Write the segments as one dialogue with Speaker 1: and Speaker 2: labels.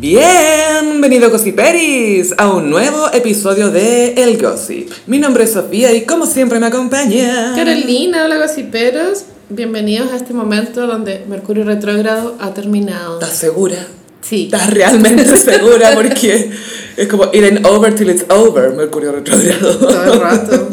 Speaker 1: Bienvenido Gossiperis a un nuevo episodio de El Gossip. Mi nombre es Sofía y como siempre me acompaña
Speaker 2: Carolina, hola gossiperos. Bienvenidos a este momento donde Mercurio retrógrado ha terminado.
Speaker 1: ¿Estás segura?
Speaker 2: Sí.
Speaker 1: ¿Estás realmente segura? Porque es como it ain't over till it's over, Mercurio retrógrado.
Speaker 2: Todo el rato.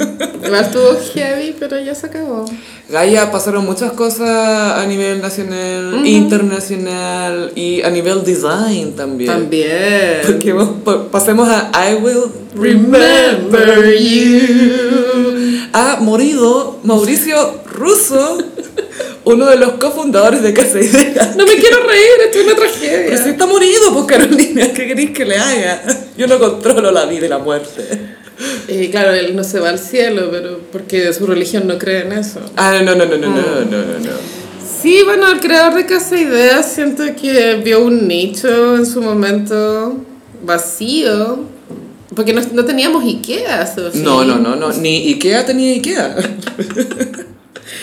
Speaker 2: Igual estuvo heavy, pero ya se acabó.
Speaker 1: Gaia pasaron muchas cosas a nivel nacional, internacional y a nivel design también.
Speaker 2: También.
Speaker 1: Porque vamos- pa- pasemos a I Will
Speaker 2: Remember
Speaker 1: You. Ha morido Mauricio Russo, uno de los cofundadores de Casa Idea.
Speaker 2: No me quiero reír, esto es una
Speaker 1: Pero si
Speaker 2: tragedia.
Speaker 1: está morido, pues Carolina, ¿qué queréis que le haga? Yo no controlo la vida y la muerte.
Speaker 2: Y claro, él no se va al cielo, pero porque su religión no cree en eso.
Speaker 1: Ah, no, no, no, no, no, no, no, no.
Speaker 2: Sí, bueno, el creador de Casa Ideas siento que vio un nicho en su momento vacío. Porque no, no teníamos Ikea, Sofi.
Speaker 1: No, no, no, no. Ni Ikea tenía Ikea.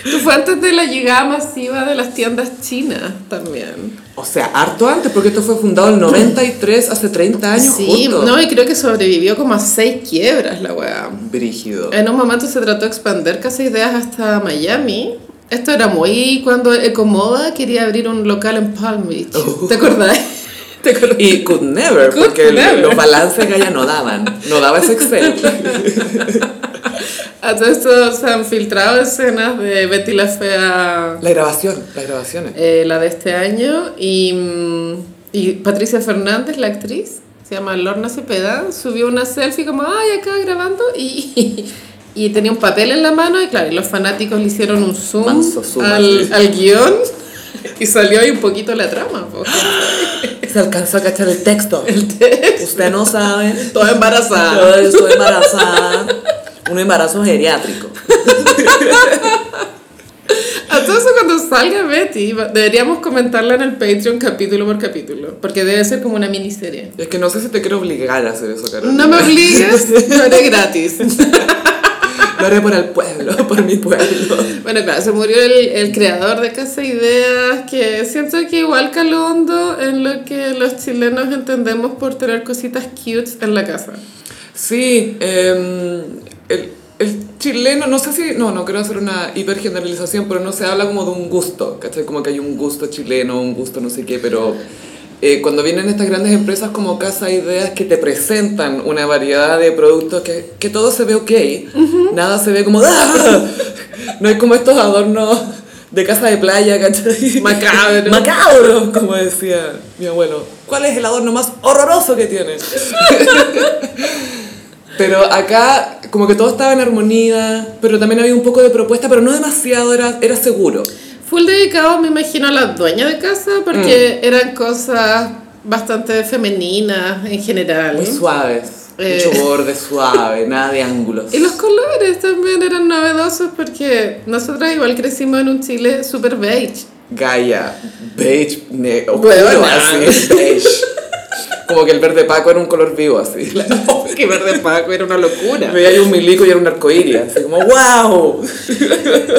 Speaker 2: Esto fue antes de la llegada masiva de las tiendas chinas también.
Speaker 1: O sea, harto antes, porque esto fue fundado en 93, hace 30 años.
Speaker 2: Sí,
Speaker 1: justo.
Speaker 2: no, y creo que sobrevivió como a seis quiebras la weá.
Speaker 1: Brígido.
Speaker 2: En un momento se trató de expandir Casa Ideas hasta Miami. Esto era muy cuando Ecomoda quería abrir un local en Palm Beach.
Speaker 1: Oh.
Speaker 2: ¿Te acordás? ¿Te acordás?
Speaker 1: Y could never,
Speaker 2: Could
Speaker 1: porque el-
Speaker 2: never.
Speaker 1: los balances que ella no daban, no daba ese Excel.
Speaker 2: A todo esto se han filtrado escenas de Betty la Fea,
Speaker 1: La grabación, las grabaciones.
Speaker 2: eh, la de este año, y, mm, y Patricia Fernández, la actriz, se llama Lorna Cepeda, subió una selfie como, ay, acá grabando, y, y tenía un papel en la mano, y claro, y los fanáticos le hicieron un zoom,
Speaker 1: Manso zoom, así.
Speaker 2: al, al guión, y salió ahí un poquito la trama, po.
Speaker 1: Se alcanzó a cachar el texto. Usted no sabe.
Speaker 2: toda embarazada.
Speaker 1: Yo estoy embarazada. Un embarazo geriátrico.
Speaker 2: A todo eso cuando salga Betty, va- deberíamos comentarla en el Patreon capítulo por capítulo, porque debe ser como una miniserie.
Speaker 1: Es que no sé si te quiero obligar a hacer eso, Carol.
Speaker 2: No me obligues, pero es gratis.
Speaker 1: Lo haré por el pueblo, por mi pueblo.
Speaker 2: Bueno, claro, se murió el, el creador de Casa Ideas, que siento que igual caló hondo en lo que los chilenos entendemos por tener cositas cute en la casa.
Speaker 1: Sí, eh, el, el chileno, no sé si, no, no quiero hacer una hipergeneralización, pero no se habla como de un gusto, ¿cachai? Como que hay un gusto chileno, un gusto no sé qué, pero eh, cuando vienen estas grandes empresas como Casa Ideas que te presentan una variedad de productos que, que todo se ve ok, nada se ve como, ¡ah! no es como estos adornos de casa de playa, ¿cachai?
Speaker 2: Macabro.
Speaker 1: Macabro, como decía mi abuelo. ¿Cuál es el adorno más horroroso que tienes? Pero acá como que todo estaba en armonía, pero también había un poco de propuesta, pero no demasiado, era, era seguro.
Speaker 2: Full dedicado, me imagino, a las dueñas de casa, porque eran cosas bastante femeninas en general.
Speaker 1: Muy suaves,
Speaker 2: Eh.
Speaker 1: mucho borde suave, nada de ángulos.
Speaker 2: Y los colores también eran novedosos porque nosotras igual crecimos en un Chile super beige.
Speaker 1: Gaia, beige, ne- oscuro,
Speaker 2: Huevona.
Speaker 1: así, beige. Como que el verde paco era un color vivo, así.
Speaker 2: que verde Paco era una locura.
Speaker 1: Veía ahí un milico y era un arcoíris, así como ¡wow!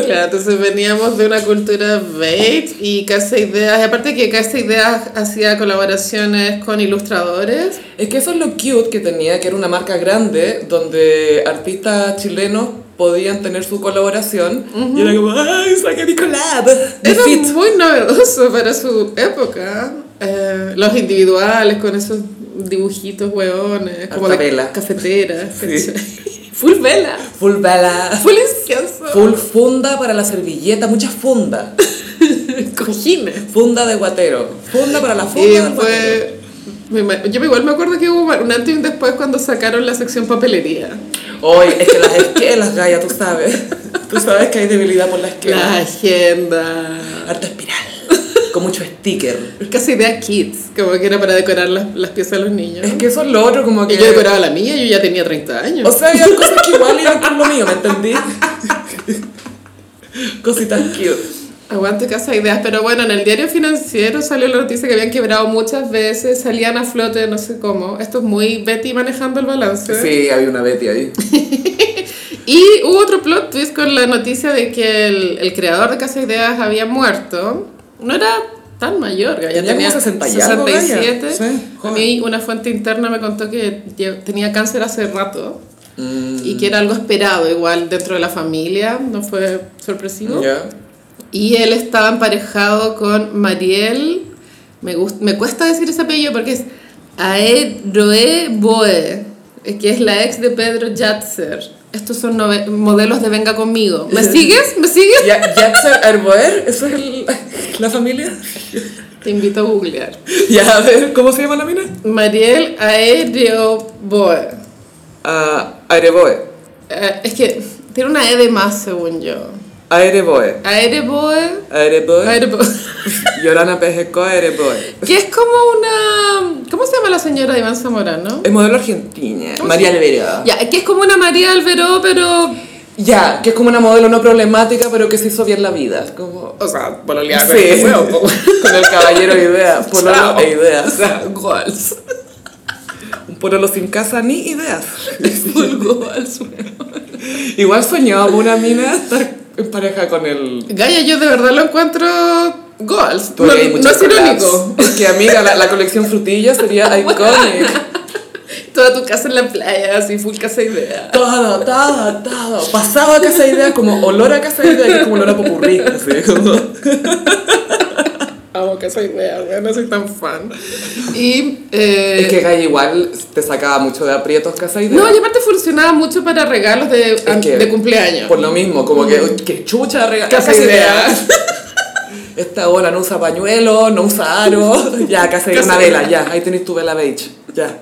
Speaker 2: Claro, entonces veníamos de una cultura beige y Casa Ideas, y aparte que Casa Ideas hacía colaboraciones con ilustradores.
Speaker 1: Es que eso es lo cute que tenía, que era una marca grande donde artistas chilenos podían tener su colaboración y era como, ¡ay, saca mi collab! Mi
Speaker 2: Era
Speaker 1: fit.
Speaker 2: muy novedoso para su época. Eh, los individuales con esos dibujitos hueones, como
Speaker 1: Harta
Speaker 2: de
Speaker 1: vela.
Speaker 2: cafetera.
Speaker 1: Sí.
Speaker 2: ¿cachai? Full vela,
Speaker 1: Full vela,
Speaker 2: full incienso,
Speaker 1: full funda para la servilleta, muchas fundas.
Speaker 2: cojines.
Speaker 1: Funda de guatero, funda para la funda
Speaker 2: Y
Speaker 1: del guatero.
Speaker 2: fue... me ima- Yo igual me acuerdo que hubo un antes y un después cuando sacaron la sección papelería.
Speaker 1: Hoy es que las esquelas, Gaia, tú sabes. Tú sabes que hay debilidad por la
Speaker 2: La
Speaker 1: esquela.
Speaker 2: agenda.
Speaker 1: Harta espiral, con mucho sticker.
Speaker 2: Casi idea kids, como que era para decorar las, las piezas de los niños.
Speaker 1: Es que eso es lo otro, como que...
Speaker 2: Y yo decoraba la mía, yo ya tenía 30 años.
Speaker 1: O sea, había cosas que igual iban con lo mío, ¿me entendí? Cositas cute.
Speaker 2: Aguante casa de ideas, pero bueno, en el diario financiero salió la noticia que habían quebrado muchas veces, salían a flote, no sé cómo. Esto es muy Betty manejando el balance.
Speaker 1: Sí, había una Betty ahí.
Speaker 2: Y hubo otro plot twist con la noticia de que el, el creador de Casa Ideas había muerto. No era tan mayor, ya
Speaker 1: Tenía como 60 y algo, Gaya.
Speaker 2: 67.
Speaker 1: Sí,
Speaker 2: a
Speaker 1: joven.
Speaker 2: mí una fuente interna me contó que lle- tenía cáncer hace rato
Speaker 1: Mm,
Speaker 2: y que era algo esperado igual dentro de la familia, no fue sorpresivo.
Speaker 1: Ya.
Speaker 2: Y él estaba emparejado con Mariel, me, gust- me cuesta decir ese apellido porque es Aeroe Boe, eh, que es la ex de Pedro Jatzer. Estos son nove- modelos de Venga Conmigo. ¿Me sigues? ¿Me sigues?
Speaker 1: Ya- Yatzer Arboer, ¿eso es el- la familia?
Speaker 2: Te invito a googlear.
Speaker 1: Ya, a ver, ¿cómo se llama la mina?
Speaker 2: Mariel Aereoboe.
Speaker 1: Ah, Areboe.
Speaker 2: Eh, es que tiene una E de más, según yo.
Speaker 1: Areboe.
Speaker 2: Aereboe.
Speaker 1: Areboe.
Speaker 2: Aereboe.
Speaker 1: Yolana Pejeco Areboe.
Speaker 2: que es como una. ¿Cómo se llama la señora de Iván Zamorano?
Speaker 1: Es modelo argentina.
Speaker 2: ¿Cómo
Speaker 1: María
Speaker 2: se-
Speaker 1: Alberó.
Speaker 2: Ya, que es como una María Alberó, pero.
Speaker 1: Ya, que es como una modelo no problemática, pero que se hizo bien la vida. Como...
Speaker 2: O sea,
Speaker 1: Sí,
Speaker 2: pololear
Speaker 1: con el caballero idea, pololo
Speaker 2: Chao.
Speaker 1: e ideas. Un pololo sin casa ni ideas. Igual soñaba una mina estar en pareja con el...
Speaker 2: Gaya, yo de verdad lo encuentro. Goals. No,
Speaker 1: Porque hay
Speaker 2: no
Speaker 1: muchas
Speaker 2: es irónico.
Speaker 1: collabs. Es que amiga, la, la colección frutilla sería icónica.
Speaker 2: Toda tu casa en la playa, así, full casa idea.
Speaker 1: Todo, todo, todo. Pasaba a casa idea como olor a casa idea, que es como olor a popurrí. así, como-
Speaker 2: Amo casa idea, weón, no soy tan fan. Y. eh,
Speaker 1: Es que Gaya igual te sacaba mucho de aprietos casa idea.
Speaker 2: No, y aparte funcionaba mucho para regalos de, an-
Speaker 1: que-
Speaker 2: de cumpleaños.
Speaker 1: Por lo mismo, como que, uy, que chucha regala
Speaker 2: Casa Idea.
Speaker 1: Esta hora no usa pañuelo, no usa aro. Ya, casa idea,
Speaker 2: Casa
Speaker 1: una vela,
Speaker 2: Idea.
Speaker 1: ya. Ahí tenés tu vela beige. Ya.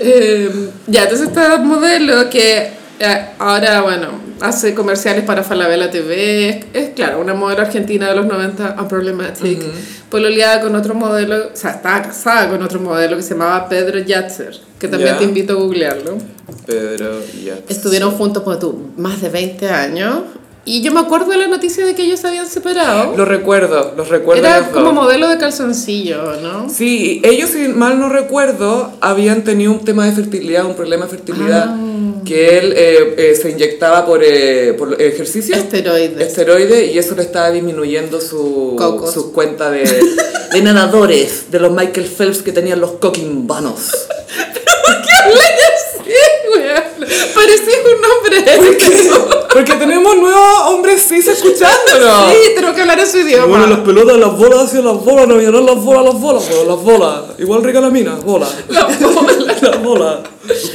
Speaker 2: Eh, ya, entonces este modelo que eh, ahora, bueno, hace comerciales para Falabella TV, es, es, claro, una modelo argentina de los 90, unproblematic, pololeada con otro modelo, o sea, estaba casada con otro modelo que se llamaba Pedro Yatzer, que también
Speaker 1: Ya.
Speaker 2: te invito a googlearlo.
Speaker 1: Pero, ya.
Speaker 2: Estuvieron juntos por tú, más de 20 años, y yo me acuerdo de la noticia de que ellos se habían separado.
Speaker 1: Lo recuerdo, los recuerdo.
Speaker 2: Era
Speaker 1: los dos.
Speaker 2: como modelo de calzoncillo, ¿no?
Speaker 1: Sí, ellos, si mal no recuerdo, habían tenido un tema de fertilidad, un problema de fertilidad,
Speaker 2: Ah.
Speaker 1: que él eh, eh, se inyectaba por, eh, por ejercicio.
Speaker 2: Esteroides.
Speaker 1: esteroide y eso le estaba disminuyendo su,
Speaker 2: Cocos.
Speaker 1: su cuenta de, de nadadores, de los Michael Phelps que tenían los coquimbanos.
Speaker 2: Sí, weón. Parecía un hombre hétero.
Speaker 1: Porque tenemos nuevos hombres cis escuchándonos.
Speaker 2: Sí, tengo que hablar en su idioma.
Speaker 1: Bueno, las pelotas, las bolas, hacia las bolas, no vienen las bolas, las bolas, bueno, las bolas. Igual rica la mina, bola.
Speaker 2: Las bolas.
Speaker 1: Las bolas.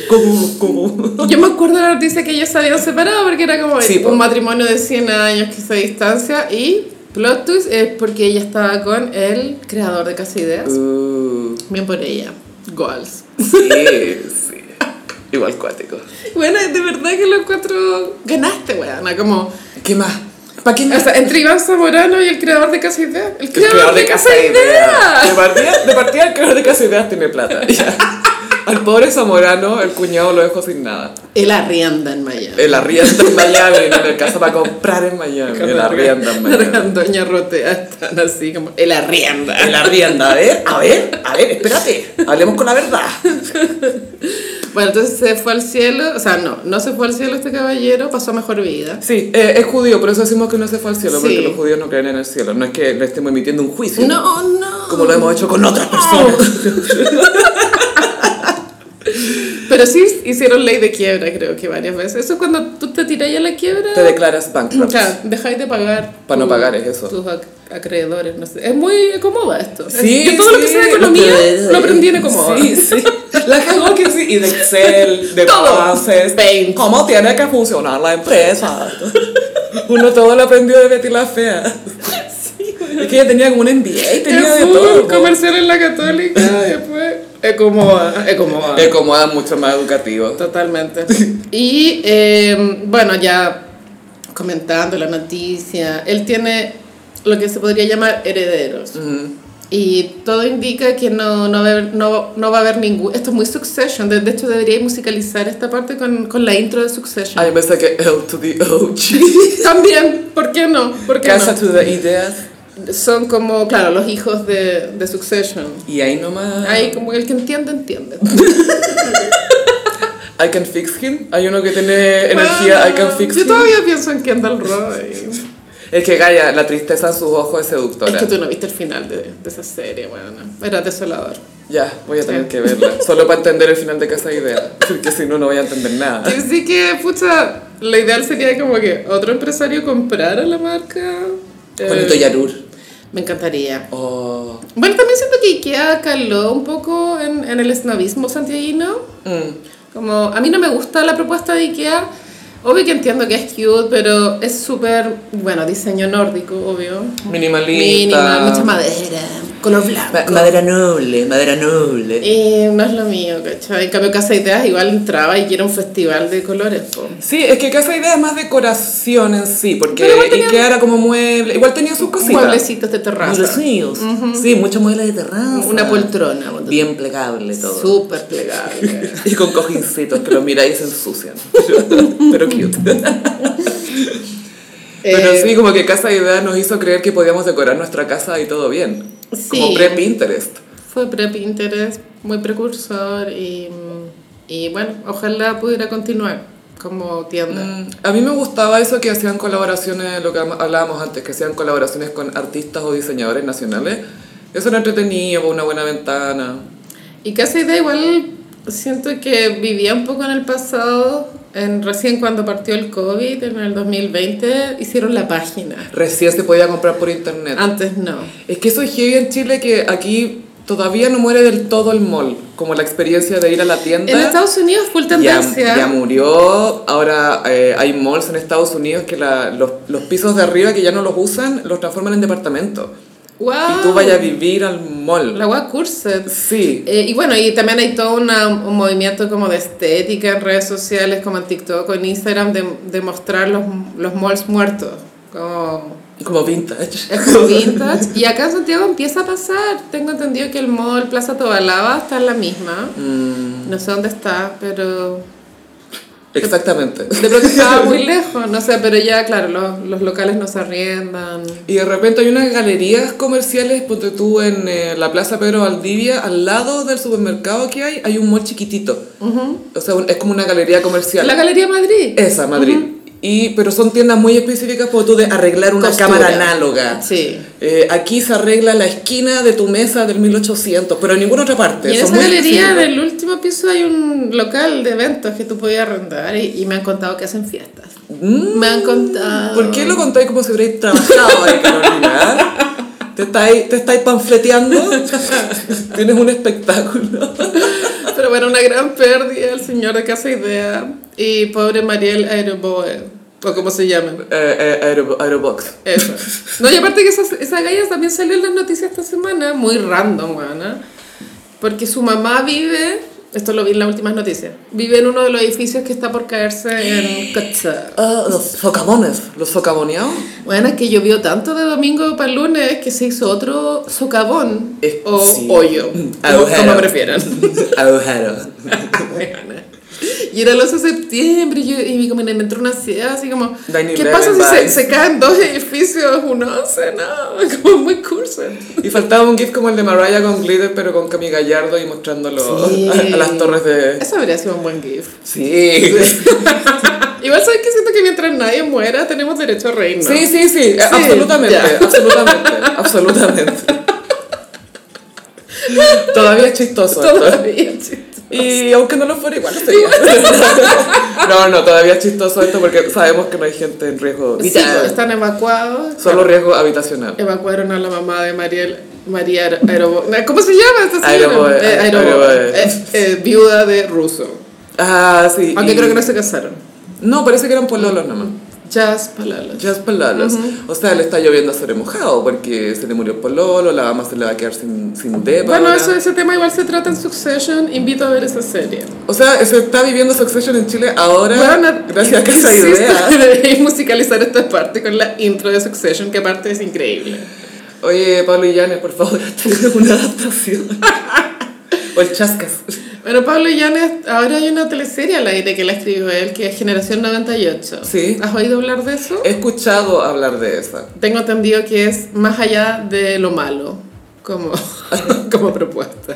Speaker 1: Como, como.
Speaker 2: Yo me acuerdo de la noticia que ellos se habían separado porque era como
Speaker 1: Sí,
Speaker 2: un
Speaker 1: po.
Speaker 2: matrimonio de 100 años que se distancia y plot twist es porque ella estaba con el creador de Casa Ideas.
Speaker 1: Uh.
Speaker 2: Bien por ella. Goals.
Speaker 1: sí, sí. Igual cuático.
Speaker 2: Bueno, de verdad que lo encuentro... Ganaste, weona, como...
Speaker 1: ¿Qué más? ¿Para quién
Speaker 2: O sea, entre Iván Zamorano y el creador de Casa Ideas. El
Speaker 1: El
Speaker 2: creador,
Speaker 1: creador
Speaker 2: de Casa Ideas.
Speaker 1: De partida, de partida el creador de Casa Ideas tiene plata. ya. Al pobre Zamorano, el cuñado lo dejó sin nada.
Speaker 2: Él arrienda en Miami.
Speaker 1: El arriendo en Miami, no le casa para comprar en Miami. El arriendo en Miami.
Speaker 2: Doña Rotea están así como, el arrienda.
Speaker 1: El arriendo, a ver, a ver, a ver, espérate. Hablemos con la verdad.
Speaker 2: Bueno, entonces se fue al cielo, o sea, no, no se fue al cielo este caballero, pasó a mejor vida.
Speaker 1: Sí, eh, es judío, por eso decimos que no se fue al cielo, porque
Speaker 2: Sí.
Speaker 1: los judíos no creen en el cielo. No es que le estemos emitiendo un juicio.
Speaker 2: No, no.
Speaker 1: Como lo hemos hecho con otras personas.
Speaker 2: Pero sí hicieron ley de quiebra, creo que varias veces. Eso es cuando tú te tiras a la quiebra.
Speaker 1: Te declaras bankrupt.
Speaker 2: O sea, dejáis de pagar.
Speaker 1: Pa' no
Speaker 2: tu-
Speaker 1: pagar, es eso.
Speaker 2: Tus ac- acreedores, no sé. Es muy cómoda esto.
Speaker 1: Sí,
Speaker 2: Yo todo lo que
Speaker 1: sí.
Speaker 2: sé de economía lo aprendí en Ecomoda.
Speaker 1: Sí, sí. La cagó que sí. Y de Excel, de
Speaker 2: Todo.
Speaker 1: bases.
Speaker 2: Paint.
Speaker 1: ¿Cómo tiene que funcionar la empresa? Uno todo lo aprendió de Betty la Fea. Es que ella tenía como un MBA, tenía de
Speaker 2: El
Speaker 1: todo.
Speaker 2: comercial en la católica, después Ecomoda. Ecomoda.
Speaker 1: Es como era mucho más educativo.
Speaker 2: Totalmente. Y eh, bueno, ya comentando la noticia, él tiene lo que se podría llamar herederos. Y todo indica que no, no, va a haber, no, no va a haber ningún... Esto es muy Succession. De, de hecho, debería musicalizar esta parte con, con la intro de Succession.
Speaker 1: A mí me saqué L to the OG.
Speaker 2: También, ¿por qué no? ¿Por qué
Speaker 1: Casa to the Ideas.
Speaker 2: no? Son como, claro, los hijos de, de Succession.
Speaker 1: Y ahí nomás.
Speaker 2: Ahí como que el que entiende, entiende.
Speaker 1: I can fix him. Hay uno que tiene energía. I can fix
Speaker 2: Yo
Speaker 1: him.
Speaker 2: todavía pienso en Kendall Roy.
Speaker 1: Es que Gaia, la tristeza en sus ojos es seductora.
Speaker 2: Es que tú no viste el final de, de esa serie, bueno, era desolador.
Speaker 1: Ya, voy a tener
Speaker 2: Sí.
Speaker 1: que verla. Solo para entender el final de Casa Idea. Porque si no, no voy a entender nada.
Speaker 2: Yo sí que, pucha, lo ideal sería como que otro empresario comprara la marca. Eh,
Speaker 1: Juanito Yarur.
Speaker 2: Me encantaría.
Speaker 1: Oh.
Speaker 2: Bueno, también siento que Ikea caló un poco en, en el esnovismo santiaguino.
Speaker 1: Mm.
Speaker 2: Como, a mí no me gusta la propuesta de Ikea. Obvio que entiendo que es cute, pero es súper, bueno, diseño nórdico, obvio.
Speaker 1: Minimalista.
Speaker 2: Mínima, mucha madera, color
Speaker 1: Ma-
Speaker 2: blanco.
Speaker 1: madera noble, madera noble.
Speaker 2: Y no es lo mío, ¿cachai? En cambio, Casa Ideas igual entraba y era un festival de colores, po.
Speaker 1: Sí, es que Casa Idea es más decoración en sí, porque
Speaker 2: Pero igual tenía-
Speaker 1: Ikea era como mueble. Igual tenía sus cositas.
Speaker 2: Mueblecitos de terraza.
Speaker 1: Mueblecillos. Sí, muchos muebles de terraza.
Speaker 2: Una poltrona. ponte tú.
Speaker 1: Bien plegable todo.
Speaker 2: Súper plegable.
Speaker 1: Y con cojincitos que lo mira y se ensucian. Pero cute. Pero
Speaker 2: Eh,
Speaker 1: sí, como que Casa Idea nos hizo creer que podíamos decorar nuestra casa y todo bien. Como
Speaker 2: Sí.
Speaker 1: pre-Pinterest.
Speaker 2: Fue pre-Pinterest, muy precursor y, y bueno, ojalá pudiera continuar como tienda.
Speaker 1: Mm, A mí me gustaba eso que hacían colaboraciones, lo que hablábamos antes, que hacían colaboraciones con artistas o diseñadores nacionales. Eso era entretenido, una buena ventana.
Speaker 2: Y Casa Idea igual siento que vivía un poco en el pasado, en, recién cuando partió el COVID, en el 2020, hicieron la página.
Speaker 1: Recién se podía comprar por internet.
Speaker 2: Antes no.
Speaker 1: Es que eso es heavy en Chile que aquí todavía no muere del todo el mall, como la experiencia de ir a la tienda.
Speaker 2: En Estados Unidos full
Speaker 1: Ya,
Speaker 2: tendencia.
Speaker 1: ya murió, ahora eh, hay malls en Estados Unidos que la- los, los pisos de arriba que ya no los usan los transforman en departamento.
Speaker 2: Guau.
Speaker 1: Y tú vayas a vivir al mall.
Speaker 2: Ah. La Guau Curset.
Speaker 1: Sí,
Speaker 2: Eh, y bueno, y también hay todo una- un movimiento como de estética en redes sociales, como en TikTok o en Instagram, de, de mostrar los, los malls muertos. Como
Speaker 1: como vintage.
Speaker 2: es como vintage. Y acá en Santiago empieza a pasar. Tengo entendido que el mall Plaza Tobalaba está en la misma.
Speaker 1: Mm.
Speaker 2: No sé dónde está, pero...
Speaker 1: Exactamente.
Speaker 2: De pronto estaba muy lejos, no sé, pero ya, claro, los, los locales nos arriendan.
Speaker 1: Y de repente hay unas galerías comerciales, ponte tú en eh, la Plaza Pedro Valdivia, al lado del supermercado que hay, hay un mall chiquitito. O sea, un- es como una galería comercial.
Speaker 2: La Galería Madrid.
Speaker 1: Esa, Madrid. y, pero son tiendas muy específicas, por tú de arreglar una
Speaker 2: Costura.
Speaker 1: cámara análoga.
Speaker 2: Sí.
Speaker 1: Eh, aquí se arregla la esquina de tu mesa del 1800, pero en ninguna otra parte.
Speaker 2: Y en
Speaker 1: Son
Speaker 2: esa
Speaker 1: muy
Speaker 2: galería
Speaker 1: específicos.
Speaker 2: del último piso hay un local de eventos que tú podías arrendar y, y me han contado que hacen fiestas.
Speaker 1: Mm.
Speaker 2: Me han contado.
Speaker 1: ¿Por qué lo contáis como si hubierais trabajado ahí, Carolina? ¿Te estáis, ¿Te estáis panfleteando? Tienes un espectáculo.
Speaker 2: Pero bueno, una gran pérdida el señor de Casa Idea y pobre Mariel Aeroboe, o como se llaman.
Speaker 1: Eh, eh, aero- Aerobox.
Speaker 2: Eso. No, y aparte que esa, esa galla también salió en las noticias esta semana, muy random, weona. Porque su mamá vive, esto lo vi en las últimas noticias, vive en uno de los edificios que está por caerse en Qatar.
Speaker 1: Ah, los socavones. ¿Los socaboneados?
Speaker 2: Bueno, es que llovió tanto de domingo para el lunes que se hizo otro socavón
Speaker 1: Eh,
Speaker 2: o
Speaker 1: sí.
Speaker 2: hoyo,
Speaker 1: Mm,
Speaker 2: como,
Speaker 1: agujero.
Speaker 2: como prefieran.
Speaker 1: Agujeros.
Speaker 2: Bueno. y era el 11 de septiembre y, yo, y vi como me entró una ansiedad así como,
Speaker 1: Dani
Speaker 2: ¿qué
Speaker 1: Leven
Speaker 2: pasa si se,
Speaker 1: vibes.
Speaker 2: se caen dos edificios, un 11? No, como muy curso.
Speaker 1: Y faltaba un gif como el de Mariah con glitter, pero con Cami Gallardo y mostrándolo
Speaker 2: Sí.
Speaker 1: a, a las torres de...
Speaker 2: Eso habría sido un buen GIF.
Speaker 1: Sí.
Speaker 2: Igual sabes que siento que mientras nadie muera tenemos derecho a reírnos.
Speaker 1: Sí, sí, sí, eh, absolutamente,
Speaker 2: ya.
Speaker 1: absolutamente, absolutamente. Todavía es chistoso. esto.
Speaker 2: todavía, chiste.
Speaker 1: Y aunque no lo fuera igual, lo sería. No, no, todavía es chistoso esto porque sabemos que no hay gente en riesgo
Speaker 2: Sí,
Speaker 1: vital.
Speaker 2: están evacuados.
Speaker 1: Solo riesgo habitacional.
Speaker 2: Evacuaron a la mamá de Mariel, María Aer- Aerobo. eh, ¿Cómo se llama esta señora?
Speaker 1: Aeroboe,
Speaker 2: Eh, Aeroboe.
Speaker 1: Aeroboe.
Speaker 2: Eh, eh, viuda de ruso.
Speaker 1: Ah, sí.
Speaker 2: Aunque
Speaker 1: y-
Speaker 2: creo que no se casaron.
Speaker 1: No, parece que eran pololos nomás.
Speaker 2: Jazz Palala.
Speaker 1: Just pololos. O sea, le está lloviendo a ser mojado porque se le murió el pololo, la mamá se le va a quedar sin, sin depa.
Speaker 2: Bueno,
Speaker 1: ahora.
Speaker 2: eso, ese tema igual se trata en Succession. Invito a ver esa serie.
Speaker 1: O sea, se está viviendo Succession en Chile ahora
Speaker 2: Bueno,
Speaker 1: gracias a Casa
Speaker 2: insisto,
Speaker 1: Idea.
Speaker 2: deberéis musicalizar esta parte con la intro de Succession, que aparte es increíble.
Speaker 1: Oye, Pablo Illanes, por favor, hazte una adaptación. o el chascas.
Speaker 2: Bueno, Pablo Llanes, ahora hay una teleserie al aire que la escribió él, que es Generación 98.
Speaker 1: Sí.
Speaker 2: ¿Has oído hablar de eso?
Speaker 1: He escuchado hablar de esa.
Speaker 2: Tengo entendido que es más allá de lo malo como, como propuesta.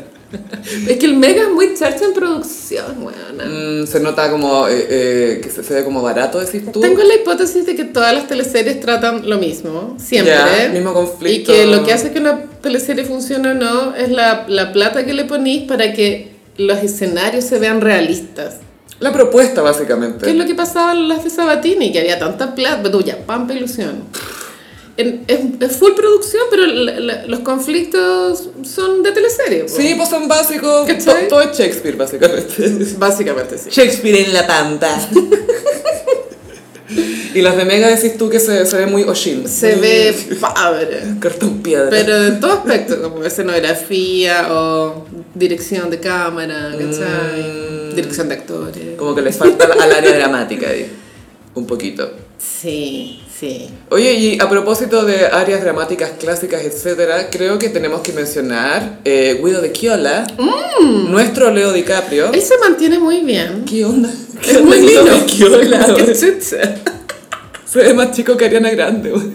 Speaker 2: Es que el mega es muy charcha en producción, weona.
Speaker 1: Mm, se nota como eh, eh, que se, se ve como barato, decís tú.
Speaker 2: Tengo la hipótesis de que todas las teleseries tratan lo mismo, siempre.
Speaker 1: Ya, mismo conflicto.
Speaker 2: Y que lo que hace que una teleserie funcione o no es la, la plata que le ponís para que los escenarios se vean realistas.
Speaker 1: La propuesta, básicamente.
Speaker 2: ¿Qué es lo que pasaba en las de Sabatini? Que había tanta plata, tuya, pampa ilusión. En- es, es full producción, pero la- la- los conflictos son de teleserie. po.
Speaker 1: Sí, pues son básicos. to-
Speaker 2: ¿Cachai?
Speaker 1: todo es Shakespeare, básicamente.
Speaker 2: Básicamente sí.
Speaker 1: Shakespeare en la tanta. y las de Mega decís tú que se, se ve muy Oshin.
Speaker 2: Se ve padre.
Speaker 1: Cartón piedra.
Speaker 2: Pero en todo aspecto, como escenografía o dirección de cámara, ¿cachai?
Speaker 1: Mm.
Speaker 2: Dirección de actores.
Speaker 1: Como que les falta al- al área dramática ahí. Un poquito.
Speaker 2: Sí, sí.
Speaker 1: Oye, y a propósito de áreas dramáticas clásicas, etcétera, creo que tenemos que mencionar eh, Guido de Chiola,
Speaker 2: Mm.
Speaker 1: nuestro Leo DiCaprio.
Speaker 2: Él se mantiene muy bien.
Speaker 1: ¿Qué onda?
Speaker 2: Es muy
Speaker 1: Guido
Speaker 2: lindo.
Speaker 1: de Chiola,
Speaker 2: Qué
Speaker 1: güey.
Speaker 2: chucha.
Speaker 1: Se ve más chico que Ariana Grande, güey.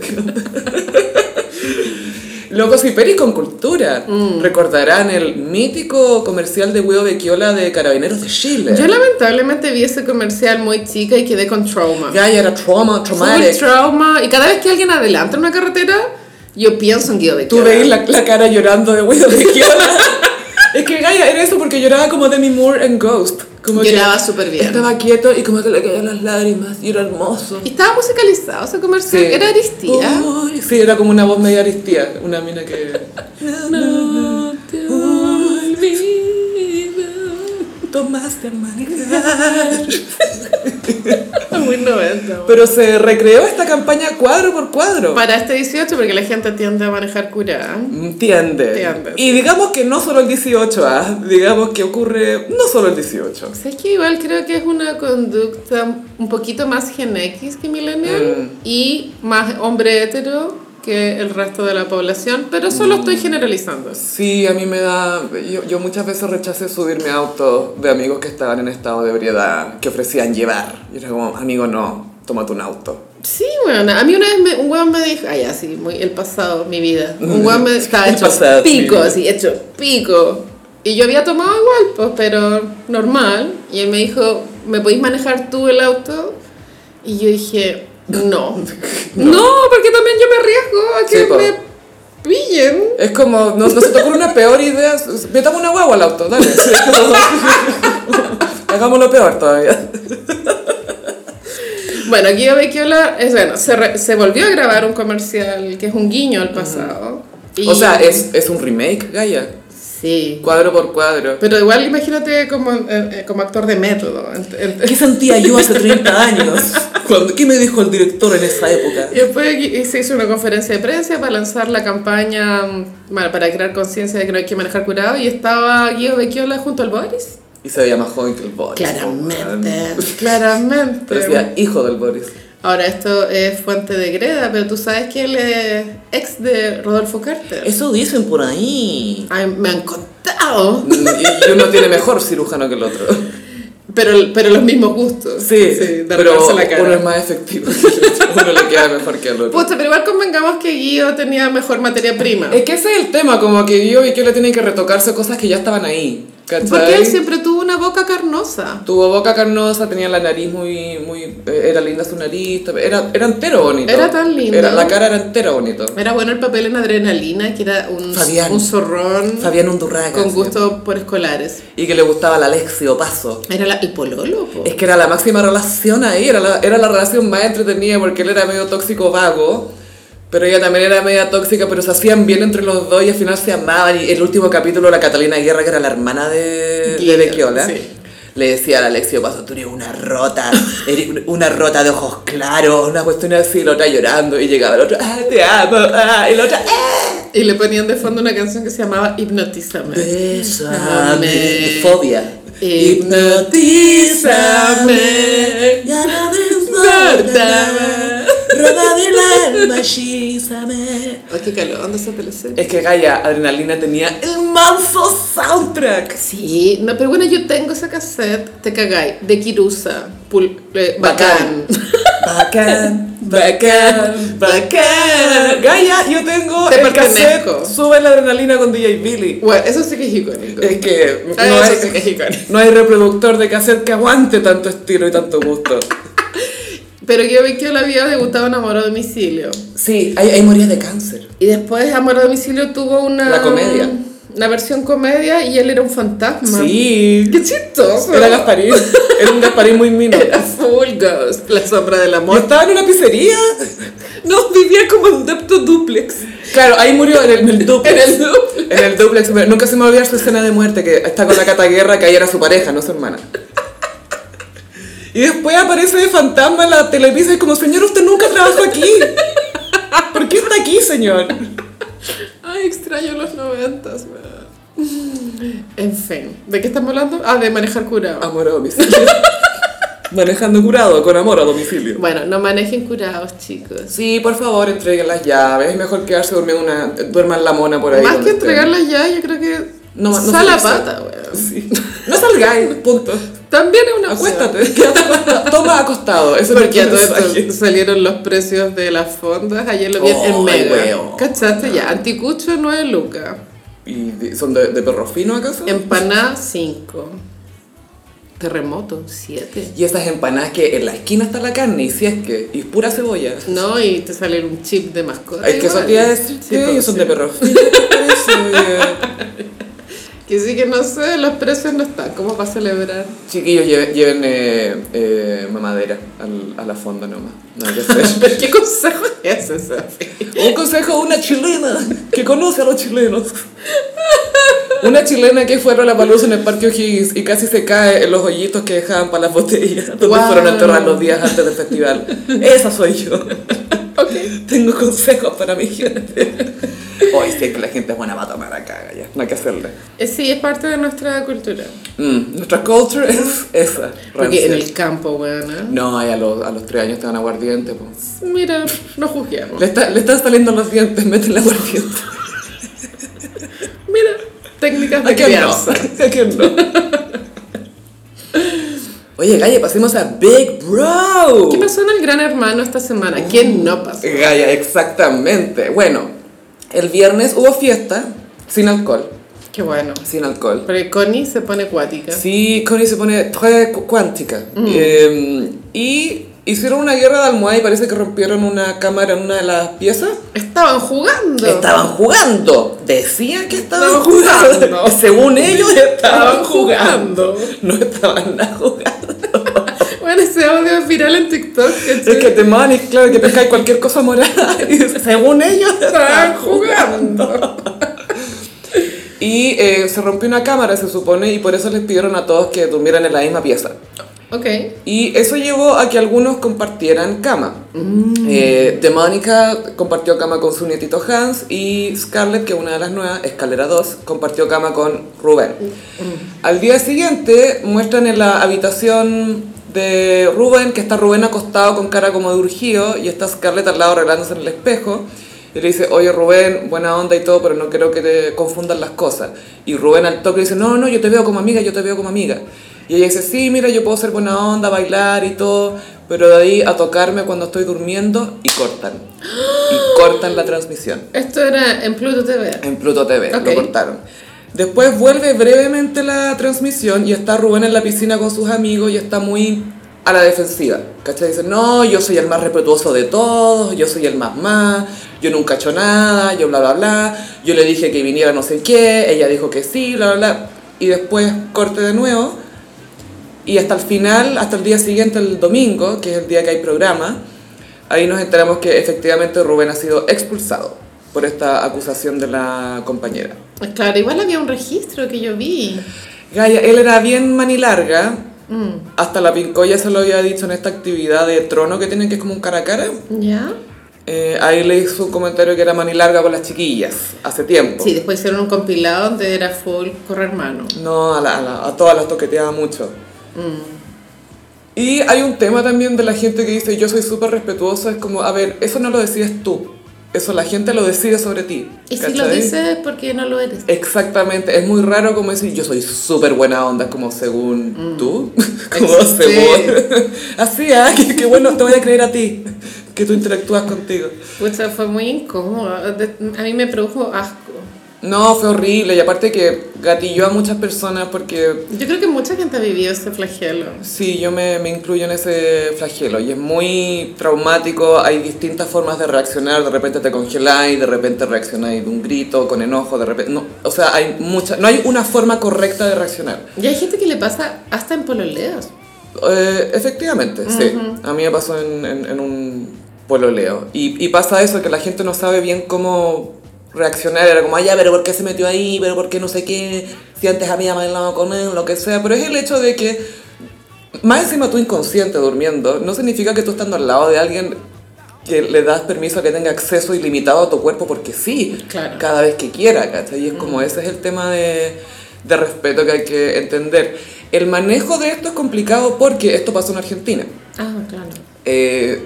Speaker 1: Locos y Peri con cultura. Recordarán el mítico comercial de huevo de Quiola de Carabineros de Chile.
Speaker 2: Yo lamentablemente vi ese comercial muy chica y quedé con trauma.
Speaker 1: Gaia era trauma,
Speaker 2: Full
Speaker 1: traumatic.
Speaker 2: trauma. Y cada vez que alguien adelanta en una carretera, yo pienso en Guido de
Speaker 1: Tú
Speaker 2: Quiola.
Speaker 1: veis la, la cara llorando de huevo de Quiola. es que Gaia era eso porque lloraba como Demi Moore en Ghost. Como que
Speaker 2: Lloraba súper bien.
Speaker 1: Estaba quieto y como que le caían las lágrimas y era hermoso.
Speaker 2: Y estaba musicalizado ese comercial. Era Aristía.
Speaker 1: Uy, sí, era como una voz media aristía, una mina que... No te tomaste Uh.
Speaker 2: Muy 90.
Speaker 1: Pero se recreó esta campaña cuadro por cuadro.
Speaker 2: Para este 18, porque la gente tiende a manejar curada.
Speaker 1: Entiende.
Speaker 2: Entiende.
Speaker 1: Y digamos que no solo el 18, ah, digamos que ocurre no solo el 18.
Speaker 2: Sé que igual creo que es una conducta un poquito más Gen X que
Speaker 1: Mm.
Speaker 2: Millennial y más hombre hetero que el resto de la población, pero
Speaker 1: Mm.
Speaker 2: solo estoy generalizando.
Speaker 1: Sí, a mí me da... Yo, yo muchas veces rechacé subirme a autos de amigos que estaban en estado de ebriedad, que ofrecían llevar. Y era como, amigo, no, tómate un auto.
Speaker 2: Sí, bueno, a mí una vez me- un weón me dijo, ay, así, muy el pasado, mi vida. Un weón me estaba
Speaker 1: El
Speaker 2: hecho
Speaker 1: pasado, mi
Speaker 2: pico,
Speaker 1: vida.
Speaker 2: así, hecho pico. Y yo había tomado igual, pues, pero normal. Y él me dijo, ¿me podéis manejar tú el auto? Y yo dije, no. no, porque también yo me arriesgo a que
Speaker 1: Sí, po.
Speaker 2: me pillen.
Speaker 1: Es como, no, no se te ocurre una peor idea. Metamos una guagua al auto, dale. Hagámoslo peor todavía.
Speaker 2: Bueno, Guido Becchiola, es bueno, se, re- se volvió a grabar un comercial que es un guiño al pasado. Y-
Speaker 1: O sea, es, es un remake, Gaia.
Speaker 2: Sí.
Speaker 1: Cuadro por cuadro.
Speaker 2: Pero igual imagínate como, eh, eh, como actor de método. ent- ent-
Speaker 1: ¿Qué sentía yo hace 30 años? Cuando, ¿Qué me dijo el director en esa época?
Speaker 2: Y después gui- se hizo una conferencia de prensa para lanzar la campaña mm, bueno, para crear conciencia de que no hay que manejar curado y estaba Guido Becchiola junto al Boris.
Speaker 1: Y se veía más joven que el Boris.
Speaker 2: claramente.
Speaker 1: Parecía hijo del Boris.
Speaker 2: Ahora esto es fuente de greda, pero tú sabes que él es ex de Rodolfo Carter.
Speaker 1: Eso dicen por ahí.
Speaker 2: Ay, me han contado.
Speaker 1: Y uno tiene mejor cirujano que el otro.
Speaker 2: Pero, pero los mismos gustos.
Speaker 1: Sí,
Speaker 2: de
Speaker 1: pero
Speaker 2: arrugarse la cara.
Speaker 1: uno es más efectivo. que el otro. Uno le queda mejor que al otro.
Speaker 2: Puta, pero igual convengamos que Guido tenía mejor materia prima.
Speaker 1: Es que ese es el tema, como que yo y que le tienen que retocarse cosas que ya estaban ahí. ¿Cachai?
Speaker 2: Porque él siempre tuvo una boca carnosa.
Speaker 1: Tuvo boca carnosa, tenía la nariz muy, muy, eh, era linda su nariz, era, era entero bonito.
Speaker 2: Era tan lindo.
Speaker 1: Era, la cara era entero bonito.
Speaker 2: Era bueno el papel en adrenalina, que era un,
Speaker 1: Fabián.
Speaker 2: un zorrón
Speaker 1: Fabián Undurraga.
Speaker 2: con
Speaker 1: sí.
Speaker 2: gusto por escolares.
Speaker 1: Y que le gustaba la Alexio Paso.
Speaker 2: Era la- el pololo, po.
Speaker 1: Es que era la máxima relación ahí, era la, era la relación más entretenida porque él era medio tóxico vago, pero ella también era media tóxica, pero se hacían bien entre los dos y al final se amaban. Y el último capítulo, la Catalina Guerra, que era la hermana de, de
Speaker 2: Guido,
Speaker 1: Becchiola,
Speaker 2: sí.
Speaker 1: le decía a Alexio Paso, tú eres una rota, eres un- una rota de ojos claros, una cuestión así, la otra llorando y llegaba el otro, ah, te amo, ah, y la otra, ah,
Speaker 2: Y le ponían de fondo una canción que se llamaba Hipnotízame.
Speaker 1: Bésame.
Speaker 2: Bésame.
Speaker 1: Fobia.
Speaker 2: Hipnotízame.
Speaker 1: Ya no me
Speaker 2: importa.
Speaker 1: Roba del alma, chízame.
Speaker 2: Ay, qué calor, ¿dónde se teleserie?
Speaker 1: Es que Gaia, Adrenalina tenía el manso soundtrack.
Speaker 2: Sí, no, pero bueno, yo tengo esa cassette, te cagáis, de Kirusa, pul- eh, bacán.
Speaker 1: Bacán, bacán, bacán. Gaya, yo tengo
Speaker 2: Te
Speaker 1: el cassette.
Speaker 2: pertenezco.
Speaker 1: Sube la adrenalina con DJ Billy.
Speaker 2: Bueno, eso sí que es icónico.
Speaker 1: Es que Eh, no
Speaker 2: Ah, eso sí
Speaker 1: hay,
Speaker 2: que es icónico.
Speaker 1: no hay reproductor de cassette que aguante tanto estilo y tanto gusto.
Speaker 2: Pero yo vi que la había debutado en Amor a Domicilio.
Speaker 1: Sí, ahí, ahí moría de cáncer.
Speaker 2: Y después Amor a Domicilio tuvo una...
Speaker 1: La comedia.
Speaker 2: Una versión comedia y él era un fantasma.
Speaker 1: Sí.
Speaker 2: Qué chistoso.
Speaker 1: Era Gasparín. Era un Gasparín muy mino.
Speaker 2: Era full ghost, la sombra del
Speaker 1: Yo
Speaker 2: amor.
Speaker 1: estaba en una pizzería.
Speaker 2: No, vivía como en un depto duplex.
Speaker 1: Claro, ahí murió en el, en el duplex.
Speaker 2: En el duplex.
Speaker 1: En el duplex. Pero Nunca se me va a olvidar su escena de muerte, que está con la cataguerra, que ahí era su pareja, no su hermana. Y después aparece de fantasma en la televisa y es como, señor, usted nunca trabajó aquí. ¿Por qué está aquí, señor?
Speaker 2: Ay, extraño los noventas, weón. En fin, ¿de qué estamos hablando? Ah, de manejar curado.
Speaker 1: Amor a domicilio. Manejando curado, con amor a domicilio.
Speaker 2: Bueno, no manejen curados, chicos.
Speaker 1: Sí, por favor, entreguen las llaves. Es mejor quedarse durmiendo una... Duerman la mona por ahí.
Speaker 2: Más
Speaker 1: donde
Speaker 2: que
Speaker 1: estén.
Speaker 2: entregarlas ya, yo creo que
Speaker 1: No, no
Speaker 2: sal la
Speaker 1: se usa.
Speaker 2: pata, weón.
Speaker 1: Sí. No salgáis, punto.
Speaker 2: También es una opción.
Speaker 1: Acuéstate, quédate acostado. Toma acostado. Eso
Speaker 2: Porque
Speaker 1: es
Speaker 2: a
Speaker 1: mi
Speaker 2: todo esto
Speaker 1: mensaje.
Speaker 2: salieron los precios de las fondas. Ayer lo vi
Speaker 1: Oh,
Speaker 2: en Mega.
Speaker 1: weón.
Speaker 2: ¿Cachaste ya? Anticucho 9 lucas.
Speaker 1: ¿Y de- son de, de perro fino acaso?
Speaker 2: Eh, Empaná 5. Terremoto 7.
Speaker 1: Y esas empanadas que en la esquina está la carne, y si es que, y pura cebolla.
Speaker 2: No, y te sale un chip de mascota.
Speaker 1: Es que
Speaker 2: igual.
Speaker 1: eso te iba a decir
Speaker 2: Sí,
Speaker 1: que
Speaker 2: pues,
Speaker 1: ellos son
Speaker 2: sí.
Speaker 1: de perro fino. Parece, oye.
Speaker 2: Que sí que no sé, los precios no están. ¿Cómo va a celebrar?
Speaker 1: Chiquillos, lleven, lleven, eh, eh, mamadera al- a la fonda nomás. No hay que hacer.
Speaker 2: ¿Pero qué consejo es ese?
Speaker 1: Un consejo de una chilena que conoce a los chilenos. Una chilena que fue a la palusa en el Parque O'Higgins y casi se cae en los hoyitos que dejaban para las botellas donde
Speaker 2: Wow.
Speaker 1: fueron a enterrar los días antes del festival. Esa soy yo.
Speaker 2: Ok.
Speaker 1: Tengo consejos para mi gente. Hoy sí que la gente es buena para tomar a caga ya. No hay que hacerle.
Speaker 2: Eh, Sí, es parte de nuestra cultura.
Speaker 1: Mm, nuestra culture es esa.
Speaker 2: Porque en
Speaker 1: rancia.
Speaker 2: el campo, weón. ¿eh?
Speaker 1: No, ay, a los, a los tres años te dan aguardiente. po.
Speaker 2: Mira, no juzguemos.
Speaker 1: Le, está- le están saliendo los dientes, métele aguardiente.
Speaker 2: Mira, técnicas
Speaker 1: ¿A
Speaker 2: de
Speaker 1: quién no?
Speaker 2: crianza.
Speaker 1: ¿A quién no? Oye, Gaia, pasemos a Big Bro.
Speaker 2: ¿Qué pasó en el Gran Hermano esta semana?
Speaker 1: Oh.
Speaker 2: ¿Quién no pasó?
Speaker 1: Gaia, exactamente. Bueno, el viernes hubo fiesta sin alcohol.
Speaker 2: Qué bueno.
Speaker 1: Sin alcohol.
Speaker 2: Porque Connie se pone cuática.
Speaker 1: Sí, Connie se pone tres cu- cuántica. Eh, y hicieron una guerra de almohada y parece que rompieron una cámara en una de las piezas.
Speaker 2: Estaban jugando.
Speaker 1: Estaban jugando. Decían que estaban,
Speaker 2: Estaban
Speaker 1: jugando.
Speaker 2: jugando.
Speaker 1: Según ellos estaban
Speaker 2: Estaban
Speaker 1: jugando.
Speaker 2: jugando.
Speaker 1: No estaban nada jugando.
Speaker 2: Bueno, ese audio es viral en TikTok. ¿cachai?
Speaker 1: Es que te manes, claro, que pescáis cualquier cosa morada. Y según ellos
Speaker 2: estaban jugando.
Speaker 1: Y eh, se rompió una cámara, se supone, y por eso les pidieron a todos que durmieran en la misma pieza.
Speaker 2: Ok.
Speaker 1: Y eso llevó a que algunos compartieran cama. Eh, The Monica compartió cama con su nietito Hans y Scarlett, que es una de las nuevas, Escalera 2, compartió cama con Rubén. Al día siguiente muestran en la habitación de Rubén que está Rubén acostado con cara como de urgido y está Scarlett al lado arreglándose en el espejo. Y le dice, oye Rubén, buena onda y todo, pero no quiero que te confundan las cosas. Y Rubén al toque le dice, no, no, yo te veo como amiga, yo te veo como amiga. Y ella dice, sí, mira, yo puedo ser buena onda, bailar y todo, pero de ahí a tocarme cuando estoy durmiendo y cortan. Y cortan la transmisión
Speaker 2: Esto era en Pluto TV.
Speaker 1: en Pluto TV,
Speaker 2: Ok.
Speaker 1: lo cortaron. Después vuelve brevemente la transmisión y está Rubén en la piscina con sus amigos y está muy a la defensiva. ¿Cachai? Dice, no, yo soy el más respetuoso de todos, yo soy el más más, yo nunca he hecho nada, yo bla, bla, bla, yo le dije que viniera no sé qué, ella dijo que sí, bla, bla, bla. Y después corte de nuevo y hasta el final, hasta el día siguiente, el domingo, que es el día que hay programa, ahí nos enteramos que efectivamente Rubén ha sido expulsado por esta acusación de la compañera.
Speaker 2: Claro, igual había un registro que yo vi.
Speaker 1: Gaya, él era bien manilarga,
Speaker 2: Mm.
Speaker 1: hasta la pincoya se lo había dicho en esta actividad de trono que tienen, que es como un cara a cara.
Speaker 2: ¿Ya?
Speaker 1: Eh, ahí le hizo un comentario que era manilarga con las chiquillas, hace tiempo.
Speaker 2: Sí, después hicieron un compilado donde era full correr mano.
Speaker 1: No, a, la- a la- a todas las toqueteaba mucho.
Speaker 2: Mm.
Speaker 1: Y hay un tema también de la gente que dice, yo soy súper respetuosa, es como, a ver, eso no lo decides tú. eso la gente lo decide sobre ti.
Speaker 2: Y si lo
Speaker 1: ¿cachai?
Speaker 2: dices es porque no lo eres.
Speaker 1: Exactamente, es muy raro como decir yo soy súper buena onda, como según tú, como
Speaker 2: Ex-
Speaker 1: según... Así, ah, que, que bueno, te voy a creer a ti, que tú interactúas contigo.
Speaker 2: Pucha, fue muy incómodo. De- A mí me produjo asco.
Speaker 1: No, fue horrible, y aparte que gatilló a muchas personas porque
Speaker 2: Yo creo que mucha gente ha vivido ese flagelo.
Speaker 1: sí, yo me, me incluyo en ese flagelo y es muy traumático, hay distintas formas de reaccionar, de repente te congeláis, de repente reaccionáis de un grito, con enojo, de repente... No, o sea, hay mucha, no hay una forma correcta de reaccionar.
Speaker 2: Y hay gente que le pasa hasta en pololeos.
Speaker 1: Eh, efectivamente, sí. A mí me pasó en, en- en un pololeo. Y, y pasa eso, que la gente no sabe bien cómo reaccionar. Era como, ay, ya, pero ¿por qué se metió ahí? ¿Pero por qué no sé qué? Si antes había bailado con él, lo que sea. Pero es el hecho de que, más encima tú inconsciente durmiendo, no significa que tú estando al lado de alguien que le das permiso a que tenga acceso ilimitado a tu cuerpo porque sí,
Speaker 2: Claro.
Speaker 1: cada vez que quiera, ¿cachai? Y es como ese es el tema de, de respeto que hay que entender. El manejo de esto es complicado porque esto pasó en Argentina.
Speaker 2: Ah, claro.
Speaker 1: Eh,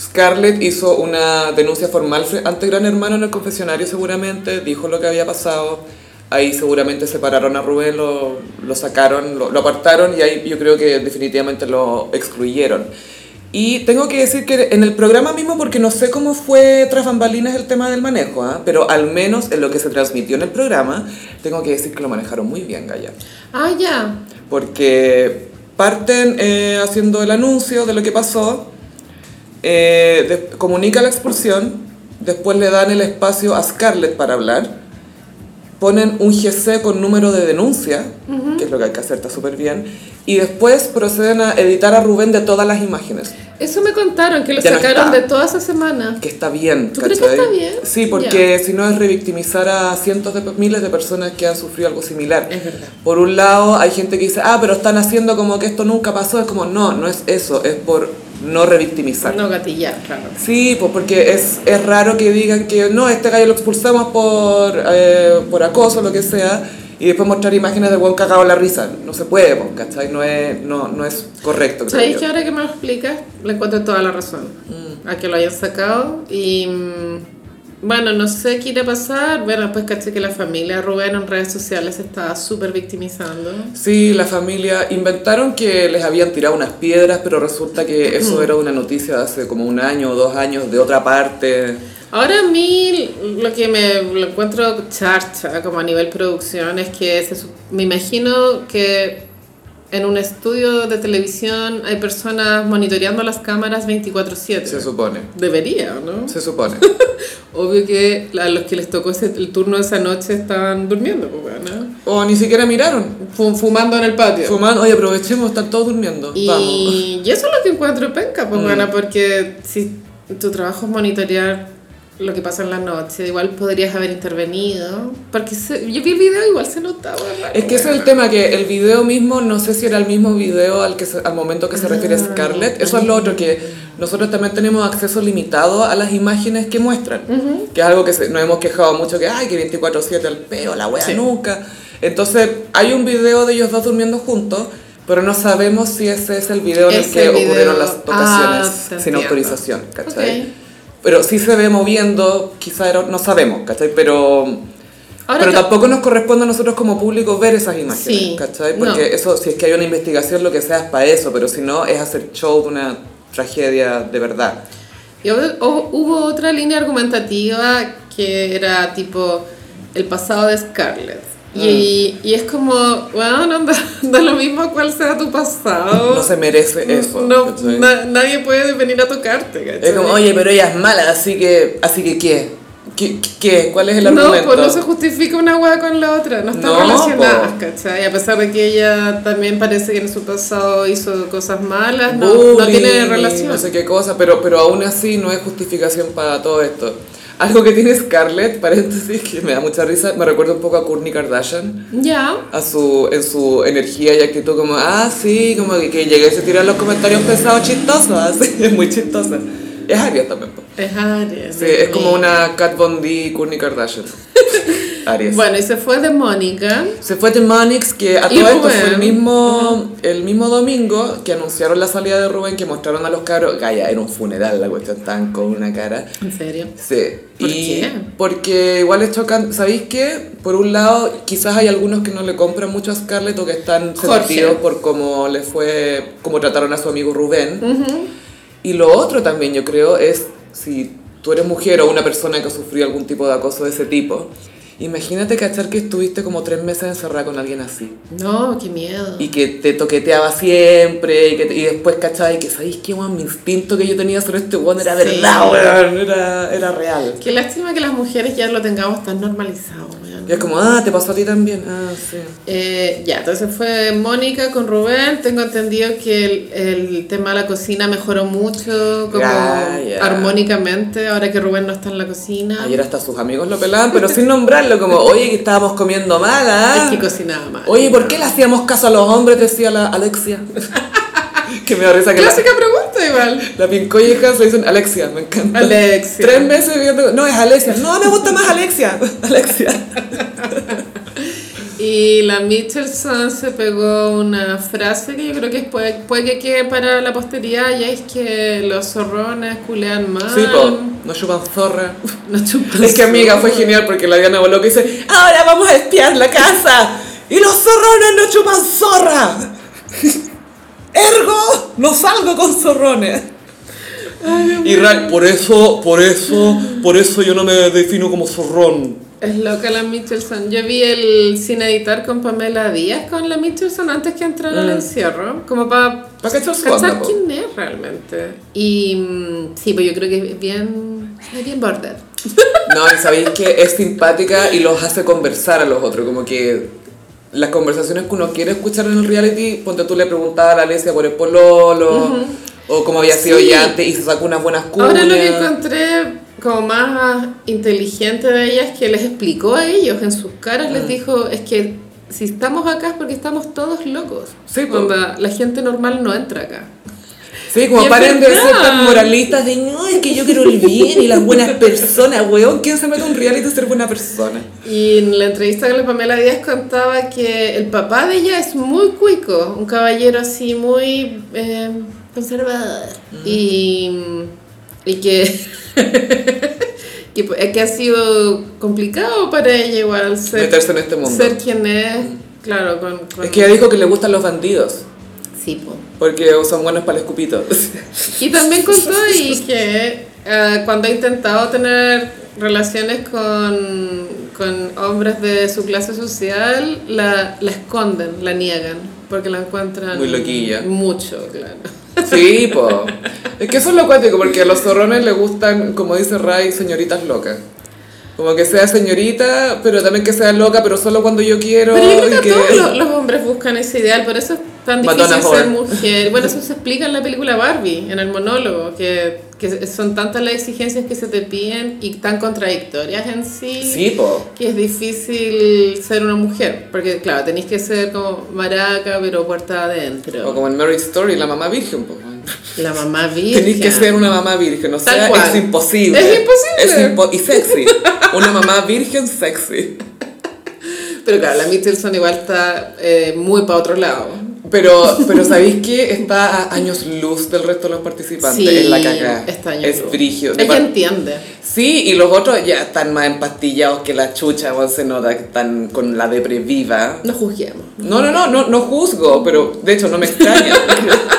Speaker 1: Scarlett hizo una denuncia formal fre- ante Gran Hermano en el confesionario seguramente, dijo lo que había pasado, ahí seguramente separaron a Rubén, lo, lo sacaron, lo, lo apartaron y ahí yo creo que definitivamente lo excluyeron. Y tengo que decir que en el programa mismo, porque no sé cómo fue tras bambalinas el tema del manejo, ¿ah? pero al menos en lo que se transmitió en el programa, tengo que decir que lo manejaron muy bien, Gaya
Speaker 2: Ah, ya.
Speaker 1: porque parten eh, haciendo el anuncio de lo que pasó, eh, de- comunica la expulsión, después le dan el espacio a Scarlett para hablar, ponen un GC con número de denuncia, que es lo que hay que hacer, está súper bien, y después proceden a editar a Rubén de todas las imágenes,
Speaker 2: Eso me contaron, que lo
Speaker 1: Ya no
Speaker 2: sacaron
Speaker 1: está.
Speaker 2: de toda esa semana.
Speaker 1: que está bien.
Speaker 2: ¿Tú crees que está bien?
Speaker 1: Sí, porque si no es revictimizar a cientos de pe- miles de personas que han sufrido algo similar.
Speaker 2: Es verdad.
Speaker 1: Por un lado, hay gente que dice, ah, pero están haciendo como que esto nunca pasó. Es como, no, no es eso, es por no revictimizar.
Speaker 2: No gatillar, claro.
Speaker 1: Sí, pues porque es, es raro que digan que no, este gallo lo expulsamos por, eh, por acoso, lo que sea, y después mostrar imágenes de hueón cagado en la risa. No se puede, pues, ¿cachai? No es, no, no es correcto. creo
Speaker 2: ¿Sabéis
Speaker 1: yo.
Speaker 2: que ahora que me lo explicas, le encuentro toda la razón
Speaker 1: Mm.
Speaker 2: a que lo hayan sacado? Y mm, bueno, no sé qué irá a pasar. Bueno, pues caché que la familia de Rubén en redes sociales se estaba súper victimizando.
Speaker 1: Sí, la familia inventaron que les habían tirado unas piedras, pero resulta que
Speaker 2: Mm.
Speaker 1: eso era una noticia de hace como un año o dos años de otra parte.
Speaker 2: Ahora a mí lo que me lo encuentro charcha como a nivel producción es que se sup- me imagino que en un estudio de televisión hay personas monitoreando las cámaras 24/7.
Speaker 1: Se supone,
Speaker 2: Debería, ¿no?
Speaker 1: se supone.
Speaker 2: Obvio que a los que les tocó ese- el turno esa noche estaban durmiendo, pues, bueno.
Speaker 1: O ni siquiera miraron.
Speaker 2: Fu- fumando en el patio.
Speaker 1: Fuman, oye, aprovechemos, están todos durmiendo. Vamos. Mm.
Speaker 2: Y, y eso es lo que encuentro penca, pues, bueno, porque si tu trabajo es monitorear lo que pasa en la noche, igual podrías haber intervenido. Porque se- yo vi el video, igual se notaba. raro,
Speaker 1: Es que ese es el
Speaker 2: bueno.
Speaker 1: tema, que el video mismo, no sé si era el mismo video al, que se- al momento que se
Speaker 2: Ah,
Speaker 1: refiere Scarlett. Eso es lo otro, que nosotros también tenemos acceso limitado a las imágenes que muestran. Que es algo que se- nos hemos quejado mucho, que ay, que 24-7 al peo, la wea
Speaker 2: Sí.
Speaker 1: nunca. Entonces, hay un video de ellos dos durmiendo juntos, pero no sabemos si ese es el video en el
Speaker 2: Es
Speaker 1: que
Speaker 2: el
Speaker 1: ocurrieron
Speaker 2: video.
Speaker 1: las tocaciones
Speaker 2: Ah, te
Speaker 1: sin
Speaker 2: entiendo.
Speaker 1: autorización, ¿cachai?
Speaker 2: Ok.
Speaker 1: Pero sí se ve moviendo, quizá era- no sabemos, ¿cachai? Pero...
Speaker 2: Ahora
Speaker 1: Pero
Speaker 2: que-
Speaker 1: tampoco nos corresponde a nosotros como público ver esas imágenes,
Speaker 2: Sí,
Speaker 1: ¿cachai?
Speaker 2: no.
Speaker 1: Porque eso, si es que hay una investigación, lo que sea es para eso, pero si no, es hacer show de una tragedia de verdad.
Speaker 2: Y hubo, o- hubo otra línea argumentativa que era tipo el pasado de Scarlett. Y,
Speaker 1: Mm.
Speaker 2: y es como, bueno, no da, da lo mismo cuál sea tu pasado.
Speaker 1: No se merece eso.
Speaker 2: No,
Speaker 1: ¿cachai?
Speaker 2: na- nadie puede venir a tocarte, ¿cachai?
Speaker 1: es como, oye, pero ella es mala, así que, así que ¿qué? ¿Qué? qué? ¿Cuál es el
Speaker 2: no,
Speaker 1: argumento?
Speaker 2: pues no se justifica una hueá con la otra, no están
Speaker 1: No,
Speaker 2: relacionadas,
Speaker 1: po.
Speaker 2: ¿cachai? A pesar de que ella también parece que en su pasado hizo cosas malas, no, no
Speaker 1: Bullying,
Speaker 2: tiene relación.
Speaker 1: No sé qué cosa, pero, pero aún así no es justificación para todo esto. Algo que tiene Scarlett, paréntesis, que me da mucha risa, me recuerda un poco a Kourtney Kardashian.
Speaker 2: Ya,
Speaker 1: a su, en su energía y actitud como, ah, sí, como que, que llegué y se tiran los comentarios pesados chistosos, así, es muy chistosa. Es Aries también, po.
Speaker 2: es Aries.
Speaker 1: Sí, es como una Kat Von D, Kourtney Kardashian. Aries.
Speaker 2: Bueno, y se fue de Mónica.
Speaker 1: Se fue The Monix, que a
Speaker 2: Y
Speaker 1: todo esto fue
Speaker 2: Rubén.
Speaker 1: el mismo, el mismo domingo que anunciaron la salida de Rubén, que mostraron a los cabros. Gaya, era un funeral la cuestión, tan con una cara.
Speaker 2: En serio.
Speaker 1: Sí.
Speaker 2: ¿Por
Speaker 1: y
Speaker 2: qué?
Speaker 1: Porque igual es chocante. ¿Sabéis qué? Por un lado, quizás hay algunos que no le compran mucho a Scarlett o que están
Speaker 2: Jorge.
Speaker 1: sentidos por cómo le fue, cómo trataron a su amigo Rubén. Y lo otro también, yo creo, es si tú eres mujer o una persona que ha sufrido algún tipo de acoso de ese tipo. Imagínate cachar que estuviste como tres meses encerrada con alguien así
Speaker 2: No, qué miedo.
Speaker 1: y que te toqueteaba siempre y, que te- y después cachaba y que sabéis que weón, mi instinto que yo tenía sobre este weón era
Speaker 2: Sí.
Speaker 1: verdad, weón, era, era real.
Speaker 2: Qué lástima que las mujeres ya lo tengamos tan normalizado. weón.
Speaker 1: Y es como, ah, te pasó a ti también. Ah, sí.
Speaker 2: Eh, ya, entonces fue Mónica con Rubén. Tengo entendido que el, el tema de la cocina mejoró mucho, como
Speaker 1: Ah, ya.
Speaker 2: armónicamente, ahora que Rubén no está en la cocina.
Speaker 1: Ayer Ah, hasta sus amigos lo pelaban, pero sin nombrarlo, como, oye, que estábamos comiendo mal,
Speaker 2: Es
Speaker 1: ¿ah?
Speaker 2: que cocinaba mal.
Speaker 1: Oye, ¿por qué le hacíamos caso a los hombres? Decía la Alexia. que me da risa que la,
Speaker 2: Clásica pregunta igual.
Speaker 1: la pincoyeja se dicen Alexia, me encanta.
Speaker 2: Alexia.
Speaker 1: Tres meses viendo, no, es Alexia. No, me gusta más Alexia. Alexia.
Speaker 2: Y la Mitchell Sun se pegó una frase que yo creo que puede, puede que quede para la posteridad, y es que los zorrones culean mal.
Speaker 1: Sí, po, no chupan zorra.
Speaker 2: No chupan
Speaker 1: Es que amiga, fue
Speaker 2: zorra.
Speaker 1: genial porque la Diana voló que dice, ahora vamos a espiar la casa y los zorrones no chupan zorra. Ergo, no salgo con zorrones. y Ra- por eso, por eso, por eso yo no me defino como zorrón.
Speaker 2: Es loca la Mitchelson. Yo vi el sin editar con Pamela Díaz con la Mitchelson antes que entrara al encierro, como para
Speaker 1: Mm. Pa' cachar su onda,
Speaker 2: cachar
Speaker 1: po.
Speaker 2: quién es realmente. Y mm, sí, pues yo creo que es bien, es bien border.
Speaker 1: No, y sabéis que es simpática y los hace conversar a los otros, como que las conversaciones que uno quiere escuchar en el reality, ponte tú le preguntabas a la Alesia por el pololo, o cómo había sido
Speaker 2: Sí.
Speaker 1: ya antes, y se sacó unas buenas cuñas.
Speaker 2: Ahora lo que encontré como más inteligente de ella es que les explicó a ellos en sus caras,
Speaker 1: Mm.
Speaker 2: les dijo, es que si estamos acá es porque estamos todos locos.
Speaker 1: Sí, po.
Speaker 2: Onda, la gente normal no entra acá.
Speaker 1: Sí, como
Speaker 2: Y es
Speaker 1: paren de
Speaker 2: verdad.
Speaker 1: ser tan moralistas de no, es que yo quiero el bien y las buenas personas, weón. ¿Quién se mete a un reality a ser buena persona?
Speaker 2: Y en la entrevista con la Pamela Díaz contaba que el papá de ella es muy cuico, un caballero así muy eh, conservador. Y, y que, que, pues, que ha sido complicado para ella igual ser,
Speaker 1: Meterse en este mundo.
Speaker 2: ser quien es, claro, con... con-
Speaker 1: Es que ella dijo que le gustan los bandidos,
Speaker 2: Sí, po.
Speaker 1: porque son buenos para el escupito.
Speaker 2: Y también contó y que eh, cuando ha intentado tener relaciones con, con hombres de su clase social, la, la esconden, la niegan, porque la encuentran...
Speaker 1: Muy loquilla.
Speaker 2: Mucho, claro.
Speaker 1: Sí, po. Es que eso es lo cuático, porque a los zorrones les gustan, como dice Ray, señoritas locas. Como que sea señorita, pero también que sea loca, pero solo cuando yo quiero.
Speaker 2: Pero yo creo que,
Speaker 1: y que-
Speaker 2: todos los, los hombres buscan ese ideal, por eso es tan difícil
Speaker 1: Madonna
Speaker 2: ser
Speaker 1: joven.
Speaker 2: mujer. Bueno, eso se explica en la película Barbie, en el monólogo, que, que son tantas las exigencias que se te piden y tan contradictorias en
Speaker 1: Sí, po.
Speaker 2: que es difícil ser una mujer, porque claro, tenéis que ser como maraca, pero puerta adentro.
Speaker 1: O como en Mary Story, la mamá virgen, po.
Speaker 2: La mamá virgen.
Speaker 1: Tenéis que ser una mamá virgen, o
Speaker 2: Tal
Speaker 1: sea,
Speaker 2: cual.
Speaker 1: es imposible.
Speaker 2: Es imposible.
Speaker 1: Es impo- y sexy. Una mamá virgen sexy.
Speaker 2: Pero claro, la Mitchelson igual está eh, muy para otro lado.
Speaker 1: Pero, pero ¿sabéis que Está a años luz del resto de los participantes. es la cagada.
Speaker 2: está año
Speaker 1: Es
Speaker 2: nuevo.
Speaker 1: frigio.
Speaker 2: Es que entiende.
Speaker 1: Sí, y los otros ya están más empastillados que la chucha, weón, se nota que están con la depre viva.
Speaker 2: No juzguemos.
Speaker 1: No, no, no, no, no juzgo, pero de hecho no me extraña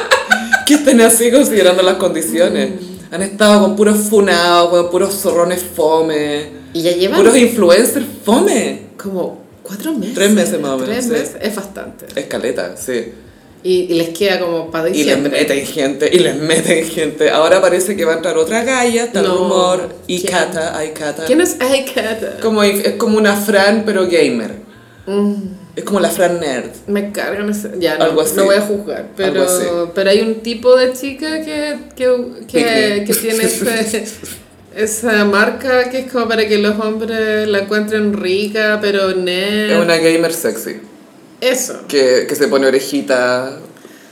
Speaker 1: que estén así considerando las condiciones. Han estado con puros funados, weón, puros zorrones fome,
Speaker 2: Y ya llevan
Speaker 1: puros influencers fome.
Speaker 2: como cuatro meses.
Speaker 1: Tres meses más o menos,
Speaker 2: Tres
Speaker 1: sí.
Speaker 2: meses es bastante.
Speaker 1: Escaleta, sí.
Speaker 2: Y, y les queda como para
Speaker 1: Y les
Speaker 2: diciembre.
Speaker 1: meten gente, y les meten gente. Ahora parece que va a entrar otra galla, tal
Speaker 2: No.
Speaker 1: rumor. Y
Speaker 2: ¿Quién?
Speaker 1: Cata, ay Cata.
Speaker 2: ¿Quién es Aikata?
Speaker 1: Como, es como una Fran, pero gamer.
Speaker 2: Mm.
Speaker 1: Es como la Fran nerd.
Speaker 2: Me cargan ese- Ya, no,
Speaker 1: Algo así.
Speaker 2: no voy a juzgar,
Speaker 1: Algo así.
Speaker 2: pero, pero hay un tipo de chica que, que, que,
Speaker 1: Picnic.
Speaker 2: que tiene ese- esa marca que es como para que los hombres la encuentren rica, pero
Speaker 1: Es
Speaker 2: nerd.
Speaker 1: una gamer sexy.
Speaker 2: Eso.
Speaker 1: Que, que se pone orejita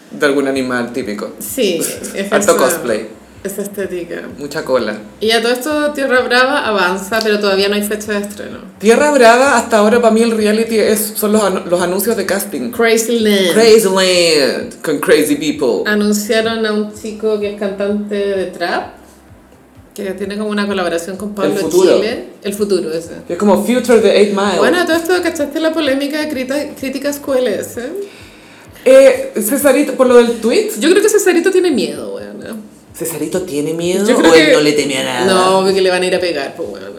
Speaker 1: de algún animal típico.
Speaker 2: Sí, es
Speaker 1: Harto
Speaker 2: esa-
Speaker 1: cosplay.
Speaker 2: Esa estética.
Speaker 1: Mucha cola.
Speaker 2: Y a todo esto, Tierra Brava avanza, pero todavía no hay fecha de estreno.
Speaker 1: Tierra Brava, hasta ahora para mí el reality es, son los, anu- los anuncios de casting.
Speaker 2: Crazy Land.
Speaker 1: Crazy Land con Crazy
Speaker 2: Ah.
Speaker 1: People.
Speaker 2: Anunciaron a un chico que es cantante de trap, que tiene como una colaboración con Pablo
Speaker 1: El futuro.
Speaker 2: Chile. El futuro, ese.
Speaker 1: Es como Future de 8 Mile.
Speaker 2: Bueno, todo esto, ¿cachaste la polémica de crita- críticas QLS?
Speaker 1: Eh, Cesarito, por lo del tweet.
Speaker 2: Yo creo que Cesarito tiene miedo, weón.
Speaker 1: ¿Cesarito tiene miedo
Speaker 2: Yo creo
Speaker 1: o él
Speaker 2: que-
Speaker 1: no le teme a nada?
Speaker 2: No, obvio que le van a ir a pegar, pues weón.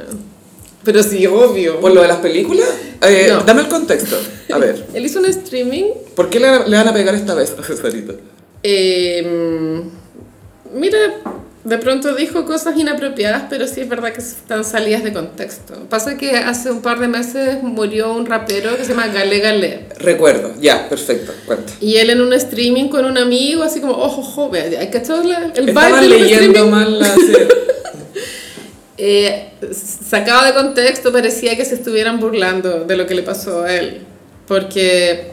Speaker 2: Pero sí, obvio.
Speaker 1: ¿Por lo de las películas? Eh,
Speaker 2: No.
Speaker 1: Dame el contexto. A ver,
Speaker 2: Él hizo un streaming.
Speaker 1: ¿por qué le, le van a pegar esta vez a Cesarito?
Speaker 2: eh, mira, de pronto dijo cosas inapropiadas, pero sí es verdad que están salidas de contexto. Pasa que hace un par de meses murió un rapero que se llama Gale Gale.
Speaker 1: Recuerdo, ya, perfecto, cuenta.
Speaker 2: Y él en un streaming con un amigo, así como, ojo, joven, ¿hay cachado la- el vibe
Speaker 1: Estaban
Speaker 2: del
Speaker 1: leyendo
Speaker 2: streaming?
Speaker 1: mal la serie.
Speaker 2: Eh, sacado de contexto, parecía que se estuvieran burlando de lo que le pasó a él. Porque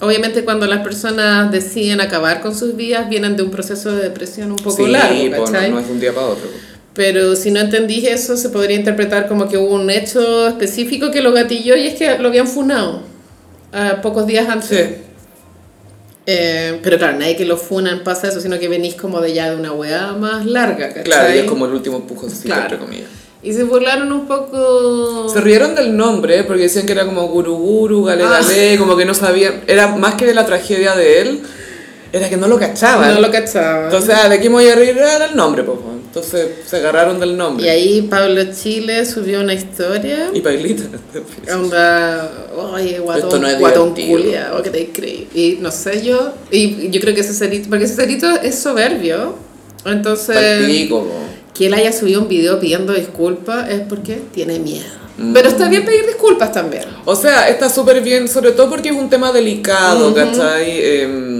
Speaker 2: obviamente cuando las personas deciden acabar con sus vidas, vienen de un proceso de depresión un poco
Speaker 1: Sí,
Speaker 2: largo,
Speaker 1: po, no,
Speaker 2: ¿cachai?
Speaker 1: no es de un día para otro.
Speaker 2: Pero si no entendí eso, se podría interpretar como que hubo un hecho específico que lo gatilló y es que lo habían funado ah, pocos días antes.
Speaker 1: Sí.
Speaker 2: Eh, pero claro, nadie que lo funan pasa eso, sino que venís como de ya de una weá más larga, ¿cachai?
Speaker 1: Claro, y es como el último empujoncito,
Speaker 2: Claro.
Speaker 1: entre comillas.
Speaker 2: Y se burlaron un poco...
Speaker 1: Se rieron del nombre porque decían que era como guru guru, gale gale, como que no sabían. Era más que de la tragedia de él, era que no lo cachaban.
Speaker 2: No lo cachaba.
Speaker 1: Entonces, ah, ¿de qué me voy a reír? Ah, del nombre, pues. bueno. Entonces se agarraron del
Speaker 2: y
Speaker 1: nombre.
Speaker 2: ahí Pablo Chile subió una historia.
Speaker 1: Y Pailita.
Speaker 2: Onda, oye, guatón,
Speaker 1: Esto no es
Speaker 2: guatón
Speaker 1: divertido".
Speaker 2: culia, o que te creí. Y no sé yo, y yo creo que Cesarito, porque Cesarito es soberbio, entonces
Speaker 1: Palpico, po.
Speaker 2: que él haya subido un video pidiendo disculpas es porque tiene miedo. Pero
Speaker 1: Mm.
Speaker 2: está bien pedir disculpas también.
Speaker 1: O sea, está súper bien, sobre todo porque es un tema delicado, ¿cachai? Em,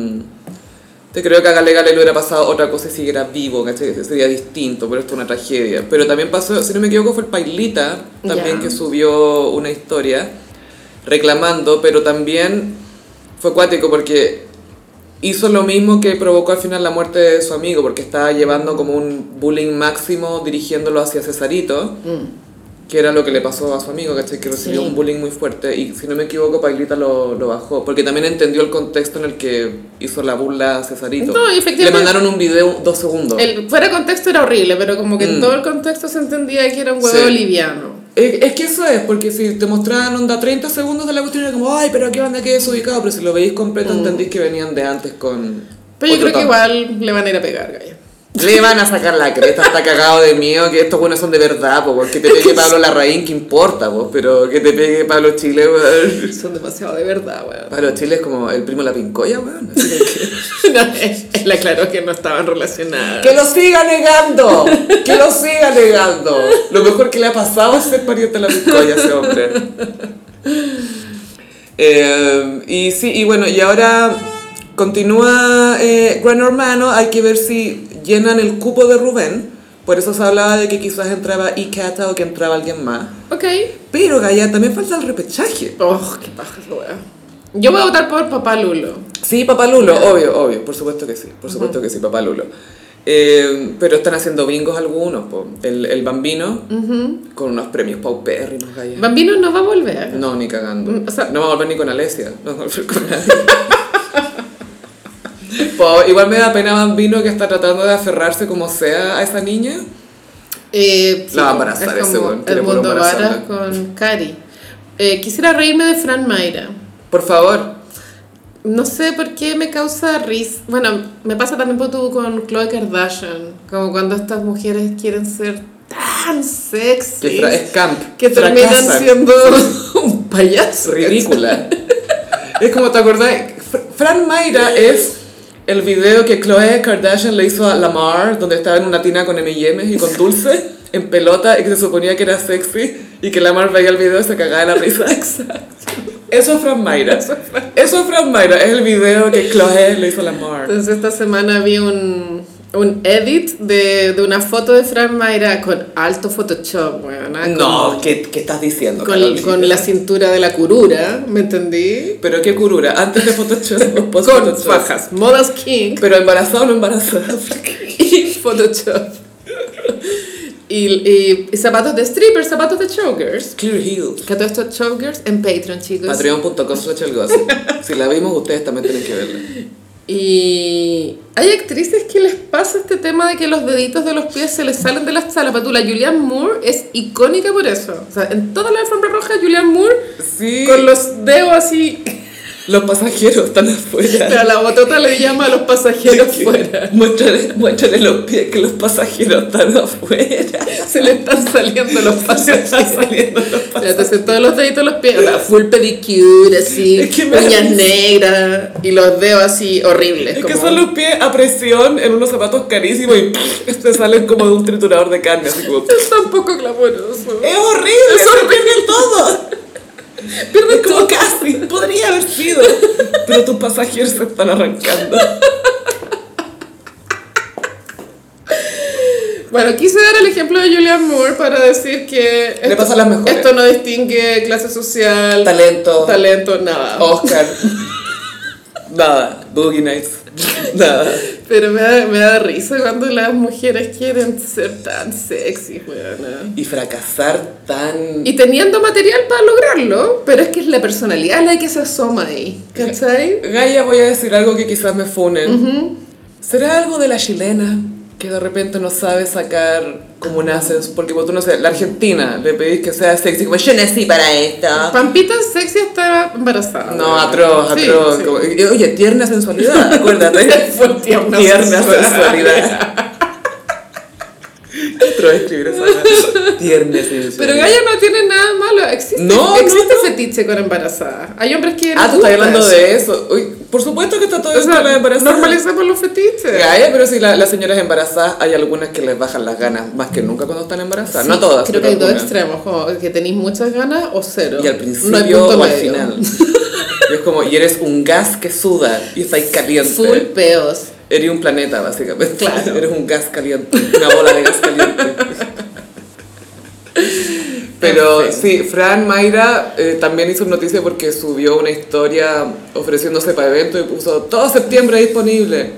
Speaker 1: te creo que a Gale Gale le hubiera pasado otra cosa si siguiera vivo, ¿cachai? Sería distinto, pero esto es una tragedia. Pero también pasó, si no me equivoco, fue el Pailita también
Speaker 2: Ya.
Speaker 1: que subió una historia reclamando, pero también fue cuático porque hizo lo mismo que provocó al final la muerte de su amigo, porque estaba llevando como un bullying máximo dirigiéndolo hacia Cesarito que era lo que le pasó a su amigo, ¿cachai? Que recibió
Speaker 2: Sí.
Speaker 1: un bullying muy fuerte y si no me equivoco Pailita lo, lo bajó, porque también entendió el contexto en el que hizo la burla a Cesarito.
Speaker 2: No, y
Speaker 1: le
Speaker 2: efectivamente-
Speaker 1: mandaron un video dos segundos.
Speaker 2: El, fuera de contexto era horrible, pero como que en
Speaker 1: Mm.
Speaker 2: todo el contexto se entendía que era un huevo
Speaker 1: Sí.
Speaker 2: liviano.
Speaker 1: Es, es que eso es, porque si te mostraban onda 30 segundos de la cuestión era como, ay, pero ¿a qué banda quedé desubicado, pero si lo veis completo entendís que venían de antes con...
Speaker 2: Mm. Pero yo
Speaker 1: otro
Speaker 2: creo que
Speaker 1: tono.
Speaker 2: igual le van a ir a pegar, gallo.
Speaker 1: Le van a sacar la cresta, está cagado de miedo, que estos buenos son de verdad, po, porque te pegue Pablo Larraín, que importa, po, pero que te pegue Pablo Chile, weón.
Speaker 2: Son demasiado de verdad, weón.
Speaker 1: Pablo Chile es como el primo de la pincoya, weón. así de que-
Speaker 2: No, él él aclaró que no estaban relacionadas.
Speaker 1: ¡Que lo siga negando! ¡Que lo siga negando! Lo mejor que le ha pasado es ser pariente de la pincoya a ese hombre. Eh, y sí, y bueno, y ahora continúa eh, Gran Hermano. Hay que ver si llenan el cupo de Rubén. Por eso se hablaba de que quizás entraba Ikata o que entraba alguien más.
Speaker 2: Ok.
Speaker 1: Pero, Gaya, también falta el repechaje.
Speaker 2: Oh, qué paja esa weá. Yo voy a votar por papá Lulo.
Speaker 1: Sí, papá Lulo, obvio, obvio, por supuesto que sí, por supuesto que sí, papá Lulo. Eh, pero están haciendo bingos algunos, po. El, el bambino, con unos premios paupérrimos, gallas.
Speaker 2: Bambino no va a volver.
Speaker 1: No, ni cagando.
Speaker 2: Mm, o sea-
Speaker 1: no va a volver ni con Alesia, no va a volver con nadie. Po, igual me da pena Bambino que está tratando de aferrarse como sea a esa niña.
Speaker 2: Eh,
Speaker 1: La va a embarazar
Speaker 2: es
Speaker 1: ese
Speaker 2: como
Speaker 1: weón, quiere
Speaker 2: El
Speaker 1: puro
Speaker 2: mundo
Speaker 1: embarazarla.
Speaker 2: varas con Cari. Eh, quisiera reírme de Fran Mayra.
Speaker 1: Por favor,
Speaker 2: No sé por qué me causa risa. Bueno, me pasa también por tu con Khloe Kardashian. Como cuando estas mujeres quieren ser tan
Speaker 1: que
Speaker 2: sexy.
Speaker 1: fra- es camp.
Speaker 2: Que terminan
Speaker 1: fracasan.
Speaker 2: siendo un payaso.
Speaker 1: ridícula. es como, ¿te acordás? Fr- Fran Mayra es el video que Chloe Kardashian le hizo a Lamar, donde estaba en una tina con M&M's y con dulce, en pelota, y que se suponía que era sexy, y que Lamar veía el video y se cagaba de la risa. Eso es Fran Mayra. Eso es Fran Mayra. Es el video que Chloe le hizo a Lamar.
Speaker 2: Entonces esta semana vi un, un edit de, de una foto de Fran Mayra con alto Photoshop, weón. ah,
Speaker 1: No, ¿qué, qué estás diciendo?
Speaker 2: Con, con,
Speaker 1: Carolina?
Speaker 2: con la cintura de la curura, ¿me entendí?
Speaker 1: Pero qué curura, antes de Photoshop o post
Speaker 2: Con
Speaker 1: Photoshop.
Speaker 2: fajas, modas king.
Speaker 1: Pero embarazado o no embarazada.
Speaker 2: Y Photoshop. Y, y zapatos de stripper, zapatos de showgirls.
Speaker 1: Clear Hills.
Speaker 2: Que todo esto es showgirls en Patreon,
Speaker 1: Pues
Speaker 2: chicos.
Speaker 1: Patreon.com slash el gossip. Si la vimos, ustedes también tienen que verla.
Speaker 2: Y hay actrices que les pasa este tema de que los deditos de los pies se les salen de las zapatulas. Julianne Moore es icónica por eso. O sea, en toda la alfombra roja, Julianne Moore
Speaker 1: Sí.
Speaker 2: con los dedos así.
Speaker 1: Los pasajeros están
Speaker 2: Pero a
Speaker 1: afuera.
Speaker 2: la botota le llama a los pasajeros fuera.
Speaker 1: Muéstrale, muéstrale los pies que los pasajeros están afuera.
Speaker 2: Se le están saliendo los pasajeros.
Speaker 1: Están saliendo los
Speaker 2: O sea, Entonces todos los deditos de los pies, o sea, full pedicure, así,
Speaker 1: Es que me da
Speaker 2: uñas
Speaker 1: risa.
Speaker 2: negras y los dedos así horribles.
Speaker 1: Es que
Speaker 2: como-
Speaker 1: son los pies a presión en unos zapatos carísimos y se salen como de un triturador de carne. Así como,
Speaker 2: Es tan poco glamoroso.
Speaker 1: ¡Es horrible! ¡Se pierde todo!
Speaker 2: Pierdes
Speaker 1: Es como casi, podría haber sido. Pero tus pasajeros se están arrancando.
Speaker 2: Bueno, quise dar el ejemplo de Julianne Moore para decir que
Speaker 1: Le pasa a las mejores.
Speaker 2: esto no distingue clase social,
Speaker 1: Talento. Oh.
Speaker 2: talento, nada.
Speaker 1: Oscar. Nada. Boogie Nights. Nada.
Speaker 2: Pero me da, me da risa cuando las mujeres quieren ser tan sexy, weona.
Speaker 1: Y fracasar tan...
Speaker 2: Y teniendo material para lograrlo, pero es que es la personalidad la que se asoma ahí, ¿cachai?
Speaker 1: Gaia, voy a decir algo que quizás me funen. ¿Será algo de la chilena que de repente no sabe sacar como naces? Porque vos tú no sé, la argentina le pedís que sea sexy, como yo nací para esto.
Speaker 2: Pampita sexy está embarazada.
Speaker 1: No,
Speaker 2: weona.
Speaker 1: atroz,
Speaker 2: Sí,
Speaker 1: atroz.
Speaker 2: sí.
Speaker 1: como- y- oye, tierna sensualidad, acuérdate.
Speaker 2: Fue tierna sensualidad.
Speaker 1: Otro escribir esa weá. Tierna sensualidad.
Speaker 2: Pero Gaia no tiene nada malo, existe,
Speaker 1: No, no,
Speaker 2: existe
Speaker 1: no.
Speaker 2: fetiche con embarazada. Hay hombres que...
Speaker 1: Ah,
Speaker 2: les
Speaker 1: tú estás
Speaker 2: gusta
Speaker 1: hablando
Speaker 2: eso.
Speaker 1: de eso. Uy, por supuesto que está todo
Speaker 2: O
Speaker 1: esto
Speaker 2: sea,
Speaker 1: de la embarazada.
Speaker 2: normalicemos los fetiches.
Speaker 1: Gaia, pero si la- las señoras embarazadas, hay algunas que les bajan las ganas más que nunca cuando están embarazadas.
Speaker 2: Sí,
Speaker 1: no todas.
Speaker 2: Creo que
Speaker 1: pero
Speaker 2: hay dos
Speaker 1: algunas.
Speaker 2: extremos, como que tenéis muchas ganas o cero.
Speaker 1: Y al
Speaker 2: No hay
Speaker 1: principio
Speaker 2: punto
Speaker 1: o al
Speaker 2: medio.
Speaker 1: final. Y es como, y eres un gas que suda y está ahí caliente.
Speaker 2: Full peos.
Speaker 1: Eres un planeta, básicamente.
Speaker 2: Claro.
Speaker 1: Eres un gas caliente, una bola de gas caliente. Pero sí, Fran Mayra eh, también hizo noticia porque subió una historia ofreciéndose para evento y puso todo septiembre disponible.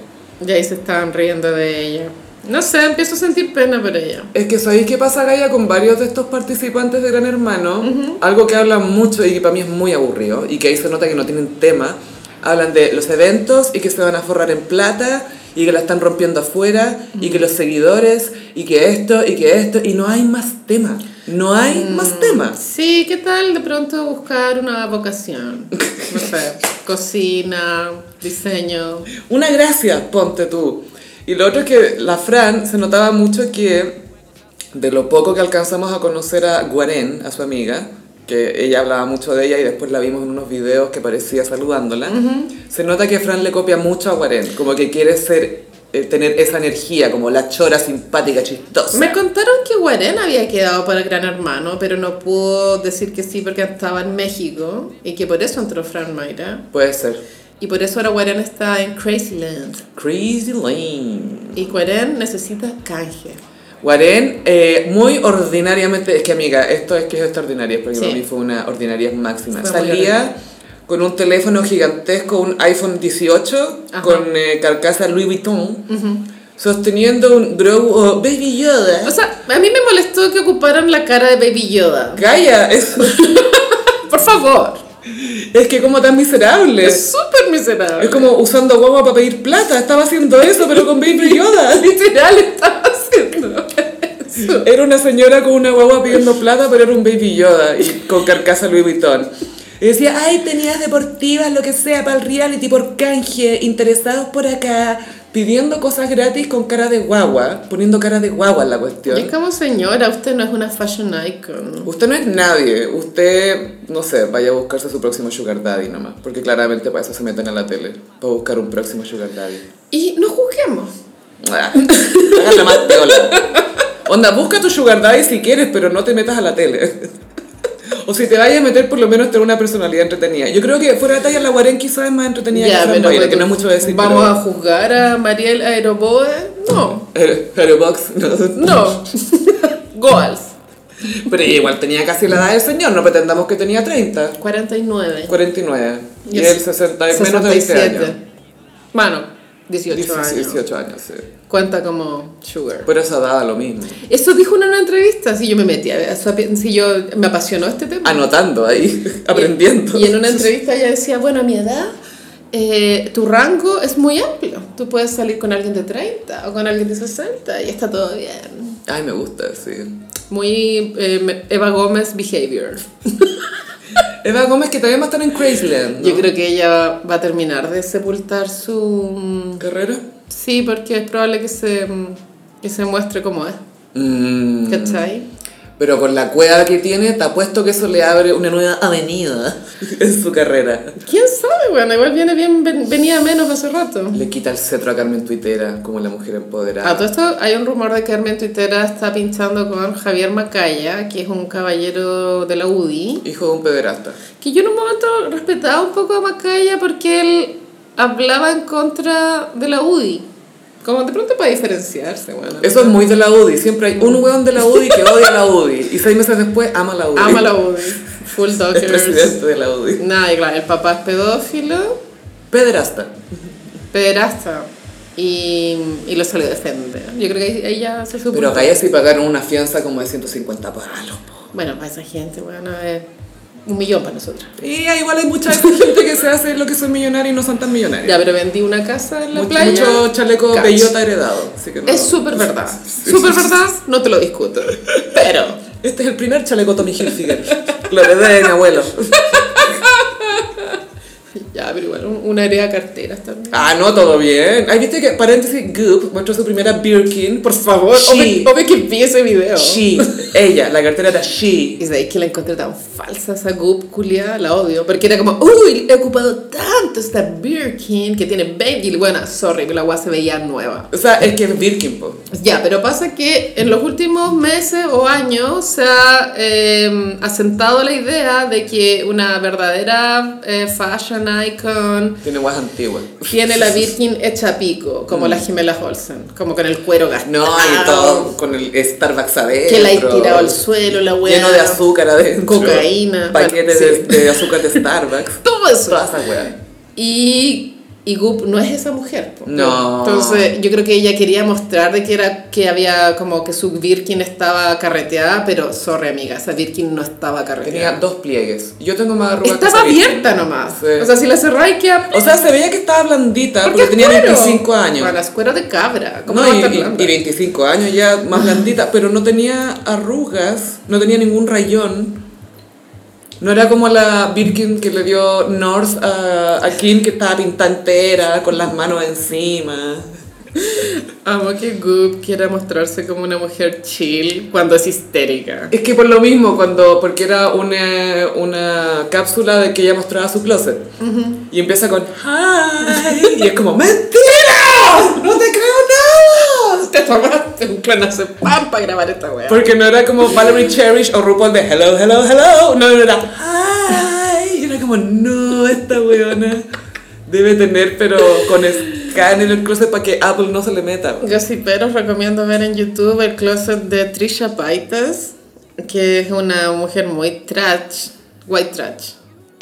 Speaker 2: Y ahí se estaban riendo de ella. No sé, empiezo a sentir pena por ella.
Speaker 1: Es que sabéis qué pasa, Gaia, con varios de estos participantes de Gran Hermano, algo que hablan mucho y que para mí es muy aburrido y que ahí se nota que no tienen tema. Hablan de los eventos y que se van a forrar en plata y que la están rompiendo afuera y que los seguidores y que esto y que esto y no hay más tema. No hay más temas.
Speaker 2: Sí, ¿qué tal de pronto buscar una vocación? No sé, cocina, diseño.
Speaker 1: Una gracia, ponte tú. Y lo otro es que la Fran se notaba mucho que de lo poco que alcanzamos a conocer a Guarén, a su amiga, que ella hablaba mucho de ella y después la vimos en unos videos que parecía saludándola, se nota que Fran le copia mucho a Guarén, como que quiere ser, eh, tener esa energía, como la chora simpática, chistosa.
Speaker 2: Me contaron que Guarén había quedado para Gran Hermano, pero no pudo decir que sí porque estaba en México y que por eso entró Fran Mayra.
Speaker 1: Puede ser.
Speaker 2: Y por eso ahora Guarén está en Crazyland.
Speaker 1: Crazy Lane.
Speaker 2: Y Cuarén necesita canje.
Speaker 1: Guarén, eh, muy ordinariamente, es que amiga, esto es que es extraordinaria, porque
Speaker 2: Sí.
Speaker 1: para mí fue una ordinaria máxima.
Speaker 2: Fue muy
Speaker 1: Salía
Speaker 2: ordinaria.
Speaker 1: con un teléfono gigantesco, un iPhone 18,
Speaker 2: Ajá.
Speaker 1: con eh, carcasa Louis Vuitton, sosteniendo un Grogu o Baby Yoda.
Speaker 2: O sea, a mí me molestó que ocuparan la cara de Baby Yoda.
Speaker 1: Calla, es,
Speaker 2: Por favor.
Speaker 1: es que como tan miserable. Es,
Speaker 2: Es súper miserable.
Speaker 1: como usando guagua para pedir plata, estaba haciendo eso, pero con Baby Yoda.
Speaker 2: literal estaba haciendo eso.
Speaker 1: Era una señora con una guagua pidiendo plata, pero era un baby Yoda y con carcasa Louis Vuitton. Y decía, ay, tenías deportivas, lo que sea, para el reality, por canje, interesados por acá, pidiendo cosas gratis con cara de guagua, poniendo cara de guagua en la
Speaker 2: Y es
Speaker 1: cuestión.
Speaker 2: como señora, usted no es una fashion icon.
Speaker 1: Usted no es nadie, usted, no sé, vaya a buscarse su próximo sugar daddy nomás, porque claramente para eso se meten a la tele, para buscar un próximo sugar daddy.
Speaker 2: Y no juzguemos.
Speaker 1: Ah, Háganla más piola. Onda, busca tu sugar daddy si quieres, pero no te metas a la tele. O si te vayas a meter, por lo menos tener una personalidad entretenida. Yo creo que fuera de talla, la Guarén quizás es más entretenida que Fran Baile, que no es mucho decir.
Speaker 2: ¿Vamos a juzgar a Mariel Aeroboe? No.
Speaker 1: pero... Pero- Eh, pero Box, no.
Speaker 2: No. Goals.
Speaker 1: Pero ella igual tenía casi la edad del señor, no pretendamos que tenía 30.
Speaker 2: 49.
Speaker 1: 49. Y
Speaker 2: Yo
Speaker 1: él
Speaker 2: sé-
Speaker 1: 60, es menos de 20 años.
Speaker 2: Bueno, 18,
Speaker 1: 18,
Speaker 2: años.
Speaker 1: 18 años, sí.
Speaker 2: Cuenta como sugar.
Speaker 1: Por esa edad lo mismo.
Speaker 2: Eso dijo en una entrevista, si yo me metí a ver, si yo me apasionó este tema.
Speaker 1: Anotando ahí, aprendiendo.
Speaker 2: Y en una entrevista ella decía, bueno, a mi edad, eh, tu rango es muy amplio. Tú puedes salir con alguien de 30 o con alguien de 60 y está todo bien.
Speaker 1: Ay, me gusta, sí.
Speaker 2: Muy eh, Eva Gómez behavior.
Speaker 1: Eva Gómez, que también va a estar en Craigslist.
Speaker 2: Yo creo que ella va a terminar de sepultar su... mm,
Speaker 1: ¿Carrera?
Speaker 2: Sí, porque es probable que se, que se muestre como es.
Speaker 1: Mm,
Speaker 2: ¿Cachai?
Speaker 1: pero con la cueva que tiene, te apuesto que eso le abre una nueva avenida en su carrera.
Speaker 2: ¿Quién sabe, bueno? Igual viene bien, ven- venía menos hace rato.
Speaker 1: Le quita el cetro a Carmen Tuitera como la mujer empoderada.
Speaker 2: A todo esto hay un rumor de que Carmen Tuitera está pinchando con Javier Macaya, que es un caballero de la UDI.
Speaker 1: Hijo de un pederasta.
Speaker 2: Que yo en un momento respetaba un poco a Macaya porque él hablaba en contra de la UDI. Como de pronto para diferenciarse, bueno.
Speaker 1: Eso es muy de la UDI. Siempre hay un weón de la UDI que odia a la UDI. Y seis meses después ama la UDI.
Speaker 2: Ama la UDI. Full
Speaker 1: Es
Speaker 2: dockers.
Speaker 1: presidente de la UDI.
Speaker 2: Nada, y claro, el papá es pedófilo.
Speaker 1: Pederasta.
Speaker 2: pederasta y, y lo salió a defender. Yo creo que ahí ya se supo.
Speaker 1: Pero acá ya sí pagaron una fianza como de 150 palos. po.
Speaker 2: Bueno, para esa gente, bueno, es un millón para nosotros.
Speaker 1: Y ah, igual hay mucha gente que se hace lo que son millonarios y no son tan millonarios.
Speaker 2: Ya, pero vendí una casa en la
Speaker 1: Mucho-
Speaker 2: playa.
Speaker 1: Mucho chaleco
Speaker 2: Cash.
Speaker 1: bellota heredado. Así que no.
Speaker 2: Es súper verdad. Súper verdad, no te lo discuto. Pero
Speaker 1: Este es el primer chaleco Tommy Hilfiger. lo heredé de mi abuelo.
Speaker 2: ya, pero igual, un- una hereda de carteras también.
Speaker 1: Ah, no, todo bien. Ahí viste que, paréntesis, Goop mostró su primera Birkin. Por favor, oh,
Speaker 2: Por
Speaker 1: she.
Speaker 2: favor, que vi ese video.
Speaker 1: She. Ella, la cartera era she.
Speaker 2: Y sabéis que la encontré tan falsa, esa goop culiada, la odio. Porque era como, uy, he ocupado tanto esta Birkin que tiene 20. Y bueno, sorry, pero la agua se veía nueva.
Speaker 1: O sea, es que es Birkin, po.
Speaker 2: Ya, pero pasa que en los últimos meses o años se ha eh, asentado la idea de que una verdadera eh, fashion icon
Speaker 1: Tiene guas antiguas.
Speaker 2: tiene la Birkin hecha pico, como las gemelas Olsen, como con el cuero gastado.
Speaker 1: Mm. No, y todo con el Starbucks adentro.
Speaker 2: Que la hay tirado al suelo, la hueá.
Speaker 1: Lleno de azúcar adentro.
Speaker 2: Cocaína.
Speaker 1: Paquetes
Speaker 2: Sí.
Speaker 1: de, de azúcar de Starbucks.
Speaker 2: Todo eso.
Speaker 1: Toda esa wea.
Speaker 2: Y, y Goop no es esa mujer. po.
Speaker 1: No.
Speaker 2: Entonces, yo creo que ella quería mostrar de que era que había como que su Birkin estaba carreteada, pero sorry, amiga, esa Birkin no estaba
Speaker 1: Tenía
Speaker 2: carreteada.
Speaker 1: dos pliegues. Yo tengo más arrugas que
Speaker 2: Estaba
Speaker 1: esa Birkin.
Speaker 2: abierta nomás.
Speaker 1: Sí.
Speaker 2: O sea, si la cerráis queda.
Speaker 1: O sea, se veía que estaba blandita porque,
Speaker 2: es
Speaker 1: tenía
Speaker 2: cuero.
Speaker 1: 25 años.
Speaker 2: Bueno, las cueros de cabra. ¿Cómo
Speaker 1: No,
Speaker 2: va a
Speaker 1: y,
Speaker 2: estar
Speaker 1: y-
Speaker 2: blanda?
Speaker 1: y 25 años ya más blandita, pero no tenía arrugas, no tenía ningún rayón. No era como la Birkin que le dio North a, a Kim, que estaba pintada entera, con las manos encima.
Speaker 2: Amo que Goop quiera mostrarse como una mujer chill cuando es histérica.
Speaker 1: Es que por lo mismo, cuando, porque era una, una cápsula de que ella mostraba su closet. Y empieza con, ¡Hi! Y es como, ¡Mentira! ¡No te creo nada!
Speaker 2: Te tomaste un clonazepam para grabar esta wea.
Speaker 1: Porque no era como Valerie Cherish o RuPaul de hello, hello, hello. No, no era ay. Era como, no, esta weona debe tener, pero con scan en el closet para que Apple no se le meta.
Speaker 2: Gossipero, os recomiendo ver en YouTube el closet de Trisha Paytas, que es una mujer muy trash, white trash,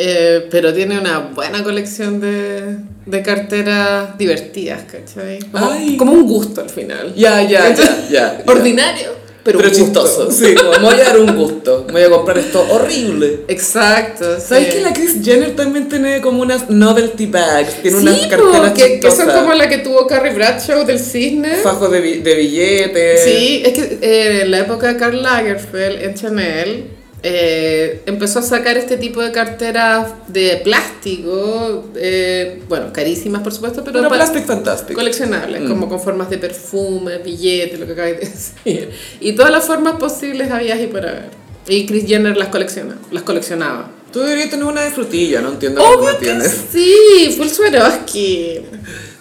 Speaker 2: Eh, pero tiene una buena colección de, de carteras divertidas, ¿cachai? Como,
Speaker 1: Ay.
Speaker 2: como un gusto al final.
Speaker 1: Ya, ya, ya,
Speaker 2: Entonces,
Speaker 1: ya. ya.
Speaker 2: Ordinario, pero,
Speaker 1: Pero,
Speaker 2: un gusto.
Speaker 1: chistoso. Sí, como me voy a dar un gusto. Me voy a comprar esto horrible. Eh,
Speaker 2: Exacto.
Speaker 1: ¿Sabes
Speaker 2: sí.
Speaker 1: que la Kris Jenner también tiene como unas novelty bags? Tiene unas
Speaker 2: Sí, po,
Speaker 1: carteras
Speaker 2: que, que son
Speaker 1: chistosas.
Speaker 2: como la que tuvo Carrie Bradshaw del cisne.
Speaker 1: Fajos de, bi- de billetes.
Speaker 2: Sí, es que eh, en la época de Karl Lagerfeld en Chanel eh, empezó a sacar este tipo de carteras de plástico, eh, bueno, carísimas por supuesto, pero
Speaker 1: Pero
Speaker 2: pa-
Speaker 1: plastic fantastic.
Speaker 2: coleccionables,
Speaker 1: Mm.
Speaker 2: como con formas de perfume, billetes, lo que acabáis de decir. Y todas las formas posibles había y por haber. Y Kris Jenner las colecciona, las coleccionaba.
Speaker 1: Tú deberías tener una de frutilla, no entiendo por qué
Speaker 2: ¡Obvio
Speaker 1: no
Speaker 2: que
Speaker 1: tienes.
Speaker 2: sí! Full Swarovski.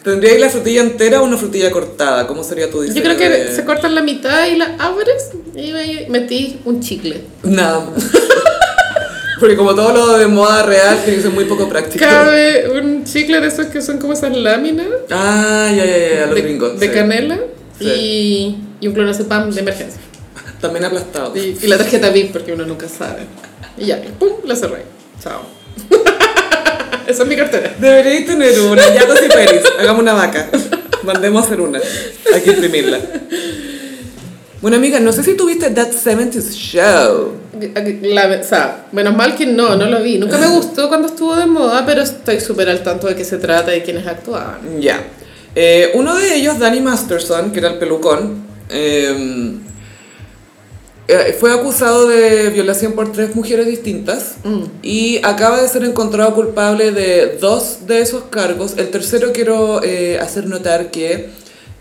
Speaker 1: ¿Tendría ahí la frutilla entera o una frutilla cortada? ¿Cómo sería tu
Speaker 2: Yo
Speaker 1: diseño?
Speaker 2: creo que
Speaker 1: de-
Speaker 2: se cortan la mitad y la abres y ahí metí un chicle.
Speaker 1: Nada. más. Porque como todo lo de moda real, tiene que ser muy poco práctico.
Speaker 2: cabe un chicle de esos que son como esas láminas
Speaker 1: Ah, ya, ya, ya, los
Speaker 2: de,
Speaker 1: gringos.
Speaker 2: de
Speaker 1: sí.
Speaker 2: canela
Speaker 1: Sí.
Speaker 2: Y, y un clonazepam de emergencia.
Speaker 1: También aplastado.
Speaker 2: Y, y la tarjeta VIP porque uno nunca sabe. Y ya, pum, la cerré. Chao. Esa es mi cartera.
Speaker 1: Deberíais tener una, ya dos y Peris. Hagamos una vaca. Mandemos hacer una. Hay que imprimirla. Bueno, amiga, no sé si tuviste That 70s Show.
Speaker 2: La- o sea, menos mal que no, no lo vi. Nunca me gustó cuando estuvo de moda, pero estoy súper al tanto de qué se trata y quiénes actuaban.
Speaker 1: Ya. Eh, uno de ellos, Danny Masterson, que era el pelucón, eh, eh, fue acusado de violación por tres mujeres distintas
Speaker 2: Mm.
Speaker 1: y acaba de ser encontrado culpable de dos de esos cargos. El tercero quiero eh, hacer notar que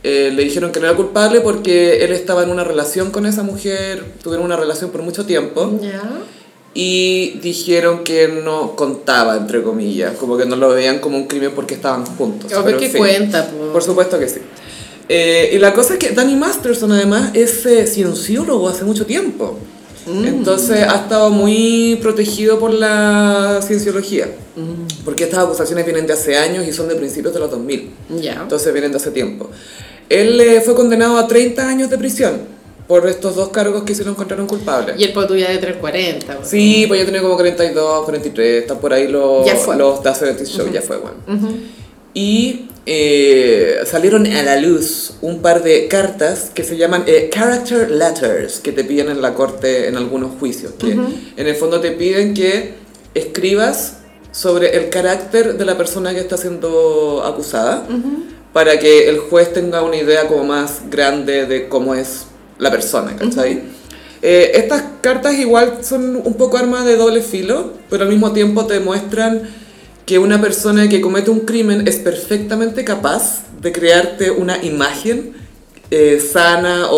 Speaker 1: eh, le dijeron que no era culpable porque él estaba en una relación con esa mujer, tuvieron una relación por mucho tiempo
Speaker 2: Ya.
Speaker 1: y dijeron que no contaba, entre comillas, como que no lo veían como un crimen porque estaban juntos.
Speaker 2: Obvio
Speaker 1: pero
Speaker 2: que
Speaker 1: en fin.
Speaker 2: cuenta, po.
Speaker 1: Por supuesto que sí. Eh, y la cosa es que Danny Masterson además es eh, cienciólogo hace mucho tiempo.
Speaker 2: Mm.
Speaker 1: Entonces ha estado muy protegido por la cienciología.
Speaker 2: Mm.
Speaker 1: Porque estas acusaciones vienen de hace años y son de principios de los 2000.
Speaker 2: Ya.
Speaker 1: Entonces vienen de hace tiempo. Él eh, fue condenado a 30 años de prisión por estos dos cargos que se lo encontraron culpable.
Speaker 2: Y el poto ya de 340. po.
Speaker 1: Sí, pues ya tenía como 42, 43, están por ahí los,
Speaker 2: Ya fue.
Speaker 1: los Dazed Reality Show, ya fue, bueno. Y eh, salieron a la luz un par de cartas que se llaman eh, character letters, que te piden en la corte en algunos juicios, que en el fondo te piden que escribas sobre el carácter de la persona que está siendo acusada, para que el juez tenga una idea como más grande de cómo es la persona, ¿cachai? Eh, estas cartas igual son un poco armas de doble filo, pero al mismo tiempo te muestran que una persona que comete un crimen es perfectamente capaz de crearte una imagen eh, sana o,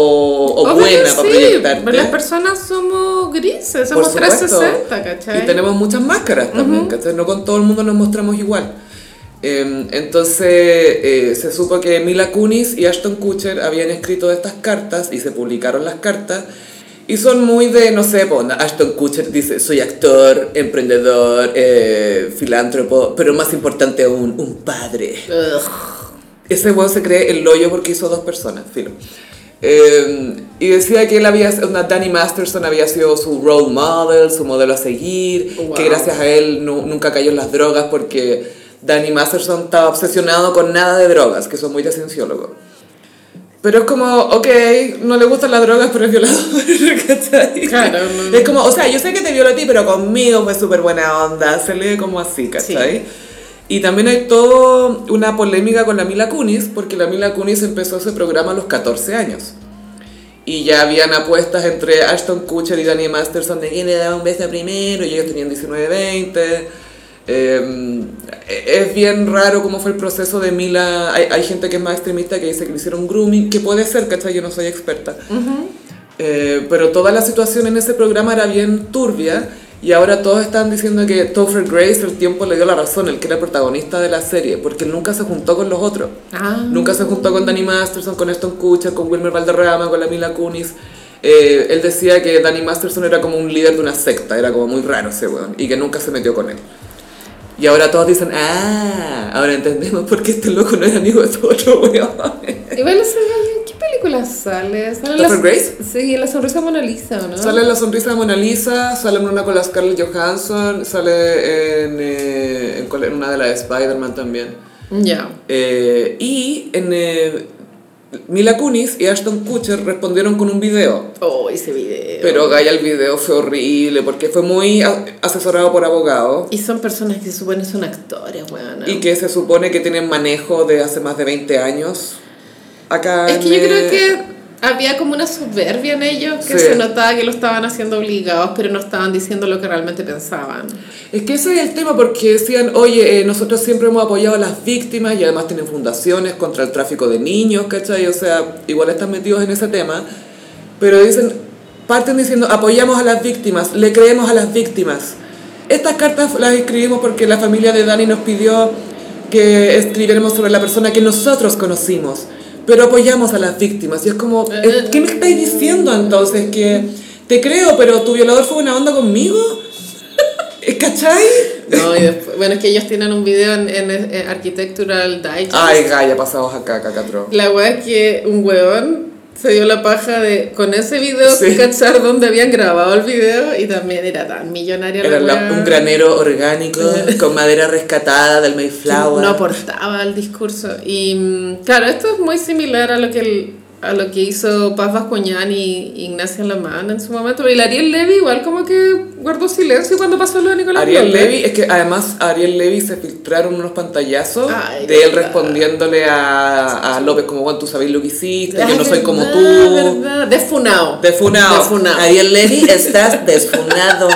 Speaker 1: o
Speaker 2: Obvio
Speaker 1: buena
Speaker 2: que
Speaker 1: para
Speaker 2: sí,
Speaker 1: proyectarte.
Speaker 2: pero Las personas somos grises,
Speaker 1: Por
Speaker 2: somos
Speaker 1: supuesto.
Speaker 2: 360, ¿cachai?
Speaker 1: Y tenemos muchas máscaras también, ¿cachai? No con todo el mundo nos mostramos igual. Eh, entonces eh, se supo que Mila Kunis y Ashton Kutcher habían escrito estas cartas y se publicaron las cartas. Y son muy de, no sé, pues, Ashton Kutcher dice, soy actor, emprendedor, eh, filántropo, pero más importante aún, un padre.
Speaker 2: Ugh.
Speaker 1: Ese weón se cree el loyo porque hizo dos personas, filo. Eh, y decía que él había, una Danny Masterson había sido su role model, su modelo a seguir,
Speaker 2: Wow.
Speaker 1: que gracias a él nu- nunca cayó en las drogas porque Danny Masterson estaba obsesionado con nada de drogas, que son muy de cienciólogo. Pero es como, ok, no le gustan las drogas, pero es violador, ¿cachai?
Speaker 2: Claro, no, no.
Speaker 1: Es como, o sea, yo sé que te violó a ti, pero conmigo fue súper buena onda, se lee como así, ¿cachai? Y también hay toda una polémica con la Mila Kunis, porque la Mila Kunis empezó ese programa a los 14 años. Y ya habían apuestas entre Ashton Kutcher y Danny Masterson de quién le daba un beso primero, y ellos tenían 19, 20. Eh, es bien raro cómo fue el proceso de Mila. Hay, hay gente que es más extremista que dice que le hicieron grooming, que puede ser, ¿cachai? Yo no soy experta. Eh, pero toda la situación en ese programa era bien turbia y ahora todos están diciendo que Topher Grace el tiempo le dio la razón, el que era protagonista de la serie, porque él nunca se juntó con los otros.
Speaker 2: Ah.
Speaker 1: Nunca se juntó con Danny Masterson, con Aston Kutcher, con Wilmer Valderrama, con la Mila Kunis. Eh, él decía que Danny Masterson era como un líder de una secta, era como muy raro ese weón, y que nunca se metió con él. Y ahora todos dicen, ah, ahora entendemos por qué este loco no es amigo de estos otros weones.
Speaker 2: Igual ese gallo, ¿en qué película sale? ¿Sale en
Speaker 1: ¿Topher Grace?
Speaker 2: Sí, en la sonrisa Mona Lisa, ¿o ¿no?
Speaker 1: Sale la sonrisa de Mona Lisa, sale en una con la Scarlett Johansson, sale en, eh, en cuál- en una de las de Spider-Man también.
Speaker 2: Ya.
Speaker 1: Eh, y en eh, Mila Kunis y Ashton Kutcher respondieron con un video.
Speaker 2: Oh, ese video.
Speaker 1: Pero Gaia, el video fue horrible porque fue muy a- asesorado por abogados
Speaker 2: Y son personas que se supone son actores, weón.
Speaker 1: y que se supone que tienen manejo de hace más de 20 años. Acá
Speaker 2: Es que
Speaker 1: en,
Speaker 2: yo creo
Speaker 1: eh,
Speaker 2: que había como una soberbia en ellos que
Speaker 1: Sí.
Speaker 2: se notaba que lo estaban haciendo obligados, pero no estaban diciendo lo que realmente pensaban.
Speaker 1: Es que ese es el tema, porque decían, oye, eh, nosotros siempre hemos apoyado a las víctimas y además tienen fundaciones contra el tráfico de niños, ¿cachai? O sea, igual están metidos en ese tema, pero dicen, parten diciendo, apoyamos a las víctimas, le creemos a las víctimas. Estas cartas las escribimos porque la familia de Dani nos pidió que escribiéramos sobre la persona que nosotros conocimos, pero apoyamos a las víctimas. Y es como, eh, ¿qué me estáis diciendo entonces? Que te creo, pero tu violador fue una onda conmigo. ¿Cachai?
Speaker 2: No, y después, bueno, es que ellos tienen un video en, en, eh, Architectural Digest.
Speaker 1: Ay, Gaia, pasados acá, cacatro.
Speaker 2: La weá es que un weón se dio la paja de con ese video
Speaker 1: Sí.
Speaker 2: cachar dónde habían grabado el video y también era tan millonaria la
Speaker 1: Era la-
Speaker 2: weá.
Speaker 1: un granero orgánico con madera rescatada del Mayflower.
Speaker 2: No aportaba al discurso. Y mm, claro, esto es muy similar a lo que, el- a lo que hizo Paz Vascuñán y Ignacia Lamán en su momento. Pero el Ariel Levy igual como que guardó silencio cuando pasó lo de Nicolás
Speaker 1: Ariel
Speaker 2: López.
Speaker 1: Levy, es que además a Ariel Levy se filtraron unos pantallazos
Speaker 2: Ay,
Speaker 1: de él
Speaker 2: verdad.
Speaker 1: respondiéndole a, a López como, bueno, tú sabes lo que hiciste,
Speaker 2: Ay,
Speaker 1: yo no soy como
Speaker 2: verdad,
Speaker 1: tú.
Speaker 2: verdad. Desfunado.
Speaker 1: Defunado.
Speaker 2: Defunado.
Speaker 1: Ariel Levy, estás desfunado.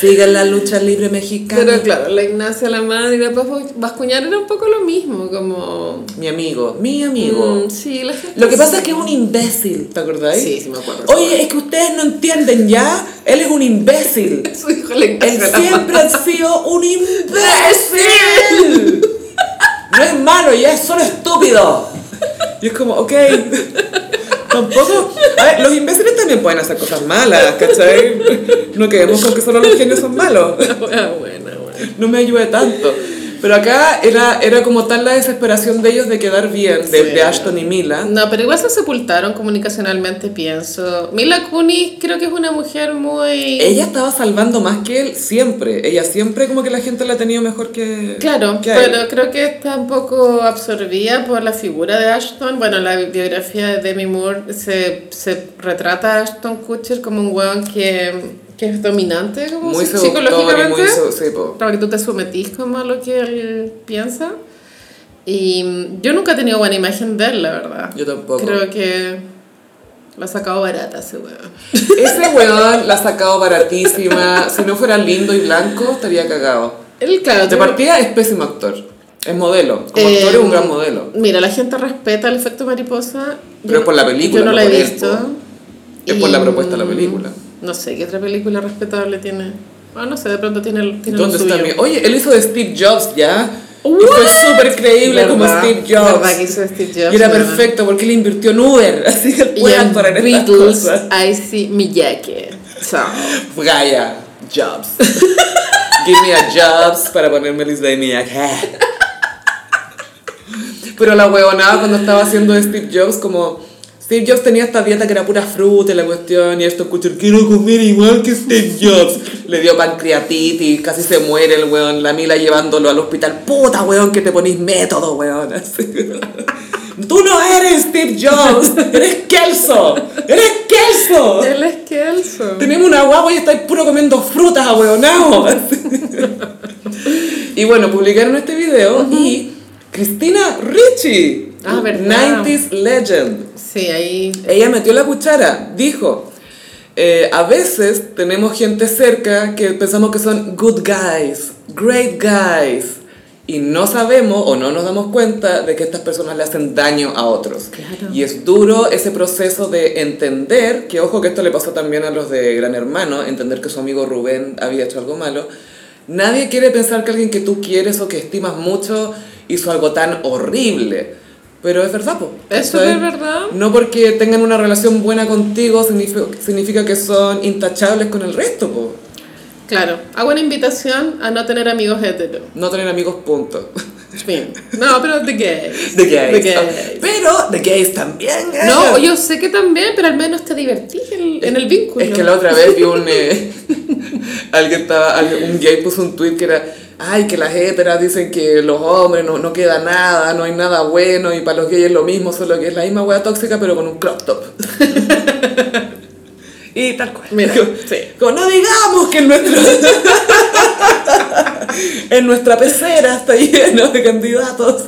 Speaker 1: Sigue la lucha libre mexicana.
Speaker 2: Pero claro, la Ignacia Lamán y la Paz Vascuñán era un poco lo mismo, como...
Speaker 1: Mi amigo, mi amigo.
Speaker 2: Mm, sí, la gente-
Speaker 1: Lo que pasa es que es un imbécil, ¿te acordáis?
Speaker 2: Sí, sí me acuerdo.
Speaker 1: Oye, es que ustedes no entienden ya, él es un imbécil.
Speaker 2: Su hijo la
Speaker 1: Él
Speaker 2: Ignacia Lamán.
Speaker 1: siempre ha sido un imbécil. No es malo, ya es solo estúpido. Y es como, ok. Tampoco. A ver, los imbéciles también pueden hacer cosas malas, ¿cachai? No quedemos con que solo los genios son malos.
Speaker 2: Buena, buena, buena.
Speaker 1: No me ayude tanto. Pero acá era, era como tal la desesperación de ellos de quedar bien, de,
Speaker 2: Sí.
Speaker 1: de Ashton y Mila.
Speaker 2: No, pero igual se sepultaron comunicacionalmente, pienso. Mila Kunis creo que es una mujer muy...
Speaker 1: Ella estaba salvando más que él siempre. Ella siempre como que la gente la ha tenido mejor que...
Speaker 2: Claro,
Speaker 1: que a él.
Speaker 2: pero creo que está un poco absorbida por la figura de Ashton. Bueno, la biografía de Demi Moore se, se retrata a Ashton Kutcher como un weón que, que es dominante como
Speaker 1: Muy
Speaker 2: psi-
Speaker 1: seductor y
Speaker 2: psicológicamente.
Speaker 1: muy... so- sí, po.
Speaker 2: Claro, que tú te sometís como a lo que él piensa. Y mm, yo nunca he tenido buena imagen de él, la verdad.
Speaker 1: Yo tampoco.
Speaker 2: Creo que lo ha sacado barata ese weón.
Speaker 1: Ese weón la ha sacado baratísima. Si no fuera lindo y blanco, estaría cagado.
Speaker 2: Él, claro,
Speaker 1: De
Speaker 2: tuvo-
Speaker 1: partida es pésimo actor. Es modelo. Como
Speaker 2: Eh,
Speaker 1: actor es un gran modelo.
Speaker 2: Mira, la gente respeta el efecto mariposa.
Speaker 1: Pero es por la película,
Speaker 2: Yo no
Speaker 1: no
Speaker 2: la
Speaker 1: por
Speaker 2: he
Speaker 1: él,
Speaker 2: visto.
Speaker 1: po. Es por la
Speaker 2: Y,
Speaker 1: propuesta de la
Speaker 2: mm,
Speaker 1: película.
Speaker 2: No sé, ¿qué otra película respetable tiene? Bueno, no sé, de pronto tiene, el- tiene lo
Speaker 1: ¿Dónde está
Speaker 2: suyo.
Speaker 1: mi- Oye, él hizo de Steve Jobs, ¿ya? Y
Speaker 2: What?
Speaker 1: fue súper creíble como
Speaker 2: ¿Verdad?
Speaker 1: Steve Jobs.
Speaker 2: ¿Verdad que hizo Steve Jobs?
Speaker 1: Y era
Speaker 2: ¿verdad?
Speaker 1: perfecto porque él invirtió en Uber. Así que él
Speaker 2: Y
Speaker 1: puede
Speaker 2: en
Speaker 1: actuar en estas
Speaker 2: Beatles,
Speaker 1: cosas.
Speaker 2: I see Miyake. Chao.
Speaker 1: Gaia, Jobs. Give me a Jobs para ponerme Lisa de acá. Pero la huevonada cuando estaba haciendo de Steve Jobs, como Steve Jobs tenía esta dieta que era pura fruta y la cuestión, y esto escuchar, quiero comer igual que Steve Jobs. Le dio pancreatitis, casi se muere el weón, la mila llevándolo al hospital. Puta weón, que te ponís método, weón. Así. Tú no eres Steve Jobs, eres Kelso, eres Kelso.
Speaker 2: Él es Kelso.
Speaker 1: Tenemos una guagua y estáis puro comiendo frutas, ahueonao. y bueno, publicaron este video y Cristina Ricci,
Speaker 2: Ah, verdad.
Speaker 1: 90s legend.
Speaker 2: Sí, ahí.
Speaker 1: Ella metió la cuchara, dijo, eh, a veces tenemos gente cerca que pensamos que son good guys, great guys, y no sabemos o no nos damos cuenta de que estas personas le hacen daño a otros.
Speaker 2: Claro.
Speaker 1: Y es duro ese proceso de entender, que ojo que esto le pasó también a los de Gran Hermano, entender que su amigo Rubén había hecho algo malo. Nadie quiere pensar que alguien que tú quieres o que estimas mucho hizo algo tan horrible. Pero es verdad, po.
Speaker 2: Es
Speaker 1: ¿Cachai?
Speaker 2: súper verdad.
Speaker 1: No porque tengan una relación buena contigo significa, significa que son intachables con el resto, po.
Speaker 2: Claro, hago una invitación a no tener amigos heteros.
Speaker 1: No tener amigos, punto.
Speaker 2: Fin. No, pero de gays.
Speaker 1: The
Speaker 2: De
Speaker 1: gays.
Speaker 2: gays.
Speaker 1: Pero the gays también. eh.
Speaker 2: No, yo sé que también, pero al menos te divertís en, en el vínculo.
Speaker 1: Es que la otra vez vi un. eh, alguien estaba. alguien- Un gay puso un tweet que era. Ay, que las heteras dicen que los hombres no, no queda nada, no hay nada bueno y para los gays es lo mismo, solo que es la misma wea tóxica pero con un crop top. y tal cual.
Speaker 2: Mira,
Speaker 1: Como-
Speaker 2: sí.
Speaker 1: como, no digamos que en, nuestro, en nuestra pecera está lleno de candidatos,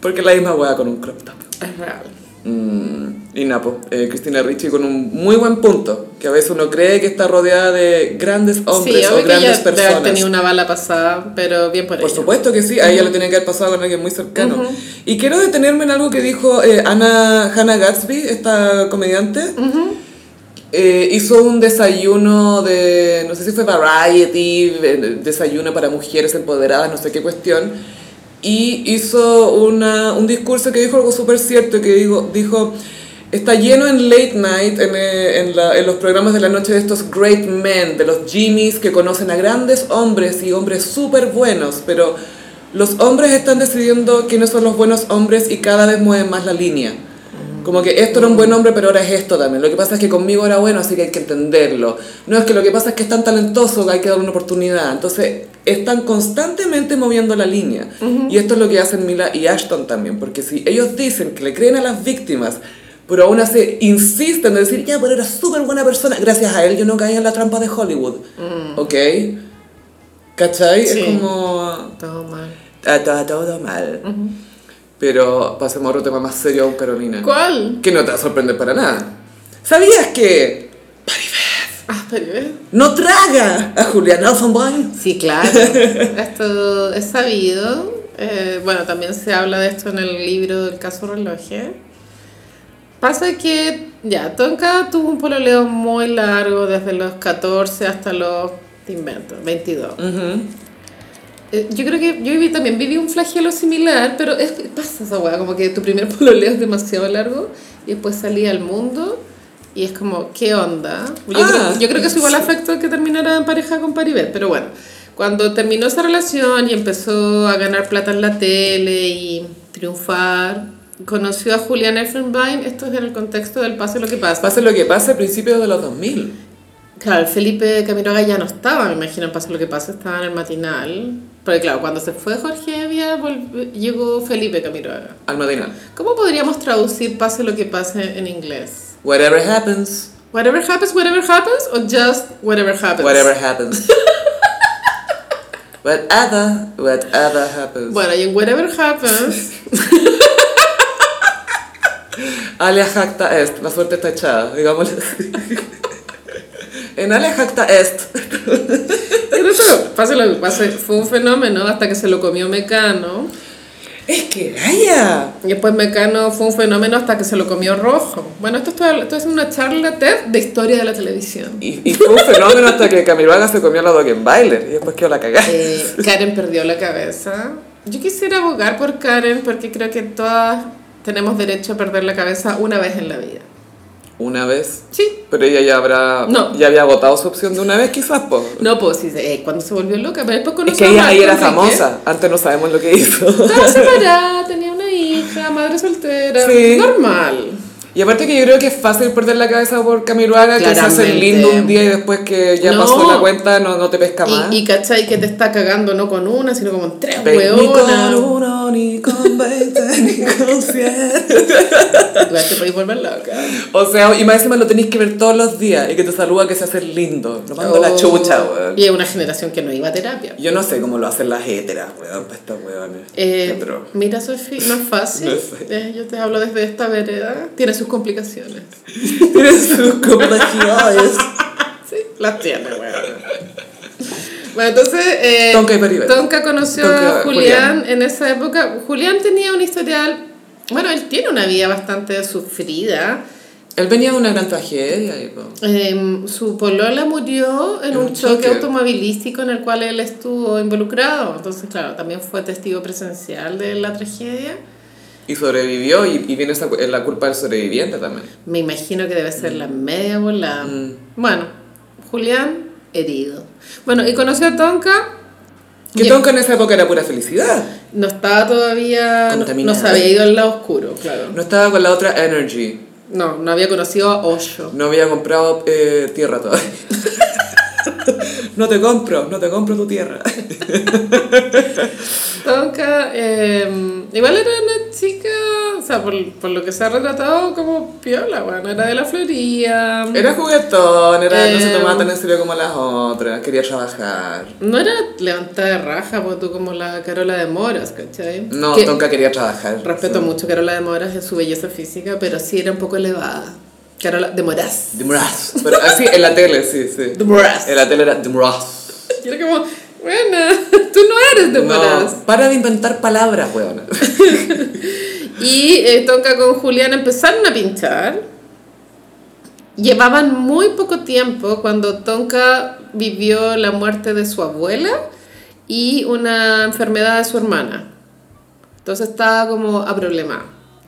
Speaker 1: porque es la misma wea con un crop top.
Speaker 2: Es real.
Speaker 1: Mm, y Napo, Cristina Ricci con un muy buen punto, que a veces uno cree que está rodeada de grandes
Speaker 2: sí,
Speaker 1: hombres
Speaker 2: obvio
Speaker 1: o
Speaker 2: que
Speaker 1: grandes
Speaker 2: ella debe haber
Speaker 1: personas.
Speaker 2: tenido una bala pasada, pero bien por,
Speaker 1: Por
Speaker 2: ella.
Speaker 1: supuesto que sí, a ella le tenía que haber pasado con alguien muy cercano. Y quiero detenerme en algo que dijo eh, Ana, Hannah Gatsby, esta comediante. Eh, hizo un desayuno de, no sé si fue Variety, eh, desayuno para mujeres empoderadas, no sé qué cuestión. Y hizo una, un discurso que dijo algo súper cierto, que digo, dijo, está lleno en late night, en, eh, en la- en los programas de la noche de estos great men, de los Jimmys que conocen a grandes hombres y hombres súper buenos, pero los hombres están decidiendo quiénes son los buenos hombres y cada vez mueven más la línea. Como que esto era un buen hombre, pero ahora es esto también. Lo que pasa es que conmigo era bueno, así que hay que entenderlo. No es que lo que pasa es que es tan talentoso que hay que darle una oportunidad. Entonces, están constantemente moviendo la línea. Y esto es lo que hacen Mila y Ashton también, porque si ellos dicen que le creen a las víctimas, pero aún así insisten en decir, ya, pero era súper buena persona, gracias a él yo no caí en la trampa de Hollywood. ¿Ok? ¿Cachai?
Speaker 2: Sí.
Speaker 1: Es como...
Speaker 2: Todo mal.
Speaker 1: Está todo, todo mal. Pero pasemos a otro tema más serio aún, Carolina.
Speaker 2: ¿Cuál?
Speaker 1: Que no te va a sorprender para nada. ¿Sabías que
Speaker 2: Ah, pero ¿eh?
Speaker 1: no traga a Julian Elfenbein?
Speaker 2: Sí, claro. esto es sabido. Eh, bueno, también se habla de esto en el libro El caso reloje. Pasa que, ya, Tonka tuvo un pololeo muy largo desde los 14 hasta los, te invento, 22. Eh, Yo creo que yo viví, también viví un flagelo similar, pero es, pasa esa weá, como que tu primer pololeo es demasiado largo y después salí al mundo y es como, ¿qué onda? Yo,
Speaker 1: Ah,
Speaker 2: creo, yo creo que eso igual afectó que terminara en pareja con Paribet, pero bueno, cuando terminó esa relación y empezó a ganar plata en la tele y triunfar, conoció a Julian Elfenbein, esto es en el contexto del Pase lo que pasa.
Speaker 1: Pase lo que pase, principios de los 2000.
Speaker 2: Claro, el Felipe Camiroaga ya no estaba, me imagino, pasa lo que pasa, estaba en el matinal. Porque claro, cuando se fue Jorge Evia, volv- llegó Felipe Camiroaga.
Speaker 1: Al matinal.
Speaker 2: ¿Cómo podríamos traducir pase lo que pase en inglés?
Speaker 1: Whatever happens.
Speaker 2: Whatever happens, whatever happens, o just whatever happens.
Speaker 1: Whatever happens. whatever, whatever happens.
Speaker 2: Bueno, y en whatever happens,
Speaker 1: Alias jacta est. La suerte está echada, digámoslo. en alias jacta est.
Speaker 2: en eso, pase lo que pase, fue un fenómeno hasta que se lo comió Mecano.
Speaker 1: Es que vaya.
Speaker 2: Y después Mecano fue un fenómeno hasta que se lo comió Rojo. Bueno, esto, estoy, esto es una charla TED de historia de la televisión.
Speaker 1: Y, y fue un fenómeno hasta que Camiroaga se comió la Dogenbailer y después quedó la cagada.
Speaker 2: Eh, Karen perdió la cabeza. Yo quisiera abogar por Karen porque creo que todas tenemos derecho a perder la cabeza una vez en la vida.
Speaker 1: Una vez.
Speaker 2: Sí.
Speaker 1: Pero ella ya habrá.
Speaker 2: No.
Speaker 1: Ya había agotado su opción de una vez, quizás, po.
Speaker 2: No, pues sí, eh, cuando se volvió loca, pero después conoció a
Speaker 1: Es que ella
Speaker 2: Marco
Speaker 1: ahí era
Speaker 2: Enrique.
Speaker 1: famosa. Antes no sabemos lo que hizo.
Speaker 2: Estaba separada, tenía una hija, madre soltera.
Speaker 1: Sí.
Speaker 2: Normal.
Speaker 1: Y aparte que yo creo que es fácil perder la cabeza por Camiroaga, que se hace el
Speaker 2: Claramente.
Speaker 1: lindo un día y después que ya
Speaker 2: No.
Speaker 1: pasó la cuenta no, no te pesca más.
Speaker 2: Y, y cachai que te está cagando no con una, sino como con tres
Speaker 1: Ve, ni con
Speaker 2: hueonas.
Speaker 1: uno, ni con veinte, ni con cien.
Speaker 2: Igual te podéis volver loca.
Speaker 1: O sea, y más encima lo tenéis que ver todos los días y que te saluda que se hace el lindo. Lo mando a la
Speaker 2: Oh.
Speaker 1: chucha, weón.
Speaker 2: Y es una generación que no iba a terapia.
Speaker 1: Yo no sé cómo lo hacen las héteras, weón, para estas weones.
Speaker 2: Eh,
Speaker 1: Qué atroz.
Speaker 2: mira, Sofía, no es fácil.
Speaker 1: No es fácil.
Speaker 2: Eh, yo te hablo desde esta vereda. Tiene sus complicaciones.
Speaker 1: Tienen sus complejidades.
Speaker 2: Sí, las tiene, bueno. Bueno, entonces. eh,
Speaker 1: Tonka y Maribel.
Speaker 2: Tonka conoció
Speaker 1: Tonka,
Speaker 2: a Julián, en esa época. Julián tenía un historial. Bueno, él tiene una vida bastante sufrida.
Speaker 1: Él venía de una gran tragedia y, pues, po.
Speaker 2: Eh, su polola murió en
Speaker 1: En
Speaker 2: un,
Speaker 1: un
Speaker 2: choque,
Speaker 1: choque.
Speaker 2: automovilístico en el cual él estuvo involucrado. Entonces, claro, también fue testigo presencial de la tragedia.
Speaker 1: y sobrevivió y, y viene esa, es la culpa del sobreviviente también.
Speaker 2: Me imagino que debe ser la
Speaker 1: Mm.
Speaker 2: media volada. Bueno, Julián, herido. Bueno, y conoció a Tonka.
Speaker 1: Que
Speaker 2: y
Speaker 1: Tonka en esa época era pura felicidad.
Speaker 2: No estaba todavía. No, no
Speaker 1: Contaminada.
Speaker 2: se había ido al lado oscuro, claro.
Speaker 1: No estaba con la otra energy.
Speaker 2: No, no había conocido a Osho.
Speaker 1: No había comprado eh, tierra todavía. no te compro, no te compro tu tierra.
Speaker 2: Tonka, eh, igual era una chica, o sea, por, por lo que se ha retratado como piola, bueno, era de la Florida.
Speaker 1: Era juguetón, era, no se
Speaker 2: Eh.
Speaker 1: tomaba tan en serio como las otras, quería trabajar.
Speaker 2: No era levantada de raja, pues tú como la Carola de Moras, ¿cachai?
Speaker 1: No,
Speaker 2: Que-
Speaker 1: Tonka quería trabajar.
Speaker 2: Respeto
Speaker 1: Sí.
Speaker 2: mucho a Carola de Moras en su belleza física, pero sí era un poco elevada. Carola de Moras.
Speaker 1: De Moras. Pero así, en la tele, sí, sí.
Speaker 2: De Moras.
Speaker 1: En la tele era de Moras.
Speaker 2: Yo era como, bueno, tú no eres de Moras.
Speaker 1: No, para de inventar palabras, weón.
Speaker 2: Y eh, Tonka con Julián empezaron a pinchar. Llevaban muy poco tiempo cuando Tonka vivió la muerte de su abuela y una enfermedad de su hermana. Entonces estaba como a problema.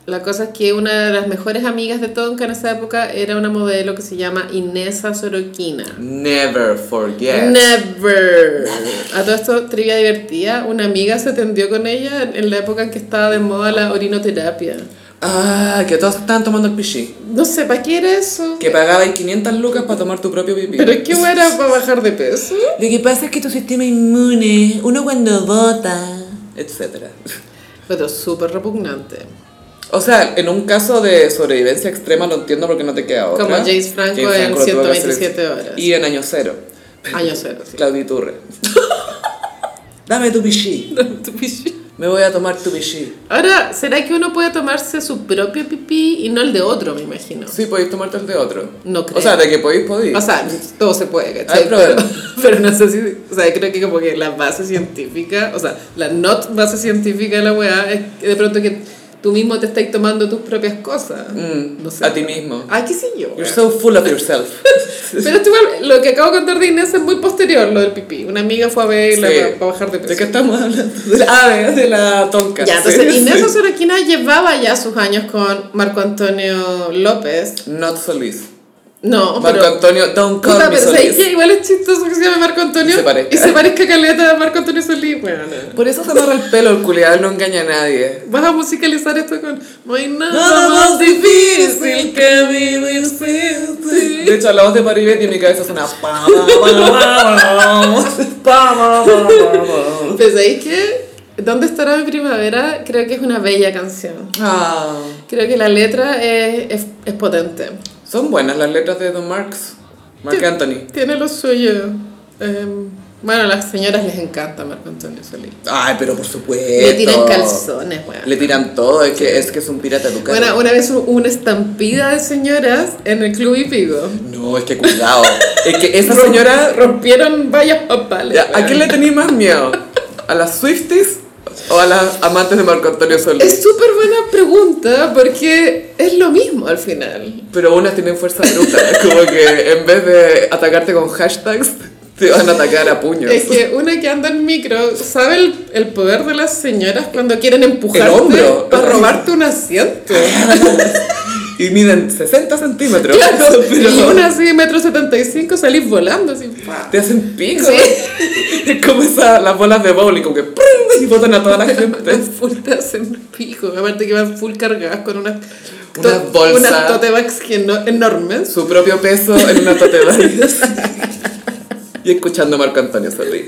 Speaker 2: La cosa es que una de las mejores amigas de Tonka en esa época era una modelo que se llama Inesa Sorokina.
Speaker 1: Never forget.
Speaker 2: Never. A todo esto, trivia divertida. Una amiga se tendió con ella en la época en que estaba de moda la orinoterapia.
Speaker 1: Ah, que todos estaban tomando el pichí.
Speaker 2: No sé, ¿para qué era eso?
Speaker 1: Que pagabas 500 lucas para tomar tu propio pipí.
Speaker 2: Pero qué bueno para bajar de peso.
Speaker 1: Lo que pasa es que tu sistema inmune, uno cuando vota, etcétera.
Speaker 2: Pero súper repugnante.
Speaker 1: O sea, en un caso de sobrevivencia extrema lo entiendo porque no te queda otra.
Speaker 2: Como James Franco en
Speaker 1: lo tuvo que hacer
Speaker 2: 127
Speaker 1: ex-
Speaker 2: horas.
Speaker 1: Y en año cero.
Speaker 2: Año cero, sí.
Speaker 1: Claudio Iturre. Dame tu pichí.
Speaker 2: Tu pichí.
Speaker 1: Me voy a tomar tu pichí.
Speaker 2: Ahora, ¿será que uno puede tomarse su propio pipí y no el de otro, me imagino?
Speaker 1: Sí, podéis tomarte el de otro.
Speaker 2: No creo.
Speaker 1: O sea, de que podéis, podéis.
Speaker 2: O sea, todo se puede,
Speaker 1: Hay
Speaker 2: ¿cachai? Pero,
Speaker 1: problema.
Speaker 2: pero no sé si... O sea, creo que como que la base científica, o sea, la no base científica de la weá es que de pronto que tú mismo te estás tomando tus propias cosas.
Speaker 1: Mm,
Speaker 2: no sé.
Speaker 1: A ti mismo.
Speaker 2: Ah, qué sé yo.
Speaker 1: You're
Speaker 2: weá.
Speaker 1: so full of yourself.
Speaker 2: Pero esto igual, lo que acabo de contar de Inés es muy posterior, lo del pipí. Una amiga fue a verla
Speaker 1: Sí.
Speaker 2: para, bajar de peso.
Speaker 1: ¿De qué estamos hablando? De la, ah, de, de la tonca.
Speaker 2: Ya, entonces
Speaker 1: Sí,
Speaker 2: Inés
Speaker 1: sí.
Speaker 2: Osorokina llevaba ya sus años con Marco Antonio López.
Speaker 1: Not Solís.
Speaker 2: No,
Speaker 1: Marco
Speaker 2: pero...
Speaker 1: Antonio, don't call
Speaker 2: Puta,
Speaker 1: me
Speaker 2: pero ¿sabes
Speaker 1: Solís.
Speaker 2: qué? Igual es chistoso que se llame Marco Antonio
Speaker 1: Y se parezca.
Speaker 2: y se parezca caleta a Marco Antonio Solís. Bueno, no.
Speaker 1: Por eso se amarra el pelo, el culiado no engaña a nadie.
Speaker 2: Vas a musicalizar esto con No hay nada más difícil
Speaker 1: que vivir sin De hecho, la voz de Paribet y en mi cabeza suena pa, pa, pa, pa, pa, pa, pa, pa.
Speaker 2: Pues ¿sabes qué? ¿Dónde estará mi primavera? Creo que es una bella canción
Speaker 1: Ah,
Speaker 2: Creo que la letra es, es, es potente
Speaker 1: Son buenas las letras de Don Marx. Mark
Speaker 2: Sí.
Speaker 1: Anthony.
Speaker 2: Tiene lo suyo Em, Bueno, a las señoras les encanta Marco Antonio Solís
Speaker 1: Ay, pero por supuesto.
Speaker 2: Le tiran calzones, weón
Speaker 1: Le tiran todo, es que es, que es un pirata educado.
Speaker 2: Bueno, una vez hubo una estampida de señoras en el Club Hípico
Speaker 1: No, es que cuidado. es que esa
Speaker 2: Rom-
Speaker 1: señora.
Speaker 2: rompieron vallas papales.
Speaker 1: Ya, ¿A
Speaker 2: weón.
Speaker 1: quién le tenéis más miedo? ¿A las Swifties o a las amantes de Marco Antonio Solís?
Speaker 2: Es súper buena pregunta porque es lo mismo al final.
Speaker 1: Pero unas tienen fuerza bruta. Es como que en vez de atacarte con hashtags, te van a atacar a puños.
Speaker 2: Es que una que anda en micro sabe el, el poder de las señoras cuando quieren
Speaker 1: El
Speaker 2: empujarte
Speaker 1: hombro.
Speaker 2: para robarte un asiento.
Speaker 1: Y miden 60 centímetros.
Speaker 2: Claro,
Speaker 1: pero
Speaker 2: y una así de metro setenta y cinco salís volando así. pa.
Speaker 1: te hacen pico.
Speaker 2: Sí.
Speaker 1: Es como esas las bolas de bowling, como que ¡prum! y botan a toda la
Speaker 2: Las
Speaker 1: gente.
Speaker 2: full te hacen pico, aparte que van full cargadas con unas,
Speaker 1: Unas
Speaker 2: to-
Speaker 1: bolsas.
Speaker 2: unas tote bags que no- enormes.
Speaker 1: Su propio peso en una totedad. Y escuchando a Marco Antonio Solís.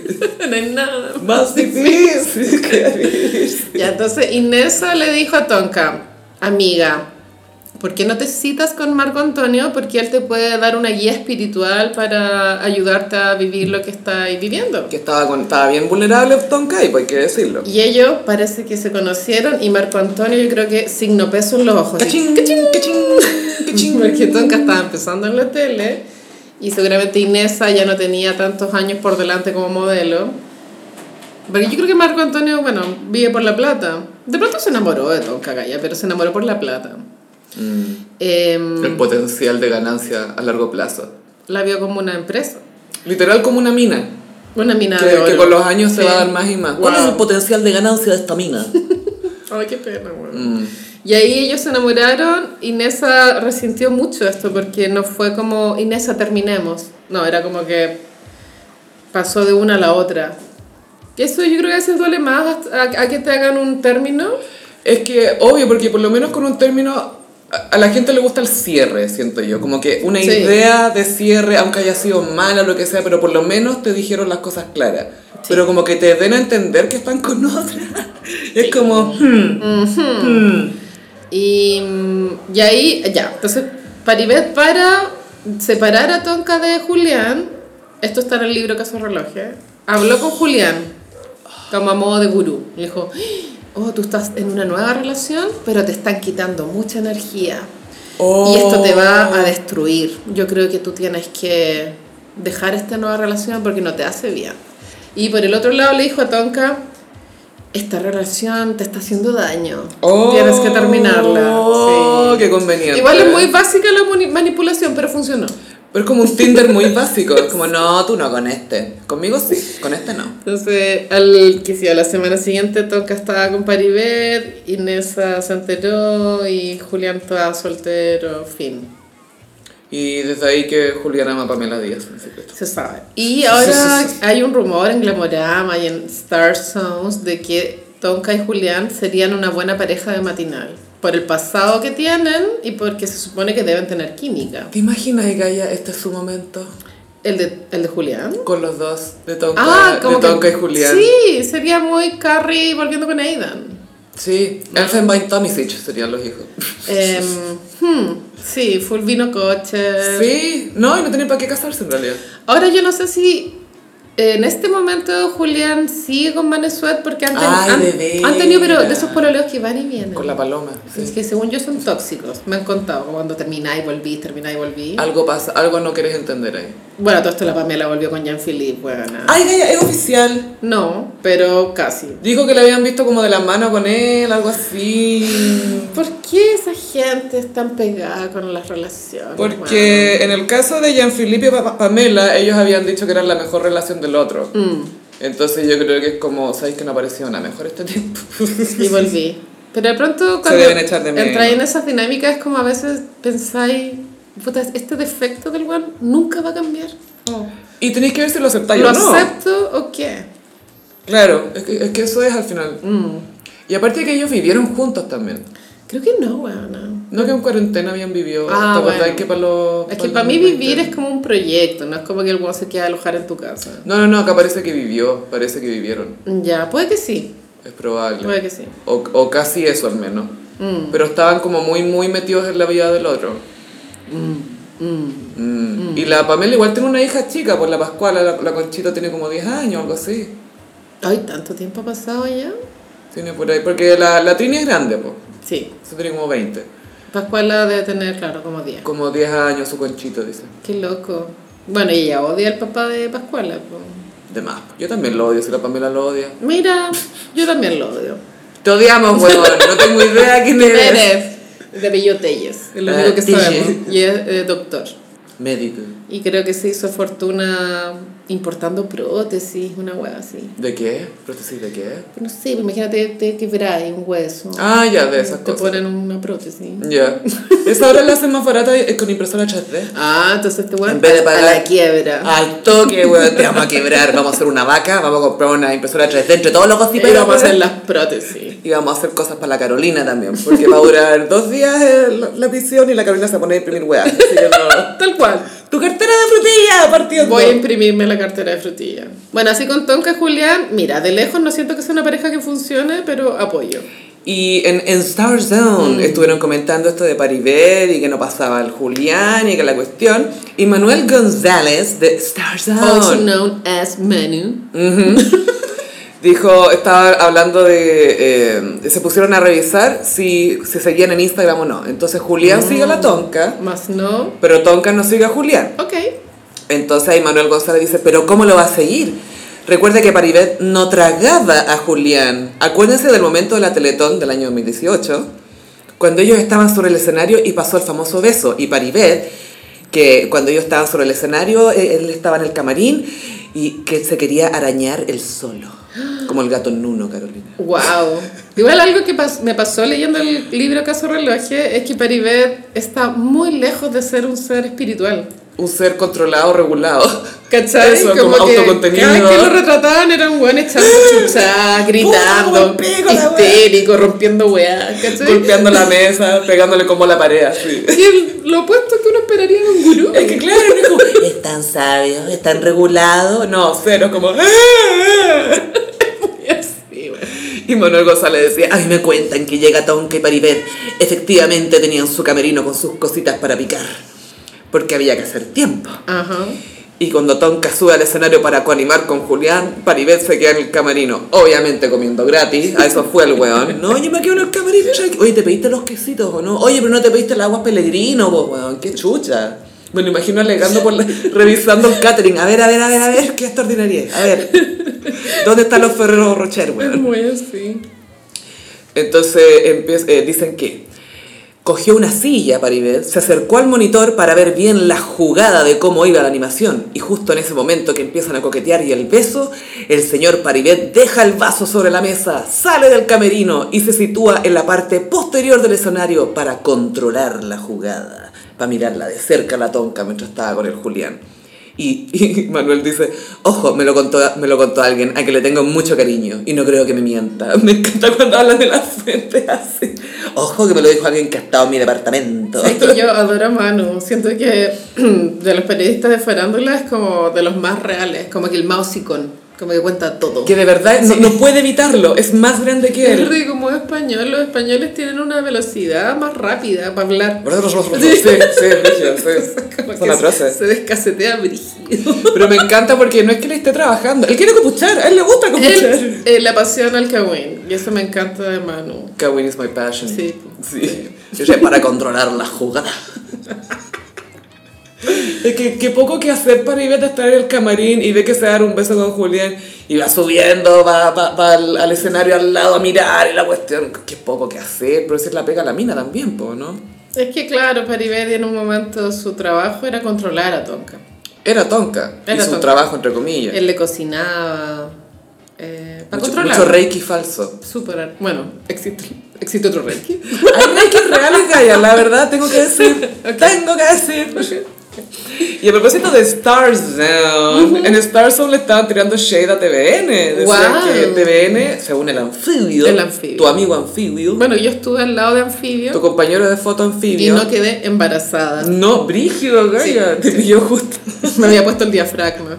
Speaker 2: No hay nada.
Speaker 1: Más difícil que vivir.
Speaker 2: Ya, entonces Inesa le dijo a Tonka, amiga, ¿por qué no te citas con Marco Antonio? Porque él te puede dar una guía espiritual para ayudarte a vivir lo que estáis viviendo.
Speaker 1: Que estaba, con- estaba bien vulnerable Tonka y pues hay que decirlo.
Speaker 2: Y ellos parece que se conocieron y Marco Antonio yo creo que signó peso en los ojos. así,
Speaker 1: ¡Cachín! ¡Cachín! ¡Cachín!
Speaker 2: cachín, Porque Tonka estaba empezando en la tele y seguramente Inesa ya no tenía tantos años por delante como modelo. Porque yo creo que Marco Antonio, bueno, vive por la plata. De pronto se enamoró de Tonka Gaya, pero se enamoró por la plata.
Speaker 1: Mm.
Speaker 2: Em,
Speaker 1: El potencial de ganancia a largo plazo.
Speaker 2: la vio como una empresa.
Speaker 1: Literal como una mina.
Speaker 2: Una mina de
Speaker 1: Que,
Speaker 2: oro.
Speaker 1: que con los años se
Speaker 2: Sí.
Speaker 1: va a dar más y más.
Speaker 2: ¿Cuál es el
Speaker 1: potencial de ganancia de esta mina?
Speaker 2: Ay, qué pena,
Speaker 1: Mm.
Speaker 2: weón. Y ahí ellos se enamoraron. Inesa resintió mucho esto porque no fue como Inesa terminemos. No, era como que pasó de una a la otra. Que eso yo creo que a veces duele más a, a- a que te hagan un término.
Speaker 1: Es que, obvio, porque por lo menos con un término, a, a la gente le gusta el cierre, siento yo. Como que una
Speaker 2: Sí.
Speaker 1: idea de cierre, aunque haya sido mala o lo que sea, pero por lo menos te dijeron las cosas claras. Pero como que te den a entender que están con otra. Es como, hmm,
Speaker 2: Y, mm, y ahí, ya. Entonces, Paribet para separar a Tonka de Julián, esto está en el libro Caso Relojes, ¿eh? habló con Julián, como a modo de gurú. Le dijo, oh, tú estás en una nueva relación, pero te están quitando mucha energía.
Speaker 1: oh.
Speaker 2: Y esto te va a destruir. Yo creo que tú tienes que dejar esta nueva relación porque no te hace bien. Y por el otro lado le dijo a Tonka, esta relación te está haciendo daño.
Speaker 1: Oh,
Speaker 2: Tienes que terminarla.
Speaker 1: Oh,
Speaker 2: Sí.
Speaker 1: qué conveniente.
Speaker 2: Igual es muy básica la mani- manipulación, pero funcionó.
Speaker 1: Pero es como un Tinder muy básico. Es como, no, tú no con este. Conmigo sí, con este no.
Speaker 2: Entonces, al que sí, a la semana siguiente Tonka estaba con Paribet, Inesa se enteró y Julián estaba soltero, fin.
Speaker 1: Y desde ahí que Julián ama a Pamela Díaz, en secreto.
Speaker 2: Se sabe. Y ahora hay un rumor en Glamorama y en Star Songs de que Tonka y Julián serían una buena pareja de matinal. por el pasado que tienen y porque se supone que deben tener química.
Speaker 1: ¿Te imaginas, Gaia, este es su momento?
Speaker 2: El de, el de Julián. Ah,
Speaker 1: Con los dos, de Tonka, de Tonka y Julián.
Speaker 2: Sí, sería muy Carrie volviendo con Aidan.
Speaker 1: Sí, Elfenbein Tomisic serían los hijos.
Speaker 2: Em, hmm, sí, full vino
Speaker 1: Eh.
Speaker 2: coche.
Speaker 1: Sí, no, y no tienen para qué casarse en realidad.
Speaker 2: Ahora yo no sé si en este momento Julián sigue con Manesuet porque han, ten-
Speaker 1: Ay,
Speaker 2: han-
Speaker 1: de veras.
Speaker 2: han tenido pero de esos pololeos que van y vienen.
Speaker 1: Con la paloma. sí.
Speaker 2: Es que según yo son tóxicos, me han contado como cuando termináis y volví, termináis y volví.
Speaker 1: Algo pasa, algo no querés entender ahí.
Speaker 2: Bueno, todo esto la Pamela volvió con Jean-Philippe, bueno.
Speaker 1: Ay, Gaia, es oficial.
Speaker 2: No, pero casi.
Speaker 1: Dijo que la habían visto como de la mano con él, algo así.
Speaker 2: ¿Por qué esa gente es tan pegada con las relaciones?
Speaker 1: Porque en el caso de Gianfilippe y Pa- Pamela, ellos habían dicho que eran la mejor relación del otro.
Speaker 2: weón? Mm,
Speaker 1: Entonces yo creo que es como, ¿sabéis que no apareció una mejor este tiempo?
Speaker 2: y volví. Pero de pronto cuando
Speaker 1: deben echar de menos.
Speaker 2: entráis en esas dinámicas es como a veces pensáis, puta, este defecto del weón nunca va a cambiar.
Speaker 1: Y tenéis que ver si lo aceptáis
Speaker 2: ¿Lo
Speaker 1: o no.
Speaker 2: acepto o qué?
Speaker 1: Claro, es que, es que eso es al final. Y aparte que ellos vivieron juntos también.
Speaker 2: Creo que no, weón.
Speaker 1: No que en cuarentena habían vivido.
Speaker 2: Ah,
Speaker 1: ¿Te acordás
Speaker 2: bueno.
Speaker 1: que para los...
Speaker 2: Es que
Speaker 1: los
Speaker 2: para mí
Speaker 1: 2020?
Speaker 2: vivir es como un proyecto, no es como que el weón se quede a alojar en tu casa.
Speaker 1: No, no, no, acá parece que vivió, parece que vivieron.
Speaker 2: Ya, puede que sí,
Speaker 1: Es probable.
Speaker 2: puede que sí.
Speaker 1: O, o casi eso al menos.
Speaker 2: Mm.
Speaker 1: Pero estaban como muy, muy metidos en la vida del otro. Mm. Y la Pamela igual tiene una hija chica, pues la Pascuala, la, la Conchita tiene como 10 años, algo así.
Speaker 2: Ay, tanto tiempo ha pasado ya.
Speaker 1: Tiene por ahí, porque la, la Trini es grande, pues.
Speaker 2: Sí,
Speaker 1: Se tiene como 20.
Speaker 2: Pascuala debe tener, claro, como 10.
Speaker 1: Como 10 años su Conchito, dice.
Speaker 2: Qué loco. Bueno, y ella odia al papá de Pascuala. po.
Speaker 1: De más. po. Yo también lo odio, si la Pamela lo odia.
Speaker 2: Mira, yo también lo odio.
Speaker 1: Te odiamos, huevón. No tengo idea quién eres.
Speaker 2: Pérez, de Bellotelles, es lo
Speaker 1: Ah,
Speaker 2: único que
Speaker 1: Telles.
Speaker 2: sabemos. Y es eh, doctor.
Speaker 1: Médico.
Speaker 2: Y creo que se hizo fortuna importando prótesis, una hueá así.
Speaker 1: ¿De qué? ¿Prótesis de qué?
Speaker 2: No sé, imagínate te quebráis un hueso.
Speaker 1: Ah, ya, de esas
Speaker 2: te
Speaker 1: cosas.
Speaker 2: ponen una prótesis.
Speaker 1: Ya. Esa ahora la hacen más barata eh, con impresora 3D.
Speaker 2: Ah, entonces te
Speaker 1: En vez de
Speaker 2: a
Speaker 1: pagar- Ah,
Speaker 2: la quiebra.
Speaker 1: Al toque, weón, te vamos a quebrar, vamos a hacer una vaca, vamos a comprar una impresora 3D entre todos los
Speaker 2: y
Speaker 1: gossiperos.
Speaker 2: pero vamos a hacer las prótesis.
Speaker 1: Y vamos a hacer cosas para la Carolina también, porque va a durar dos días eh, la, la visión y la Carolina se va a poner a imprimir weas. así que no.
Speaker 2: Tal cual.
Speaker 1: ¡Tu cartera de frutilla, partiendo!
Speaker 2: Voy a imprimirme la cartera de frutilla. Bueno, así con Tonka y Julián, mira, de lejos no siento que sea una pareja que funcione, pero apoyo.
Speaker 1: Y en, en Star
Speaker 2: Mm.
Speaker 1: Zone estuvieron comentando esto de Paribet y que no pasaba el Julián y que la cuestión. Y Manuel González de Star
Speaker 2: Also
Speaker 1: Zone
Speaker 2: known as Manu.
Speaker 1: dijo, estaba hablando de, eh, se pusieron a revisar si se seguían en Instagram o no. Entonces Julián sigue a la Tonka,
Speaker 2: Más no.
Speaker 1: pero Tonka no sigue a Julián.
Speaker 2: Ok.
Speaker 1: Entonces ahí Manuel González dice, pero ¿cómo lo va a seguir? Recuerda que Paribet no tragaba a Julián. Acuérdense del momento de la Teletón del año 2018, cuando ellos estaban sobre el escenario y pasó el famoso beso. Y Paribet, que cuando ellos estaban sobre el escenario, eh, él estaba en el camarín y que se quería arañar él solo. Como el gato Nuno, Carolina.
Speaker 2: Wow. Igual algo que pas- me pasó leyendo el libro Caso Reloje es que Paribet está muy lejos de ser un ser espiritual.
Speaker 1: Un ser controlado, regulado.
Speaker 2: ¿Cachai?
Speaker 1: Eso,
Speaker 2: como
Speaker 1: como
Speaker 2: que
Speaker 1: autocontenido.
Speaker 2: Cada vez que lo retrataban era un weón echando chuchas, gritando,
Speaker 1: buen pico la wea.
Speaker 2: histérico, rompiendo weá, ¿cachai?
Speaker 1: Golpeando la mesa, pegándole como a la pared. así.
Speaker 2: Y el- lo opuesto que uno esperaría de un gurú.
Speaker 1: Es que claro, es como, están sabios, están regulados. No, cero, como. "Ah, ah".
Speaker 2: Sí, bueno.
Speaker 1: Y Manuel González decía: A mí me cuentan que llega Tonka y Paribet. Efectivamente tenían su camerino con sus cositas para picar. Porque había que hacer tiempo.
Speaker 2: Ajá.
Speaker 1: Y cuando Tonka sube al escenario para coanimar con Julián, Paribet se queda en el camerino. Obviamente comiendo gratis. A eso fue el weón. No, yo me quedo en el camerino. tranqui. Oye, ¿te pediste los quesitos o no? Oye, pero no te pediste el agua peregrino, vos, weón. Qué chucha. Bueno, imagino alegando por la- revisando el catering. A ver, a ver, a ver, a ver. Qué extraordinaria. A ver. ¿Dónde están los Ferrero Rocher,
Speaker 2: Es
Speaker 1: weón?
Speaker 2: muy así.
Speaker 1: Entonces empie- eh, dicen que cogió una silla Paribet, se acercó al monitor para ver bien la jugada de cómo iba la animación. Y justo en ese momento que empiezan a coquetear y el beso, el señor Paribet deja el vaso sobre la mesa, sale del camerino y se sitúa en la parte posterior del escenario para controlar la jugada, para mirarla de cerca a la tonca mientras estaba con el Julián. Y, y Manuel dice, ojo, me lo, contó, me lo contó alguien a que le tengo mucho cariño y no creo que me mienta. Me encanta cuando hablan de la fuente así. Ojo, que me lo dijo alguien que ha estado en mi departamento.
Speaker 2: Es que yo adoro a Manu. Siento que de los periodistas de farándula es como de los más reales, como que el Mausicon, como que cuenta todo.
Speaker 1: Que de verdad no, no puede evitarlo, es más grande que
Speaker 2: Es
Speaker 1: él.
Speaker 2: rico, como español, los españoles tienen una velocidad más rápida para hablar.
Speaker 1: Sí, sí, brígido,
Speaker 2: Como
Speaker 1: sí. Son
Speaker 2: que se,
Speaker 1: atroces.
Speaker 2: se descasetea brígido.
Speaker 1: Pero me encanta porque no es que le esté trabajando. Él quiere copuchar, a él le gusta copuchar.
Speaker 2: Él, eh, la pasión al Kawin, y eso me encanta de Manu.
Speaker 1: Kawin is my passion.
Speaker 2: Sí.
Speaker 1: Sí. Ella es para controlar la jugada. Es que, que poco que hacer para ir a estar en el camarín y ve que se va a dar un beso con Julián y va subiendo, va, va- va al, al escenario al lado a mirar y la cuestión. Qué poco que hacer, pero esa es la pega a la mina también, po, ¿no?
Speaker 2: Es que claro, Paribedi en un momento su trabajo era controlar a Tonka.
Speaker 1: Era tonca.
Speaker 2: Era
Speaker 1: hizo un
Speaker 2: tonca.
Speaker 1: trabajo, entre comillas.
Speaker 2: Él le cocinaba eh, para
Speaker 1: mucho,
Speaker 2: controlar.
Speaker 1: mucho reiki falso.
Speaker 2: Súper ar- bueno, existe, existe otro reiki.
Speaker 1: Hay reikis reales, Gaia, la verdad, tengo que decir. Tengo que decir. Y a propósito de Star Zone, en Star Zone le estaban tirando shade a TVN. Decían
Speaker 2: Guau.
Speaker 1: que TVN, según el anfibio,
Speaker 2: El anfibio.
Speaker 1: tu amigo anfibio,
Speaker 2: Bueno, yo estuve al lado de
Speaker 1: tu
Speaker 2: Anfibio
Speaker 1: compañero de foto
Speaker 2: y
Speaker 1: anfibio.
Speaker 2: no quedé embarazada.
Speaker 1: No, brígido, Gaia, te pilló justo.
Speaker 2: Me había puesto el diafragma.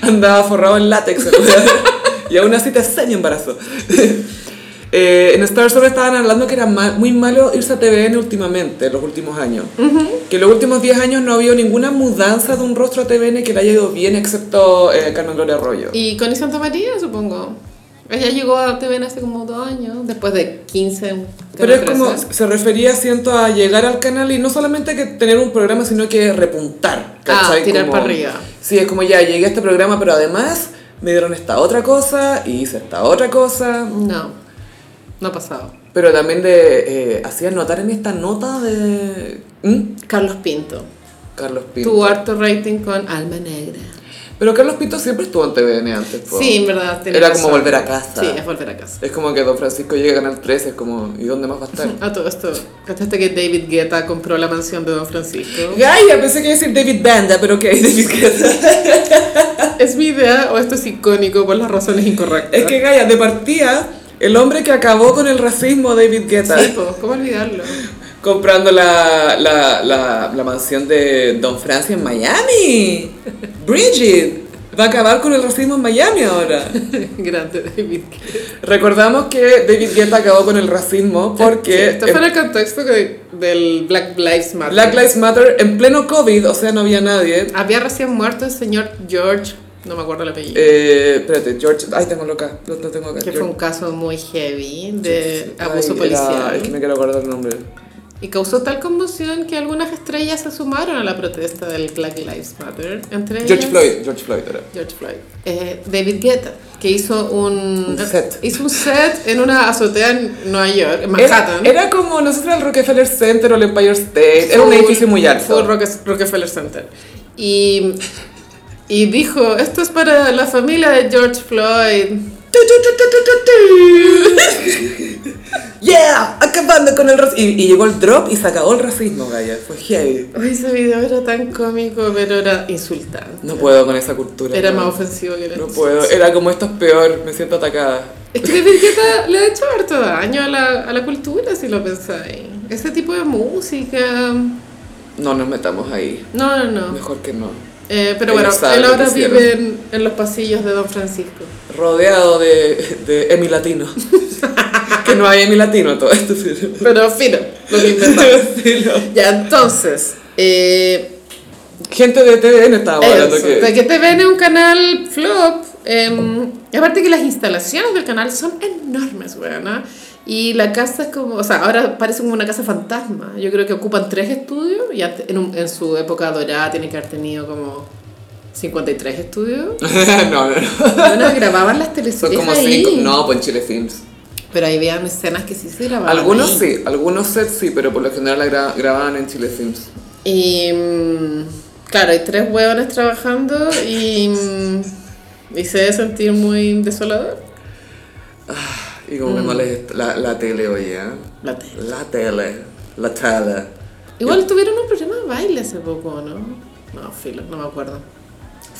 Speaker 1: Andaba forrado en látex. el weón. y aún así te enseño embarazo. Eh, en Star Zone estaban hablando que era ma- muy malo irse a TVN últimamente, en los últimos años. Que en los últimos 10 años no ha habido ninguna mudanza de un rostro a TVN que le haya ido bien, excepto eh, Carmen Gloria Arroyo.
Speaker 2: Y Connie Santa María, supongo. Ella llegó a TVN hace como dos años, después de 15.
Speaker 1: Pero es
Speaker 2: 13.
Speaker 1: como, se refería, siento, a llegar al canal y no solamente que tener un programa, sino que repuntar. ¿cachai?
Speaker 2: Ah, tirar
Speaker 1: Como-
Speaker 2: para arriba.
Speaker 1: Sí, es como ya llegué a este programa, pero además me dieron esta otra cosa y hice esta otra cosa.
Speaker 2: No, no ha pasado.
Speaker 1: Pero también de, eh, hacían notar en esta nota de ¿Mm?
Speaker 2: Carlos Pinto.
Speaker 1: Carlos Pinto.
Speaker 2: Tuvo harto rating con Alma Negra.
Speaker 1: Pero Carlos Pinto siempre estuvo en TVN antes. po.
Speaker 2: Sí, en verdad. tiene
Speaker 1: Era como
Speaker 2: razón.
Speaker 1: volver a casa.
Speaker 2: Sí, es volver a casa.
Speaker 1: Es como que Don Francisco llega a Canal 13, es como, ¿y dónde más va a estar?
Speaker 2: A todo esto, ¿cachaste que David Guetta compró la mansión de Don Francisco?
Speaker 1: Gaia, pensé que iba a decir David Banda, pero que David Guetta.
Speaker 2: ¿Es mi idea o esto es icónico por las razones incorrectas?
Speaker 1: Es que Gaia, de partida, el hombre que acabó con el racismo, David Guetta,
Speaker 2: Sí, po, ¿cómo olvidarlo?
Speaker 1: comprando la, la, la, la mansión de Don Francia en Miami. Bridget, va a acabar con el racismo en Miami ahora.
Speaker 2: Grande David Guetta.
Speaker 1: Recordamos que David Guetta acabó con el racismo
Speaker 2: Sí,
Speaker 1: porque
Speaker 2: esto
Speaker 1: en
Speaker 2: fue en el contexto que- del Black Lives Matter.
Speaker 1: Black Lives Matter en pleno COVID, o sea, no había nadie.
Speaker 2: Había recién muerto el señor George, no me acuerdo el apellido.
Speaker 1: Eh, espérate, George, ay, tengo acá, lo, lo tengo acá.
Speaker 2: que
Speaker 1: George-
Speaker 2: fue un caso muy heavy de
Speaker 1: Ay,
Speaker 2: abuso
Speaker 1: era-
Speaker 2: policial.
Speaker 1: es que me quiero acordar el nombre.
Speaker 2: Y causó tal conmoción que algunas estrellas se sumaron a la protesta del Black Lives Matter. Entre
Speaker 1: George
Speaker 2: ellas-
Speaker 1: Floyd, George Floyd era.
Speaker 2: George Floyd. Eh, David Guetta, que hizo un,
Speaker 1: Un set.
Speaker 2: hizo un set en una azotea en Nueva York, en
Speaker 1: Era,
Speaker 2: Manhattan.
Speaker 1: era como, no sé si era el Rockefeller Center o el Empire State, era un
Speaker 2: Full-
Speaker 1: edificio muy
Speaker 2: Full
Speaker 1: alto.
Speaker 2: Rocke- Rockefeller Center. Y, y dijo, esto es para la familia de George Floyd. Tu, tu, tu, tu, tu, tu, tu.
Speaker 1: Yeah, acabando con el racismo. Y, y llegó el drop y se acabó el racismo, Gaya. Fue heavy.
Speaker 2: Uy, ese video era tan cómico, pero era insultante.
Speaker 1: No puedo con esa cultura.
Speaker 2: Era
Speaker 1: no.
Speaker 2: más ofensivo que la
Speaker 1: No puedo, eh. era como esto es peor, me siento atacada.
Speaker 2: Es que David Guetta le ha hecho harto daño a la, a la cultura, si lo pensáis. Ese tipo de música...
Speaker 1: No nos metamos ahí.
Speaker 2: No, no, no.
Speaker 1: Mejor que no.
Speaker 2: Eh, pero bueno,
Speaker 1: Ellos saben
Speaker 2: él
Speaker 1: lo que
Speaker 2: ahora
Speaker 1: hicieron.
Speaker 2: vive en, en los pasillos de Don Francisco.
Speaker 1: Rodeado de, de Emi Latino. que no hay Emi Latino todo esto. sí.
Speaker 2: Pero fino, lo que intentamos.
Speaker 1: Sí, no.
Speaker 2: ya, entonces, eh,
Speaker 1: Gente de TVN estaba hablando
Speaker 2: eso, de
Speaker 1: que...
Speaker 2: que TVN es un canal flop. eh, y aparte que las instalaciones del canal son enormes, weona. Y la casa es como, o sea, ahora parece como una casa fantasma. Yo creo que ocupan tres estudios. Y antes- en, un- en su época dorada tienen que haber tenido como 53 estudios.
Speaker 1: no, no, no.
Speaker 2: Bueno, grababan las
Speaker 1: Son
Speaker 2: teleseries
Speaker 1: como
Speaker 2: ahí.
Speaker 1: cinco. No, pues en Chile Films.
Speaker 2: Pero ahí vean escenas que sí se grababan.
Speaker 1: Algunos
Speaker 2: Ah, ahí.
Speaker 1: sí, algunos sets sí, pero por lo general la gra- grababan en Chile Films.
Speaker 2: Y mm, claro, hay tres huevones trabajando y, mm, y se debe sentir muy desolador.
Speaker 1: Y como que
Speaker 2: Mm.
Speaker 1: no les... est- La, la tele, oye, ¿eh?
Speaker 2: La tele.
Speaker 1: La tele. La tele.
Speaker 2: Igual tuvieron un programa de baile hace poco, ¿no? No, filo, no me acuerdo.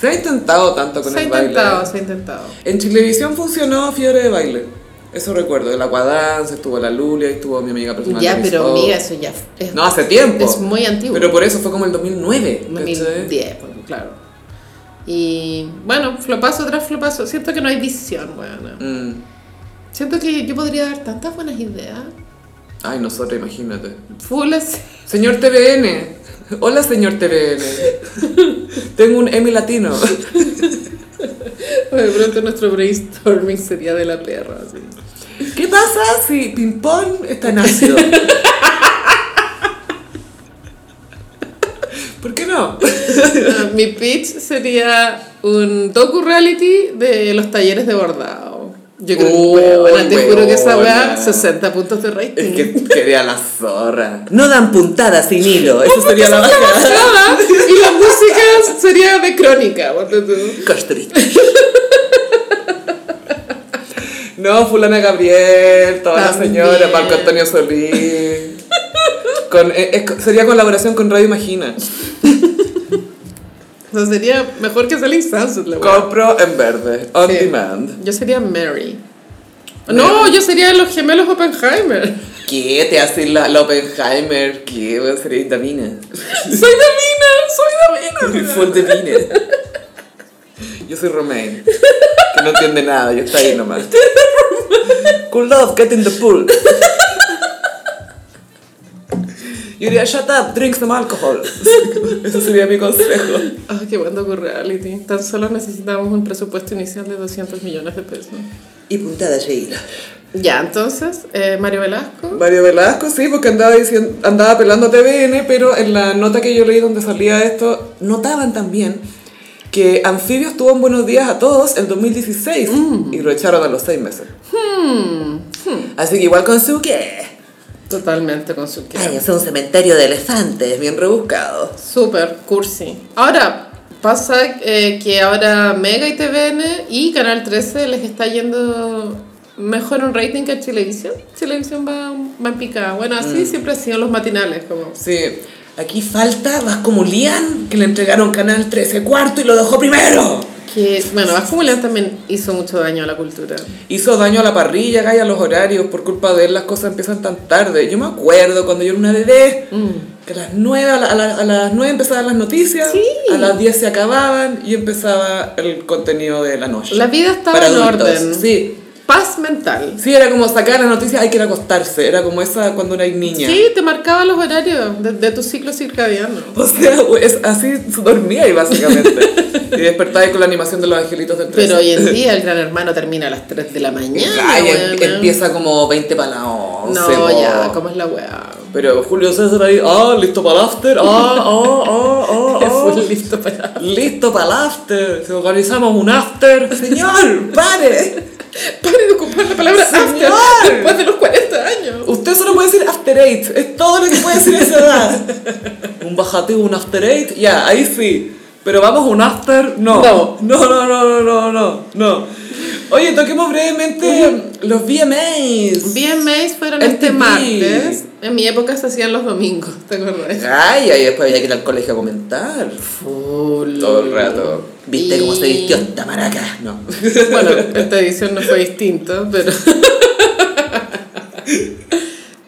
Speaker 1: Se ha intentado tanto con
Speaker 2: Se ha
Speaker 1: el baile.
Speaker 2: intentado, se ha intentado.
Speaker 1: En Chilevisión funcionó Fiebre de Baile. Eso recuerdo. El Aquadance, estuvo la Lulia, estuvo mi amiga personal.
Speaker 2: Ya,
Speaker 1: que
Speaker 2: pero
Speaker 1: hizo.
Speaker 2: mira, eso ya f- es,
Speaker 1: No, hace tiempo.
Speaker 2: es muy antiguo.
Speaker 1: Pero por eso fue como el 2009. ¿cachai?
Speaker 2: 2010, pues, claro. Y bueno, flopazo tras flopazo. Siento que no hay visión, weón.
Speaker 1: Mm.
Speaker 2: Siento que yo podría dar tantas buenas ideas.
Speaker 1: Ay, nosotros, imagínate.
Speaker 2: Full así.
Speaker 1: Señor TVN. Hola, señor TVN. Tengo un M latino.
Speaker 2: De pronto nuestro brainstorming sería de la perra, así.
Speaker 1: ¿Qué pasa si Pimpón está en ácido? ¿Por qué no?
Speaker 2: Ah, Mi pitch sería un docu-reality de los talleres de bordado. Yo creo
Speaker 1: Uy,
Speaker 2: que, weona, te juro que esa weá,
Speaker 1: weona.
Speaker 2: 60 puntos de rating.
Speaker 1: Es que quería la zorra. No dan puntadas sin hilo. Eso sería la baja.
Speaker 2: Nada, y la música sería de crónica, ponte tú.
Speaker 1: No, Fulana Gabriel, toda la
Speaker 2: También.
Speaker 1: señora, Marco Antonio Solís. Con, eh, eh, co- sería colaboración con Radio Imagina.
Speaker 2: O sea, sería mejor que Selling Sunset, la weá.
Speaker 1: Compro en verde, on
Speaker 2: Sí.
Speaker 1: demand.
Speaker 2: Yo sería Mary. No, yo sería los gemelos Oppenheimer.
Speaker 1: ¿Qué te hace la, la Oppenheimer? ¿Qué? Bueno, Sería Indamina.
Speaker 2: soy Davina, soy Davina.
Speaker 1: Full de vine. Yo soy Romain, que no entiende nada, yo estoy ahí nomás. Cool love, get in the pool. Yo diría, shut up, drink some alcohol. Eso sería mi consejo.
Speaker 2: Ah, qué buen docu-reality. Tan solo necesitamos un presupuesto inicial de 200 millones de pesos.
Speaker 1: Y puntada seguida.
Speaker 2: Ya, entonces, eh, Mario Velasco.
Speaker 1: Mario Velasco, sí, porque andaba, diciendo, andaba pelando a TVN, pero en la nota que yo leí donde salía esto, notaban también que Anfibio estuvo en Buenos Días a Todos en 2016 y lo echaron a los seis meses. Así que igual con su que...
Speaker 2: Totalmente con su que.
Speaker 1: es un cementerio de elefantes, bien rebuscado.
Speaker 2: Súper cursi. Ahora, pasa eh, que ahora Mega y TVN y Canal 13 les está yendo mejor un rating que a Televisión. Televisión va, va en picada. Bueno, así
Speaker 1: Mm.
Speaker 2: siempre han sido los matinales, como...
Speaker 1: Sí. Aquí falta Vascomulián, que le entregaron Canal 13 cuarto y lo dejó primero.
Speaker 2: Que, bueno, Vasco Mulián también hizo mucho daño a la cultura.
Speaker 1: Hizo daño a la parrilla, gaya, a los horarios. Por culpa de él las cosas empiezan tan tarde. Yo me acuerdo cuando yo era una bebé,
Speaker 2: Mm.
Speaker 1: que a las 9, a, la- a la- a las 9 empezaban las noticias,
Speaker 2: Sí.
Speaker 1: a las 10 se acababan y empezaba el contenido de la noche.
Speaker 2: La vida estaba
Speaker 1: Para
Speaker 2: en
Speaker 1: adultos,
Speaker 2: orden.
Speaker 1: Sí.
Speaker 2: Paz mental.
Speaker 1: Sí, era como sacar las noticias, hay que ir a acostarse. Era como esa cuando era niña.
Speaker 2: Sí, te marcaba los horarios de, de tu ciclo circadiano.
Speaker 1: O sea, es, así dormía ahí básicamente. y despertaba ahí con la animación de los angelitos del 13.
Speaker 2: Pero hoy en día el gran hermano termina a las 3 de la mañana.
Speaker 1: Ay, em-
Speaker 2: weona.
Speaker 1: empieza como 20 para la 11.
Speaker 2: No,
Speaker 1: po.
Speaker 2: ya, ¿cómo es la weá?
Speaker 1: Pero Julio César ahí, ah, listo para el after, ah, ah, ah, ah, ah.
Speaker 2: Full listo para.
Speaker 1: Listo para el after, si organizamos un after. Señor, pare.
Speaker 2: Pare de ocupar la palabra
Speaker 1: Señor.
Speaker 2: after después de los 40 años.
Speaker 1: Usted solo puede decir after eight, es todo lo que puede decir a esa edad. Un bajativo, un after eight, ya, ahí sí. Pero vamos, un after, no.
Speaker 2: No.
Speaker 1: no, no, no, no, no, no. no. Oye, toquemos brevemente los VMAs.
Speaker 2: VMAs fueron
Speaker 1: MTV.
Speaker 2: este martes. En mi época se hacían los domingos, ¿te acordás?
Speaker 1: Ay, ahí después había que ir al colegio a comentar.
Speaker 2: Full.
Speaker 1: Todo el rato. ¿Viste cómo se
Speaker 2: Y-
Speaker 1: vistió esta maraca? No.
Speaker 2: Bueno, esta edición no fue distinto, pero.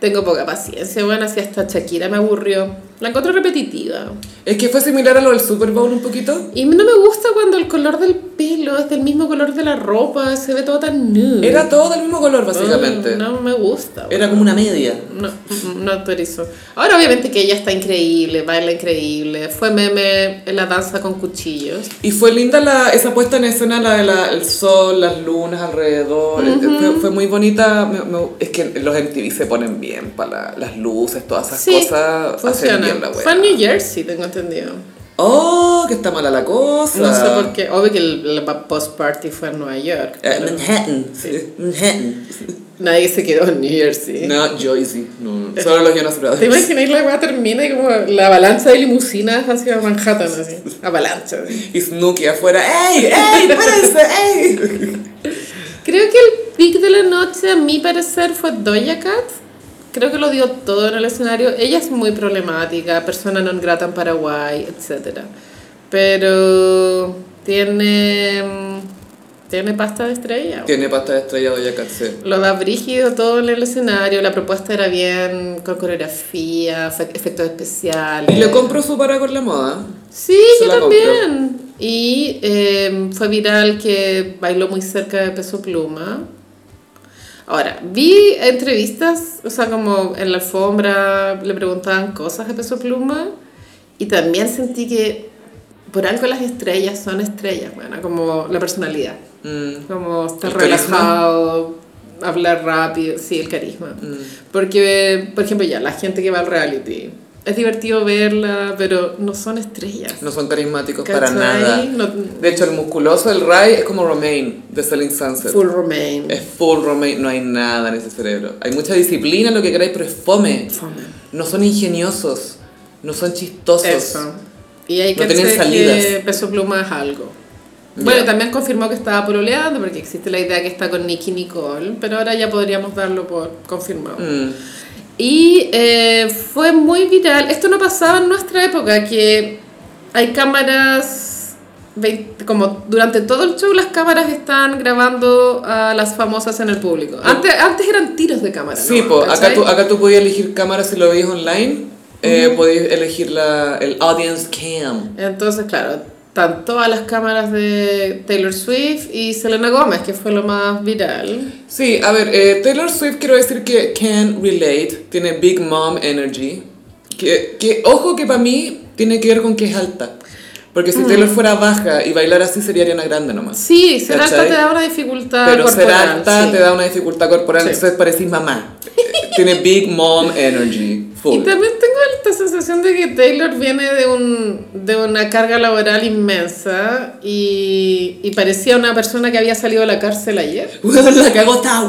Speaker 2: Tengo poca paciencia, bueno, así hasta Shakira me aburrió. La encuentro repetitiva.
Speaker 1: Es que fue similar a lo del Super Bowl un poquito.
Speaker 2: Y no me gusta cuando el color del pelo es del mismo color de la ropa, se ve todo tan nude.
Speaker 1: Era todo del mismo color, básicamente.
Speaker 2: No, no me gusta. bueno.
Speaker 1: Era como una media.
Speaker 2: No, mm, no autorizo. Ahora obviamente que ella está increíble, baila increíble. Fue meme en la danza con cuchillos.
Speaker 1: Y fue linda la, esa puesta en escena, la del sol, las lunas alrededor. Este, fue, fue muy bonita. Me- me- es que los MTV se ponen bien para las luces, todas esas cosas. Hacen bien la
Speaker 2: funciona.
Speaker 1: wea.
Speaker 2: Fue en New Jersey, tengo entendido.
Speaker 1: Oh, que está mala la cosa.
Speaker 2: No sé por qué. Obvio que el, post party fue en Nueva York.
Speaker 1: Eh,
Speaker 2: pero
Speaker 1: Manhattan.
Speaker 2: Sí.
Speaker 1: Manhattan.
Speaker 2: nadie se quedó en New Jersey.
Speaker 1: No, Joyce. No, no. Solo los Jonas Brothers.
Speaker 2: ¿Te imaginas la weá termina y como la avalancha de limusinas hacia Manhattan así? Avalancha. así.
Speaker 1: Y Snooki afuera. ¡Ey! ¡Ey! ¡Espérense! ¡Ey!
Speaker 2: Creo que el pick de la noche, a mi parecer, fue Doja Cat. Creo que lo dio todo en el escenario. Ella es muy problemática, persona non grata en Paraguay, etc. Pero tiene, mm, tiene pasta de estrella.
Speaker 1: Tiene pasta de estrella de Yacatse.
Speaker 2: Lo da brígido todo en el escenario, la propuesta era bien con coreografía, efe- efectos especiales.
Speaker 1: Y le compro su para con la moda.
Speaker 2: Sí,
Speaker 1: Se
Speaker 2: yo
Speaker 1: la compro.
Speaker 2: también. Y eh, fue viral que bailó muy cerca de Peso Pluma. Ahora, vi entrevistas, o sea, como en la alfombra le preguntaban cosas a Peso Pluma y también sentí que por algo las estrellas son estrellas, bueno, como la personalidad,
Speaker 1: Mm,
Speaker 2: como estar
Speaker 1: ¿El carisma?
Speaker 2: relajado, hablar rápido, sí, el carisma.
Speaker 1: mm.
Speaker 2: Porque, por ejemplo, ya la gente que va al reality, es divertido verla, pero no son estrellas.
Speaker 1: No son carismáticos para
Speaker 2: ¿Cachai?
Speaker 1: nada.
Speaker 2: No-
Speaker 1: De hecho, el musculoso del Rai es como Romain de Selling Sunset.
Speaker 2: full Romain.
Speaker 1: Es full Romain, no hay nada en ese cerebro. Hay mucha disciplina, lo que queráis, pero es fome.
Speaker 2: Fome.
Speaker 1: No son ingeniosos, no son chistosos.
Speaker 2: Eso. Y hay
Speaker 1: No
Speaker 2: que
Speaker 1: tienen
Speaker 2: hacer que
Speaker 1: salidas.
Speaker 2: Peso Pluma es algo.
Speaker 1: Ya.
Speaker 2: Bueno, también confirmó que estaba pololeando, porque existe la idea que está con Nicky Nicole, pero ahora ya podríamos darlo por confirmado.
Speaker 1: Mm.
Speaker 2: Y eh, fue muy viral. Esto no pasaba en nuestra época, que hay cámaras, vein- como durante todo el show las cámaras están grabando a las famosas en el público. Antes, antes eran tiros de cámara.
Speaker 1: Sí,
Speaker 2: ¿no?
Speaker 1: po, acá
Speaker 2: ¿Cachai?
Speaker 1: tú, acá tú podías elegir cámara si lo veías online. eh, Podías elegir la, el audience cam.
Speaker 2: Entonces, claro, están todas las cámaras de Taylor Swift y Selena Gomez, que fue lo más viral.
Speaker 1: Sí, a ver, eh, Taylor Swift quiero decir que can relate, tiene Big Mom Energy, que, que ojo que para mí tiene que ver con que es alta, porque si Taylor fuera baja y bailar así sería Ariana Grande nomás.
Speaker 2: Sí, ser alta
Speaker 1: ¿Cachai?
Speaker 2: te da una dificultad
Speaker 1: Pero ser
Speaker 2: corporal.
Speaker 1: alta
Speaker 2: sí.
Speaker 1: te da una dificultad corporal,
Speaker 2: Sí.
Speaker 1: entonces parecís mamá. tiene Big Mom Energy,
Speaker 2: Y
Speaker 1: full.
Speaker 2: también tengo esta sensación de que Taylor viene de, un, de una carga laboral inmensa y, y parecía una persona que había salido de la cárcel ayer.
Speaker 1: Weón, la cagó está,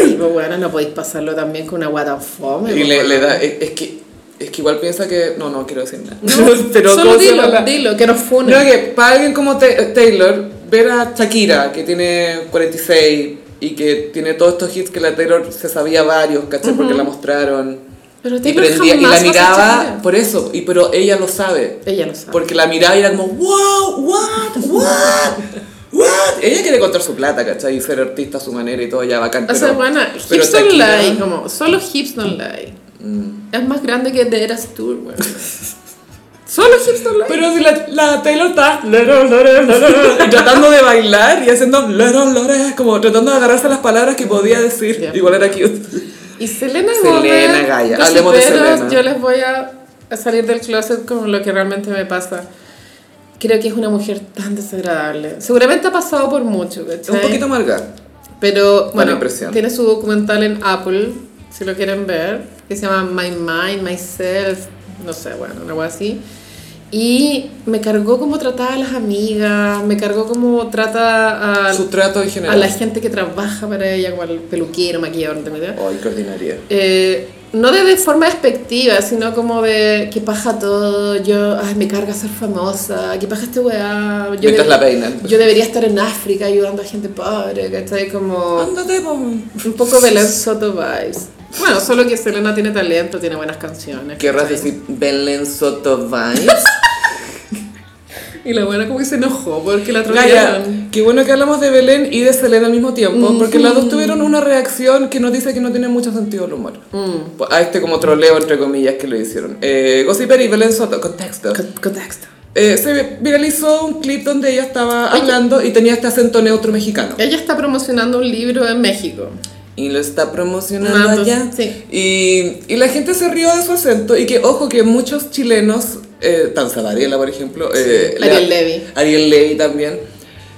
Speaker 1: "Wey".
Speaker 2: Digo, bueno, no podéis pasarlo también con una what the fuck,
Speaker 1: Y le,
Speaker 2: weón.
Speaker 1: le da, es, es que, es que igual piensa que, no, no quiero decir nada.
Speaker 2: No,
Speaker 1: ¿cómo
Speaker 2: solo
Speaker 1: se llama
Speaker 2: dilo,
Speaker 1: la-
Speaker 2: dilo, que nos funen.
Speaker 1: No, que para alguien como Ta- Taylor, ver a Shakira, que tiene 46 y que tiene todos estos hits que la Taylor se sabía varios, ¿cachai? Porque la mostraron.
Speaker 2: Pero
Speaker 1: Y,
Speaker 2: Taylor
Speaker 1: prendía- y
Speaker 2: jamás va
Speaker 1: la
Speaker 2: a ser
Speaker 1: miraba
Speaker 2: Shakira.
Speaker 1: por eso, y pero ella lo sabe.
Speaker 2: Ella lo sabe.
Speaker 1: Porque la miraba y era como, wow, what, what, what. Ella quiere contar su plata, ¿cachai? Y ser artista a su manera y todo, ya bacán.
Speaker 2: O sea, bueno,
Speaker 1: pero
Speaker 2: hips don't
Speaker 1: Shakira-
Speaker 2: lie, como, solo hips don't lie.
Speaker 1: Mm.
Speaker 2: Es más grande que The Eras Tour, weón. Solo hips don't lie.
Speaker 1: Pero si la, la Taylor está lero, lero, lero, y tratando de bailar y haciendo lero, lero, como tratando de agarrarse las palabras que podía decir,
Speaker 2: Ya.
Speaker 1: igual era cute.
Speaker 2: Y Selena
Speaker 1: Selena,
Speaker 2: Gomez.
Speaker 1: Gaia,
Speaker 2: yo
Speaker 1: hablemos de
Speaker 2: supero,
Speaker 1: Selena.
Speaker 2: Yo les voy a, a salir del closet con lo que realmente me pasa. Creo que es una mujer tan desagradable. Seguramente ha pasado por mucho,
Speaker 1: Es
Speaker 2: ¿cachai?
Speaker 1: Un poquito amarga.
Speaker 2: Pero, bueno,
Speaker 1: impresión.
Speaker 2: tiene su documental en Apple, si lo quieren ver, que se llama My Mind, Myself, no sé, bueno, algo así. Y me cargó cómo trataba a las amigas, me cargó cómo trata a,
Speaker 1: Su trato en
Speaker 2: a
Speaker 1: general.
Speaker 2: la gente que trabaja para ella, como al peluquero, maquillador, no tengo idea.
Speaker 1: Ay, qué ordinaria.
Speaker 2: Eh, no de, de forma despectiva, sino como de que paja todo, yo, ay, me carga ser famosa, que paja este weá. Yo,
Speaker 1: Mientras
Speaker 2: debe-
Speaker 1: la peinan.
Speaker 2: yo debería estar en África ayudando a gente pobre, ¿cachai? Como
Speaker 1: Ándate, po.
Speaker 2: un poco Belén Soto vibes. Bueno, solo que Selena tiene talento, tiene buenas canciones.
Speaker 1: ¿Querrás
Speaker 2: ¿cachai?
Speaker 1: decir Belén Soto Vibes?
Speaker 2: Y la buena como que se enojó porque la
Speaker 1: Gaya,
Speaker 2: trolearon.
Speaker 1: qué bueno que hablamos de Belén y de Selena al mismo tiempo, porque las dos tuvieron una reacción que nos dice que no tiene mucho sentido el humor.
Speaker 2: Mm.
Speaker 1: A este como troleo, entre comillas, que lo hicieron. Eh, Gossiper y Belén Soto, contexto.
Speaker 2: Con- Contexto.
Speaker 1: Eh, se viralizó un clip donde ella estaba hablando y tenía este acento neutro mexicano.
Speaker 2: Ella está promocionando un libro en México.
Speaker 1: Y lo está promocionando
Speaker 2: Mando,
Speaker 1: allá.
Speaker 2: sí.
Speaker 1: Y, y la gente se rió de su acento. Y que, ojo, que muchos chilenos, eh, Tanzabariela, por ejemplo. eh,
Speaker 2: Sí. Ariel Levy.
Speaker 1: Ariel Levy también.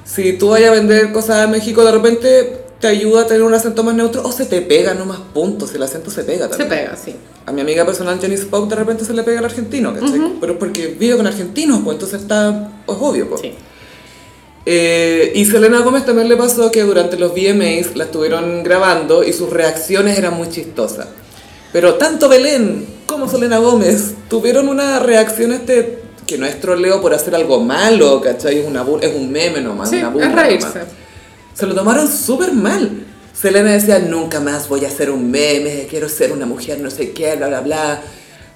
Speaker 1: Si tú vayas a vender cosas a México, de repente te ayuda a tener un acento más neutro o se te pega, no más puntos. El acento se pega
Speaker 2: Se
Speaker 1: también.
Speaker 2: pega, sí.
Speaker 1: A mi amiga personal, Jenny Spock, de repente se le pega al argentino, ¿cachai? Pero es porque vive con argentinos, pues entonces está, es obvio, pues.
Speaker 2: Sí.
Speaker 1: Eh, y Selena Gómez también le pasó que durante los VMAs la estuvieron grabando y sus reacciones eran muy chistosas. Pero tanto Belén como Selena Gómez tuvieron una reacción este que no es troleo por hacer algo malo, ¿cachai? Es, una bur- es un meme nomás,
Speaker 2: Sí,
Speaker 1: una burla
Speaker 2: es reírse.
Speaker 1: nomás. Se lo tomaron súper mal. Selena decía, nunca más voy a ser un meme, quiero ser una mujer, no sé qué, bla, bla, bla.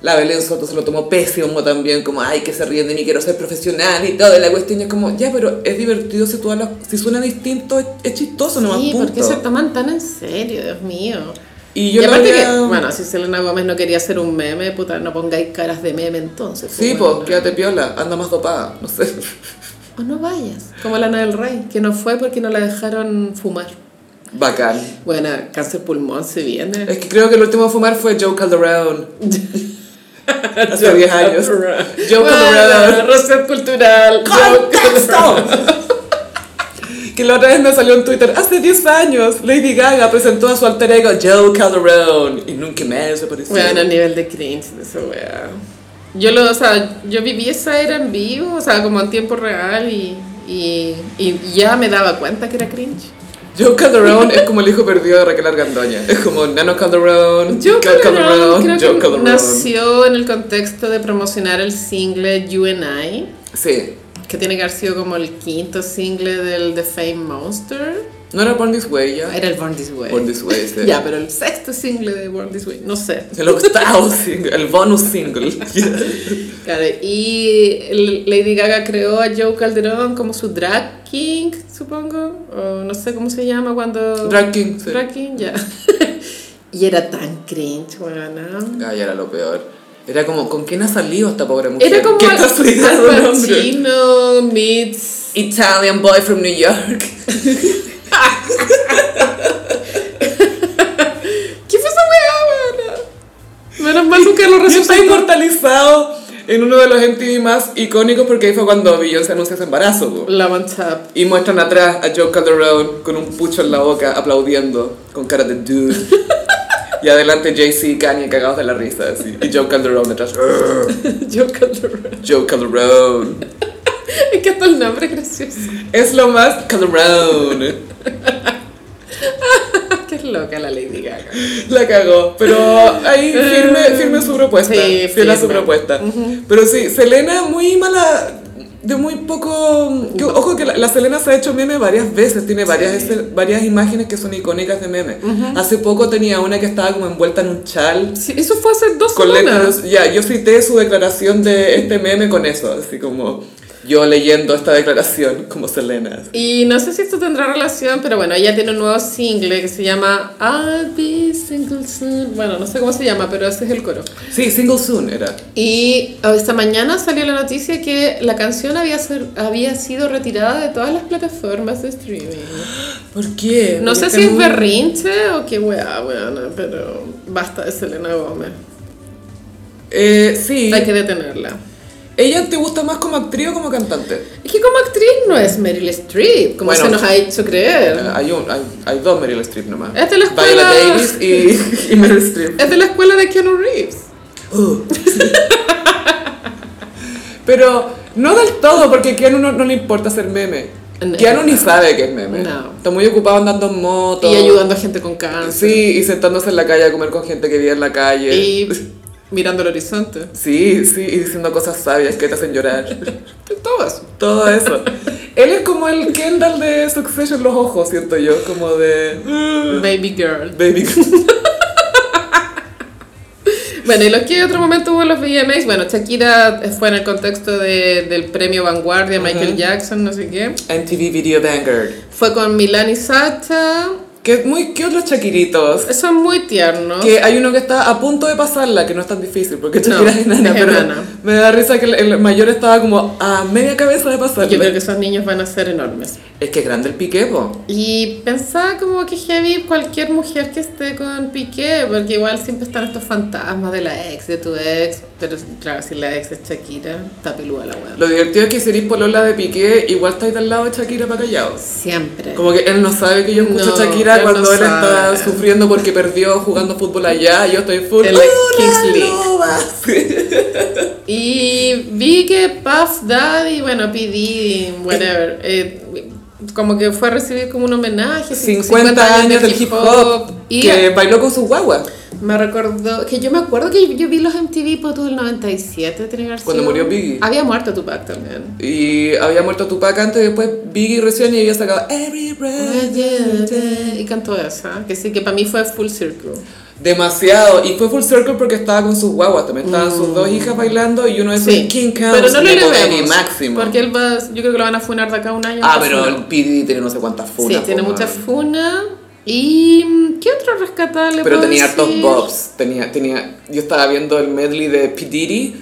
Speaker 1: La Belén Soto se lo tomó pésimo también, como, ay, que se ríen de mí, quiero ser profesional y todo. Y la cuestión es como, ya, pero es divertido si, todas las, si suena distinto, es, es chistoso, no
Speaker 2: Sí,
Speaker 1: más
Speaker 2: ¿por qué
Speaker 1: punto.
Speaker 2: se toman tan en serio, Dios mío?
Speaker 1: Y yo
Speaker 2: y
Speaker 1: lo
Speaker 2: aparte
Speaker 1: había-
Speaker 2: que, bueno, si Selena Gómez no quería hacer un meme, puta, no pongáis caras de meme entonces.
Speaker 1: Sí,
Speaker 2: pues,
Speaker 1: pues,
Speaker 2: bueno.
Speaker 1: quédate piola, anda más dopada, no sé.
Speaker 2: O no vayas. Como Lana del Rey, que no fue porque no la dejaron fumar.
Speaker 1: Bacán.
Speaker 2: Bueno, cáncer pulmón se viene.
Speaker 1: Es que creo que el último a fumar fue Joe Calderón. Hace 10 años. Joe
Speaker 2: Bueno,
Speaker 1: Calderón.
Speaker 2: razón cultural.
Speaker 1: ¡Contexto! Que la otra vez me salió en Twitter, hace 10 años, Lady Gaga presentó a su alter ego Joe Calderón y nunca más apareció.
Speaker 2: Bueno, a nivel de cringe de esa weá. Yo lo, o sea, yo viví esa era en vivo, o sea, como en tiempo real y, y, y ya me daba cuenta que era cringe.
Speaker 1: Joe Calderón es como el hijo perdido de Raquel Argandoña. Es como Nano Calderón,
Speaker 2: Joe
Speaker 1: Cal
Speaker 2: Calderón
Speaker 1: Calderón, Joe
Speaker 2: creo que
Speaker 1: Calderón.
Speaker 2: nació en el contexto de promocionar el single You and I,
Speaker 1: Sí.
Speaker 2: que tiene que haber sido como el quinto single del The Fame Monster.
Speaker 1: No era Born This Way ya.
Speaker 2: Era el Born This Way.
Speaker 1: Born This Way, este. sí.
Speaker 2: Ya, pero el sexto single de Born This Way, no sé.
Speaker 1: El octavo single, el bonus single.
Speaker 2: Claro, y el- Lady Gaga creó a Joe Calderón como su drag king, supongo, o no sé cómo se llama cuando...
Speaker 1: Drag King, sí.
Speaker 2: Drag king, ya. y era tan cringe, weón.
Speaker 1: Ay, era lo peor. Era como, ¿con quién ha salido esta pobre mujer?
Speaker 2: Era como
Speaker 1: ¿Qué
Speaker 2: Al-
Speaker 1: casualidad
Speaker 2: Al
Speaker 1: de nombre?
Speaker 2: Pacino meets...
Speaker 1: Italian boy from New York.
Speaker 2: ¿Qué fue esa weá, weón? Menos mal nunca lo
Speaker 1: Y está
Speaker 2: resultó.
Speaker 1: inmortalizado en uno de los MTV más icónicos porque ahí fue cuando Beyoncé anunció su embarazo. po.
Speaker 2: La manchap.
Speaker 1: Y muestran atrás a Joe Calderón con un pucho en la boca aplaudiendo con cara de dude. Y adelante Jay-Z y Kanye cagados de la risa. así. Y Joe Calderón detrás. "Urgh,
Speaker 2: Joe Calderón.
Speaker 1: Joe Calderón.
Speaker 2: Es que hasta el nombre es gracioso.
Speaker 1: Es lo más Calderón.
Speaker 2: Qué loca la Lady Gaga.
Speaker 1: La cagó. Pero ahí firme, firme su propuesta.
Speaker 2: Sí,
Speaker 1: fiel a su
Speaker 2: firme.
Speaker 1: propuesta. Pero sí, Selena muy mala. De muy poco. que- ojo que la, la Selena se ha hecho meme varias veces, tiene varias, ese- varias imágenes que son icónicas de meme. Hace poco tenía una que estaba como envuelta en un chal.
Speaker 2: Sí, eso fue hace dos
Speaker 1: Con
Speaker 2: semanas.
Speaker 1: letras. Ya, yo cité su declaración de este meme con eso. Así como yo leyendo esta declaración como Selena.
Speaker 2: Y no sé si esto tendrá relación, pero bueno, ella tiene un nuevo single que se llama I'll be single soon. Bueno, no sé cómo se llama, pero ese es el coro.
Speaker 1: Sí, single soon era.
Speaker 2: Y esta mañana salió la noticia que la canción había, ser- había sido retirada de todas las plataformas de streaming.
Speaker 1: ¿Por qué?
Speaker 2: No sé
Speaker 1: Porque
Speaker 2: si
Speaker 1: está
Speaker 2: es
Speaker 1: muy-
Speaker 2: berrinche o qué weá, weona, pero basta de Selena Gómez.
Speaker 1: Eh, sí.
Speaker 2: Hay que detenerla.
Speaker 1: ¿Ella te gusta más como actriz o como cantante?
Speaker 2: Es que como actriz no es Meryl Streep, como
Speaker 1: Bueno, Ah.
Speaker 2: se nos ha hecho creer.
Speaker 1: Eh, Hay, un, hay, hay dos Meryl Streep nomás.
Speaker 2: Esta es la
Speaker 1: Viola
Speaker 2: escuela-
Speaker 1: Davis y, y Meryl Streep.
Speaker 2: Es de la escuela de Keanu Reeves.
Speaker 1: Uh. Pero no del todo, porque Keanu no, no le importa hacer meme.
Speaker 2: No.
Speaker 1: Keanu ni sabe que es meme.
Speaker 2: No.
Speaker 1: Está muy ocupado andando en moto.
Speaker 2: Y ayudando a gente con cáncer.
Speaker 1: Sí, y sentándose en la calle a comer con gente que vive en la calle.
Speaker 2: Y mirando el horizonte.
Speaker 1: Sí, sí, y diciendo cosas sabias que te hacen llorar.
Speaker 2: Todo eso.
Speaker 1: Todo eso. Él es como el Kendall de Succession los ojos, siento yo, como de...
Speaker 2: Baby girl.
Speaker 1: Baby.
Speaker 2: Bueno, y los que otro momento hubo en los VMAs, bueno, Shakira fue en el contexto de- del premio Vanguardia, Michael
Speaker 1: Ujú.
Speaker 2: Jackson, no sé qué.
Speaker 1: MTV Video Vanguard.
Speaker 2: Fue con Milán y Sacha.
Speaker 1: Que es muy cute los chaquiritos.
Speaker 2: Son muy tiernos.
Speaker 1: Que hay uno que está a punto de pasarla, que no es tan difícil, porque Shakira
Speaker 2: No,
Speaker 1: es enana,
Speaker 2: es
Speaker 1: pero
Speaker 2: enana.
Speaker 1: me da risa que el, el mayor estaba como a media cabeza de
Speaker 2: Yo creo que
Speaker 1: pasarla.
Speaker 2: esos niños van a ser enormes.
Speaker 1: Es que es grande el pique, po.
Speaker 2: Y pensaba como que heavy cualquier mujer que esté con Piqué, porque igual siempre están estos fantasmas de la ex, de tu ex, pero claro, si la ex es Shakira, está pelúa la weá.
Speaker 1: Lo divertido es que si eres polola de pique, igual estáis del lado de Shakira para callados.
Speaker 2: Siempre.
Speaker 1: Como que él no sabe que yo escucho
Speaker 2: No,
Speaker 1: a Shakira
Speaker 2: él
Speaker 1: cuando
Speaker 2: no
Speaker 1: él está
Speaker 2: sabe.
Speaker 1: sufriendo porque perdió jugando fútbol allá y yo estoy full.
Speaker 2: Él es
Speaker 1: "Hola,
Speaker 2: Kingsley".
Speaker 1: loba.
Speaker 2: Y vi que Puff Daddy, bueno, P. Diddy, whatever, eh, como que fue a recibir como un homenaje.
Speaker 1: 50 años del hip hop.
Speaker 2: y
Speaker 1: que bailó con sus guaguas.
Speaker 2: Me recordó que yo me acuerdo que yo, yo vi los MTV Potus del 97, tiene que haber
Speaker 1: Cuando
Speaker 2: sido.
Speaker 1: murió Biggie.
Speaker 2: Había muerto Tupac también.
Speaker 1: Y había muerto Tupac antes, después Biggie recién y había sacado Every Breath You Take.
Speaker 2: Y cantó esa, que sí, que para mí fue full circle.
Speaker 1: Demasiado. Y fue full circle porque estaba con sus guaguas. También estaban sus dos hijas bailando y uno de sus
Speaker 2: Mm. Sí,
Speaker 1: King Counts.
Speaker 2: pero no lo
Speaker 1: Little
Speaker 2: elevemos,
Speaker 1: Baby Máximo.
Speaker 2: Porque él va, yo creo que lo van a funar de acá a un año.
Speaker 1: Ah,
Speaker 2: no
Speaker 1: pero
Speaker 2: sé.
Speaker 1: el PD tiene no sé cuántas funas.
Speaker 2: Sí, tiene
Speaker 1: po,
Speaker 2: mucha
Speaker 1: man.
Speaker 2: funa. ¿Y mm, qué otro rescatable
Speaker 1: Pero
Speaker 2: puedo
Speaker 1: tenía hartos
Speaker 2: decir?
Speaker 1: bobs. Tenía, tenía, yo estaba viendo el medley de P. Diddy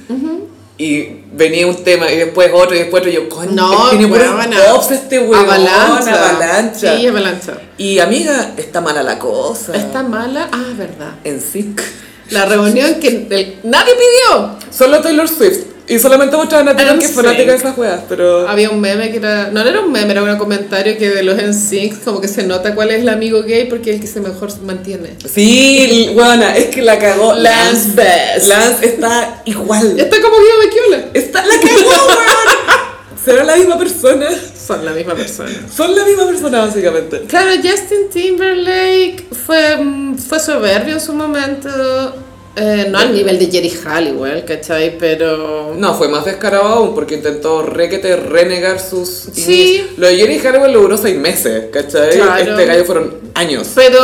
Speaker 1: y venía un tema y después otro y después otro. Y yo, coño,
Speaker 2: No,
Speaker 1: tiene puros
Speaker 2: huevona.
Speaker 1: bobs este huevón.
Speaker 2: Avalancha.
Speaker 1: avalancha.
Speaker 2: Sí, avalancha.
Speaker 1: Y amiga, está mala la cosa.
Speaker 2: Está mala. Ah, verdad.
Speaker 1: en SICK.
Speaker 2: La reunión que el- nadie pidió.
Speaker 1: Solo Taylor Swift. Y solamente mostraban a Taylor
Speaker 2: En
Speaker 1: que es fanática de
Speaker 2: Sync.
Speaker 1: esas weas, pero.
Speaker 2: Había un meme que era. No, no era un meme, era un comentario que de los NSYNC como que se nota cuál es el amigo gay porque es el que se mejor mantiene.
Speaker 1: Sí, buena, es que la cagó.
Speaker 2: Lance Bass.
Speaker 1: Lance está igual.
Speaker 2: Está como Guido Becchiola.
Speaker 1: Está la cagó, weón. Será la misma persona.
Speaker 2: Son la misma persona.
Speaker 1: Son la misma persona, básicamente.
Speaker 2: Claro, Justin Timberlake fue, mm, fue soberbio en su momento. eh, no al nivel de Jerry Halliwell, ¿cachai? Pero.
Speaker 1: No, fue más descarado aún porque intentó requete renegar sus.
Speaker 2: Sí.
Speaker 1: inicios. Lo de Jerry Harwell lo duró seis meses, ¿cachai?
Speaker 2: Claro.
Speaker 1: Este gallo fueron años.
Speaker 2: Pero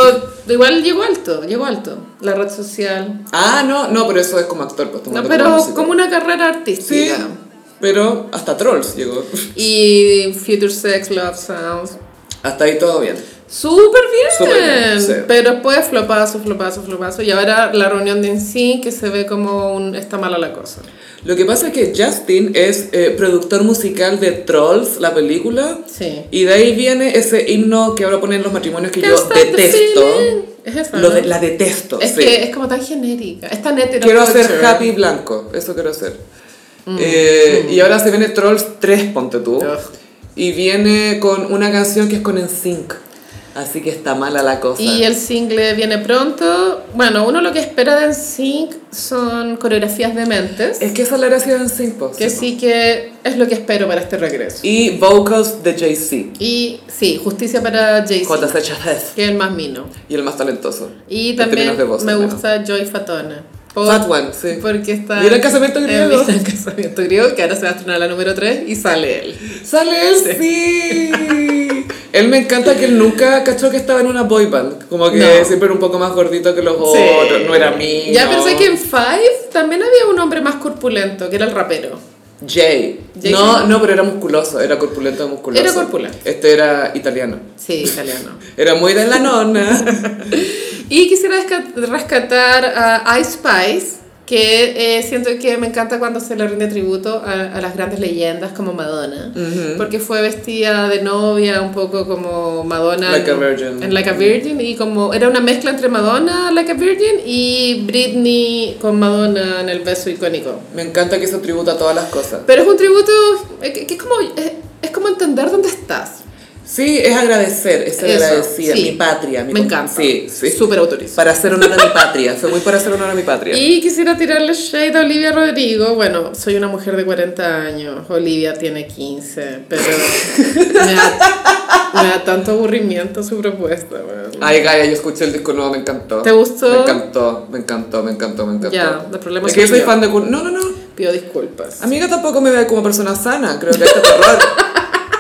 Speaker 2: igual llegó alto, llegó alto. La red social.
Speaker 1: Ah, no, no, pero eso es como actor, pues.
Speaker 2: No,
Speaker 1: tomando
Speaker 2: pero
Speaker 1: músico.
Speaker 2: como una carrera
Speaker 1: Sí,
Speaker 2: artística.
Speaker 1: pero hasta Trolls llegó.
Speaker 2: Y Future Sex, Love Sounds.
Speaker 1: Hasta ahí todo bien.
Speaker 2: Súper bien.
Speaker 1: Súper bien, sí.
Speaker 2: Pero después flopazo, flopazo, flopazo. Y ahora la reunión de en sí que se ve como un está mala la cosa.
Speaker 1: Lo que pasa es que Justin es eh, productor musical de Trolls, la película.
Speaker 2: Sí.
Speaker 1: Y de ahí viene ese himno que ahora ponen los matrimonios que yo
Speaker 2: Can't stop the feeling.
Speaker 1: detesto.
Speaker 2: Es esa,
Speaker 1: Lo
Speaker 2: ¿no?
Speaker 1: de- la detesto.
Speaker 2: Es
Speaker 1: sí.
Speaker 2: que es como tan genérica. Es Mm. tan hetero.
Speaker 1: quiero
Speaker 2: culture.
Speaker 1: hacer happy blanco. Eso quiero hacer. Eh, Y ahora se viene Trolls 3, ponte tú.
Speaker 2: Ugh.
Speaker 1: Y viene con una canción que es con NSYNC. Así que está mala la cosa.
Speaker 2: Y el single viene pronto. Bueno, uno lo que espera de NSYNC son coreografías de mentes.
Speaker 1: Es que esa es la gracia de NSYNC, po.
Speaker 2: Que sí que es lo que espero para este regreso.
Speaker 1: pues, Y vocals de Jay-Z.
Speaker 2: Y sí, justicia para Jason,
Speaker 1: JC Chavez.
Speaker 2: que es el más mino.
Speaker 1: Y el más talentoso.
Speaker 2: Y
Speaker 1: En
Speaker 2: también
Speaker 1: términos de voz,
Speaker 2: me
Speaker 1: al menos.
Speaker 2: gusta Joy Fatone. Por-
Speaker 1: Fat One, sí.
Speaker 2: Porque está.
Speaker 1: Y era el casamiento griego.
Speaker 2: En el casamiento griego, que ahora se va a estrenar la número 3 y sale él.
Speaker 1: Sale él, sí. él me encanta que él nunca cachó que estaba en una boy band. Como que
Speaker 2: No.
Speaker 1: siempre era un poco más gordito que los
Speaker 2: Sí.
Speaker 1: otros. Oh, No era mío.
Speaker 2: Ya pensé que en Five también había un hombre más corpulento, que era el rapero.
Speaker 1: Jay.
Speaker 2: Jay
Speaker 1: No,
Speaker 2: sí.
Speaker 1: no, pero era musculoso. Era corpulento, musculoso.
Speaker 2: Era corpulento.
Speaker 1: Este era italiano.
Speaker 2: Sí, italiano.
Speaker 1: Era muy de la nona.
Speaker 2: Y quisiera resca- rescatar a Ice Spice, que eh, siento que me encanta cuando se le rinde tributo a, a las grandes leyendas como Madonna, porque fue vestida de novia un poco como Madonna
Speaker 1: Like a
Speaker 2: en-
Speaker 1: Virgin.
Speaker 2: en Like a Virgin y como era una mezcla entre Madonna, Like a Virgin y Britney con Madonna en el beso icónico.
Speaker 1: me encanta que eso tributa a todas las cosas.
Speaker 2: Pero es un tributo eh, que, que es como es- es como entender dónde estás.
Speaker 1: Sí, es agradecer. Es ser
Speaker 2: Eso,
Speaker 1: agradecida.
Speaker 2: sí.
Speaker 1: Mi patria. Mi
Speaker 2: Me
Speaker 1: com-
Speaker 2: encanta.
Speaker 1: Sí, sí.
Speaker 2: Súper autorizado.
Speaker 1: Para hacer honor a mi patria. Fue muy para hacer honor a mi patria.
Speaker 2: Y quisiera tirarle shade a Olivia Rodrigo. Bueno, soy una mujer de 40 años. Olivia tiene 15. Pero me da, me da tanto aburrimiento su propuesta. weón.
Speaker 1: Ay, Gaia, yo escuché el disco nuevo, me encantó.
Speaker 2: ¿Te gustó?
Speaker 1: Me encantó, me encantó, me encantó, me encantó.
Speaker 2: Ya, el problema
Speaker 1: es
Speaker 2: es
Speaker 1: que yo
Speaker 2: que
Speaker 1: soy
Speaker 2: yo.
Speaker 1: fan de Kun. No, no, no.
Speaker 2: Pido disculpas.
Speaker 1: Amiga tampoco me ve como persona sana, creo que este terror.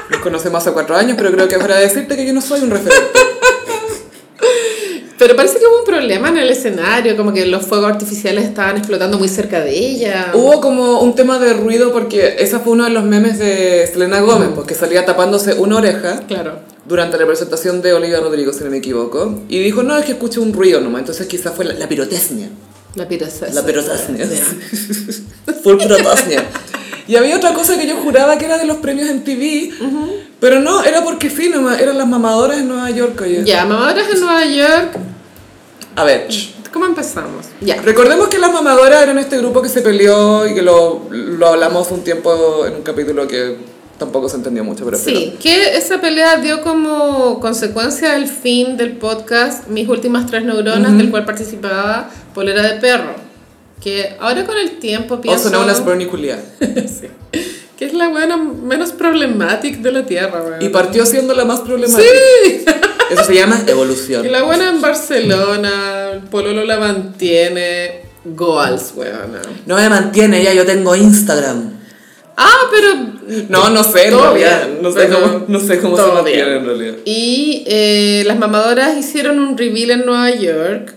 Speaker 1: Nos conocemos hace cuatro años, pero creo que es para decirte que yo no soy un referente.
Speaker 2: Pero parece que hubo un problema en el escenario. Como que los fuegos artificiales estaban explotando muy cerca de ella.
Speaker 1: Hubo como un tema de ruido porque ese fue uno de los memes de Selena Gómez, porque salía tapándose una oreja
Speaker 2: Claro.
Speaker 1: durante la presentación de Olivia Rodrigo, si no me equivoco, y dijo, no, es que escuché un ruido nomás, entonces quizás fue la, la pirotecnia.
Speaker 2: La pirotecnia.
Speaker 1: La pirotecnia.
Speaker 2: Ya.
Speaker 1: Full pirotecnia. Y había otra cosa que yo juraba que era de los premios en TV, pero no, era porque sí, nomás, eran las mamadoras de Nueva York, oye.
Speaker 2: Ya, mamadoras en Nueva York.
Speaker 1: A ver, ch.
Speaker 2: ¿Cómo empezamos? Ya.
Speaker 1: recordemos que las mamadoras eran este grupo que se peleó y que lo, lo hablamos un tiempo en un capítulo que tampoco se entendió mucho, pero pero-
Speaker 2: Sí, que esa pelea dio como consecuencia el fin del podcast Mis últimas tres neuronas, del cual participaba Polera de Perro. Que ahora con el tiempo pienso
Speaker 1: Also known as Bernie Culiá.
Speaker 2: Sí. que es la buena menos problemática de la Tierra. weón.
Speaker 1: Y partió siendo la más problemática.
Speaker 2: Sí,
Speaker 1: Eso se llama evolución.
Speaker 2: Y la buena en Barcelona, el Pololo la mantiene. Goals, weona.
Speaker 3: No me mantiene ya, yo tengo Instagram.
Speaker 2: Ah, pero.
Speaker 1: No, no sé, en
Speaker 2: Todo
Speaker 1: realidad.
Speaker 2: bien,
Speaker 1: no sé
Speaker 2: pero-
Speaker 1: cómo, no sé cómo se
Speaker 2: todo
Speaker 1: mantiene
Speaker 2: bien.
Speaker 1: en realidad.
Speaker 2: Y eh, las mamadoras hicieron un reveal en Nueva York.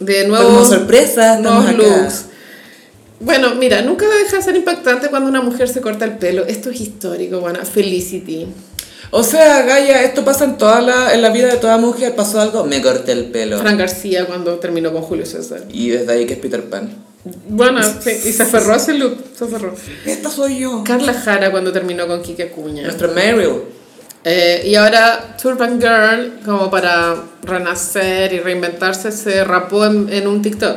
Speaker 2: De
Speaker 3: Como
Speaker 2: nuevos,
Speaker 3: sorpresa, estamos
Speaker 2: nuevos
Speaker 3: acá.
Speaker 2: looks. Bueno, mira, nunca deja de ser impactante cuando una mujer se corta el pelo. Esto es histórico, buena. Felicity.
Speaker 3: O sea, Gaia, esto pasa en toda la, en la vida de toda mujer. Pasó algo, me corté el pelo.
Speaker 2: Fran García cuando terminó con Julio César.
Speaker 3: Y desde ahí que es Peter Pan.
Speaker 2: Bueno, sí, y se aferró a ese look. Se aferró.
Speaker 3: Esta soy yo.
Speaker 2: Carla Jara cuando terminó con Kike Acuña.
Speaker 3: Nuestra Meryl.
Speaker 2: Eh, y ahora Turban Girl, como para renacer y reinventarse, se rapó en, en un TikTok.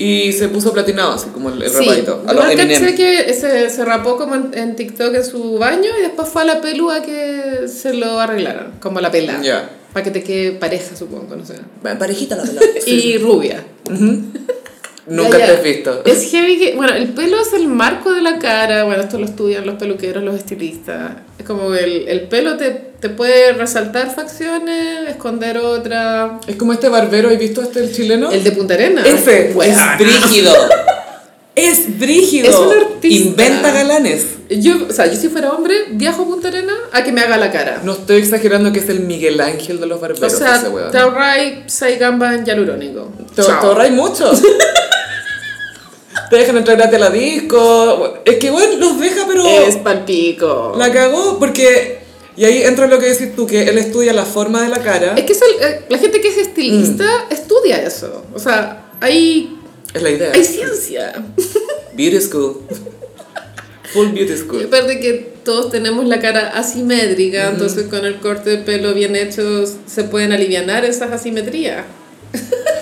Speaker 1: Y se puso platinado, así como el, el
Speaker 2: Sí,
Speaker 1: rapadito. A
Speaker 2: yo
Speaker 1: lo
Speaker 2: caché
Speaker 1: Eminem.
Speaker 2: que se, se rapó como en, en TikTok en su baño y después fue a la pelúa que se lo arreglaron, como la pelada.
Speaker 1: Ya.
Speaker 2: Para que te quede pareja, supongo, no sé.
Speaker 3: Bueno, Parejita la pelota.
Speaker 2: Y rubia.
Speaker 1: Nunca
Speaker 2: Ya,
Speaker 1: te
Speaker 2: ya.
Speaker 1: has visto.
Speaker 2: Es heavy que, bueno, el pelo es el marco de la cara, bueno, esto lo estudian los peluqueros, los estilistas. Es como el, el pelo te, te puede resaltar facciones, esconder otras.
Speaker 1: Es como este barbero, ¿has visto este el chileno?
Speaker 2: El de Punta Arena.
Speaker 1: Ese.
Speaker 2: Bueno,
Speaker 3: Es brígido. Es brígido.
Speaker 2: Es un artista.
Speaker 3: Inventa galanes.
Speaker 2: Yo, o sea, yo si fuera hombre, viajo a Punta Arena a que me haga la cara.
Speaker 1: No estoy exagerando que es el Miguel Ángel de los
Speaker 2: o
Speaker 1: barberos.
Speaker 2: sea,
Speaker 1: ese weón.
Speaker 2: te ahorráis seis gambas en hialurónico.
Speaker 1: Te, te
Speaker 2: Chao.
Speaker 1: ahorráis mucho. te dejan entrar gratis a la disco. Es que, bueno, los deja, pero
Speaker 2: Es palpico.
Speaker 1: la cagó porque... Y ahí entra lo que decís tú, que él estudia la forma de la cara.
Speaker 2: Es que eso, eh, la gente que es estilista estudia eso. O sea, hay,
Speaker 1: Es la idea.
Speaker 2: hay ciencia.
Speaker 1: Beauty school. Full beauty
Speaker 2: Y
Speaker 1: school.
Speaker 2: aparte que todos tenemos la cara asimétrica, entonces con el corte de pelo bien hecho se pueden aliviar esas asimetrías.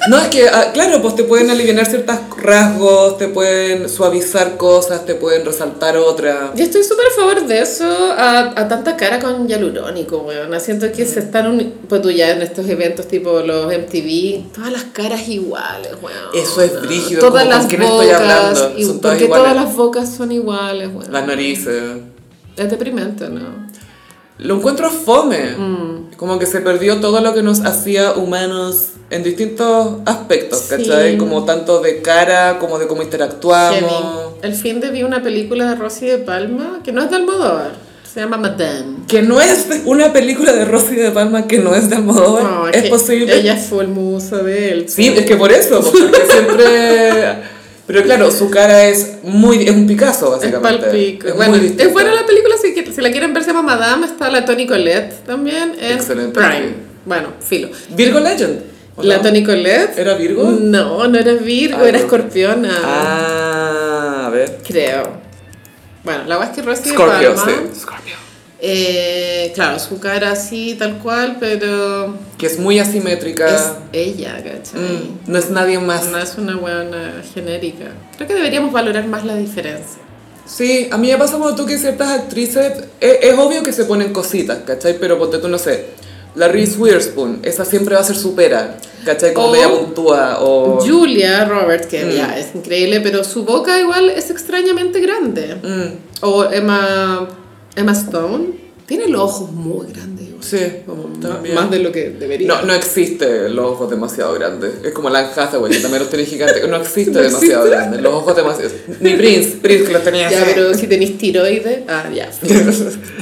Speaker 1: No, es que, ah, claro, pues te pueden aliviar ciertos rasgos, te pueden suavizar cosas, te pueden resaltar otras.
Speaker 2: Yo estoy súper a favor de eso, a, a tanta cara con hialurónico, weón. Siento que
Speaker 1: Mm.
Speaker 2: se están, uni- pues tú ya en estos eventos tipo los MTV, todas las caras iguales, weón.
Speaker 1: Eso es brígido,
Speaker 2: Todas
Speaker 1: como, ¿con
Speaker 2: las
Speaker 1: quién
Speaker 2: bocas,
Speaker 1: estoy hablando?
Speaker 2: y-
Speaker 1: Son todas
Speaker 2: porque
Speaker 1: iguales.
Speaker 2: todas las bocas son iguales, weón.
Speaker 1: Las narices.
Speaker 2: Es deprimente, ¿no?
Speaker 1: Lo encuentro fome.
Speaker 2: Mm.
Speaker 1: Como que se perdió todo lo que nos hacía humanos en distintos aspectos,
Speaker 2: Sí.
Speaker 1: ¿cachai? Como tanto de cara, como de cómo interactuamos.
Speaker 2: Heavy. El fin de vi una película de Rosy de Palma, que no es de Almodóvar, se llama Madame.
Speaker 1: Que no es una película de Rosy de Palma que no es de Almodóvar.
Speaker 2: No,
Speaker 1: es
Speaker 2: Oh, que
Speaker 1: posible.
Speaker 2: Ella fue el musa de él.
Speaker 1: Sí, es que por eso, pues, porque siempre... Pero claro, su cara es muy... Es un Picasso,
Speaker 2: Es
Speaker 1: básicamente.
Speaker 2: palpico.
Speaker 1: muy
Speaker 2: bueno,
Speaker 1: distinta.
Speaker 2: es buena la película, si, que- si la quieren ver, se llama Madame, está la Toni Collette también. en
Speaker 1: Excelente.
Speaker 2: Prime. Bueno, filo.
Speaker 1: Virgo Legend. ¿o
Speaker 2: La
Speaker 1: no?
Speaker 2: Toni Collette.
Speaker 1: ¿Era Virgo?
Speaker 2: No, no era Virgo,
Speaker 1: Ah,
Speaker 2: era
Speaker 1: no.
Speaker 2: escorpiona.
Speaker 1: Ah, a ver.
Speaker 2: Creo. Bueno, la verdad es que Rosy de
Speaker 1: Scorpio,
Speaker 2: Palma,
Speaker 1: sí. Scorpio.
Speaker 2: eh, claro, su cara así, tal cual, pero
Speaker 1: Que es muy
Speaker 2: es
Speaker 1: asimétrica.
Speaker 2: ella, ¿cachai?
Speaker 1: Mm, no es nadie más.
Speaker 2: No es una buena genérica. Creo que deberíamos valorar más la diferencia.
Speaker 1: Sí, a mí me pasa como tú que ciertas actrices, es, es obvio que se ponen cositas, ¿cachai? Pero ponte tú, no sé, la Reese Witherspoon, esa siempre va a ser supera, ¿cachai? Como
Speaker 2: O-
Speaker 1: media puntúa o...
Speaker 2: Julia Roberts, que
Speaker 1: Mm.
Speaker 2: ya es increíble, pero su boca igual es extrañamente grande.
Speaker 1: Mm,
Speaker 2: O Emma, Emma Stone tiene los ojos muy grandes. igual.
Speaker 1: sí,
Speaker 2: Como ma-
Speaker 1: también.
Speaker 2: más de lo que debería.
Speaker 1: No, no existe los ojos demasiado grandes. Es como Lan Hathaway, que también los tiene gigantes. No existe
Speaker 2: No existe.
Speaker 1: demasiado grandes. Los ojos demasiado... Ni Prince, Prince que los tenía
Speaker 2: Ya,
Speaker 1: así.
Speaker 2: pero si tenéis tiroides, ah, ya.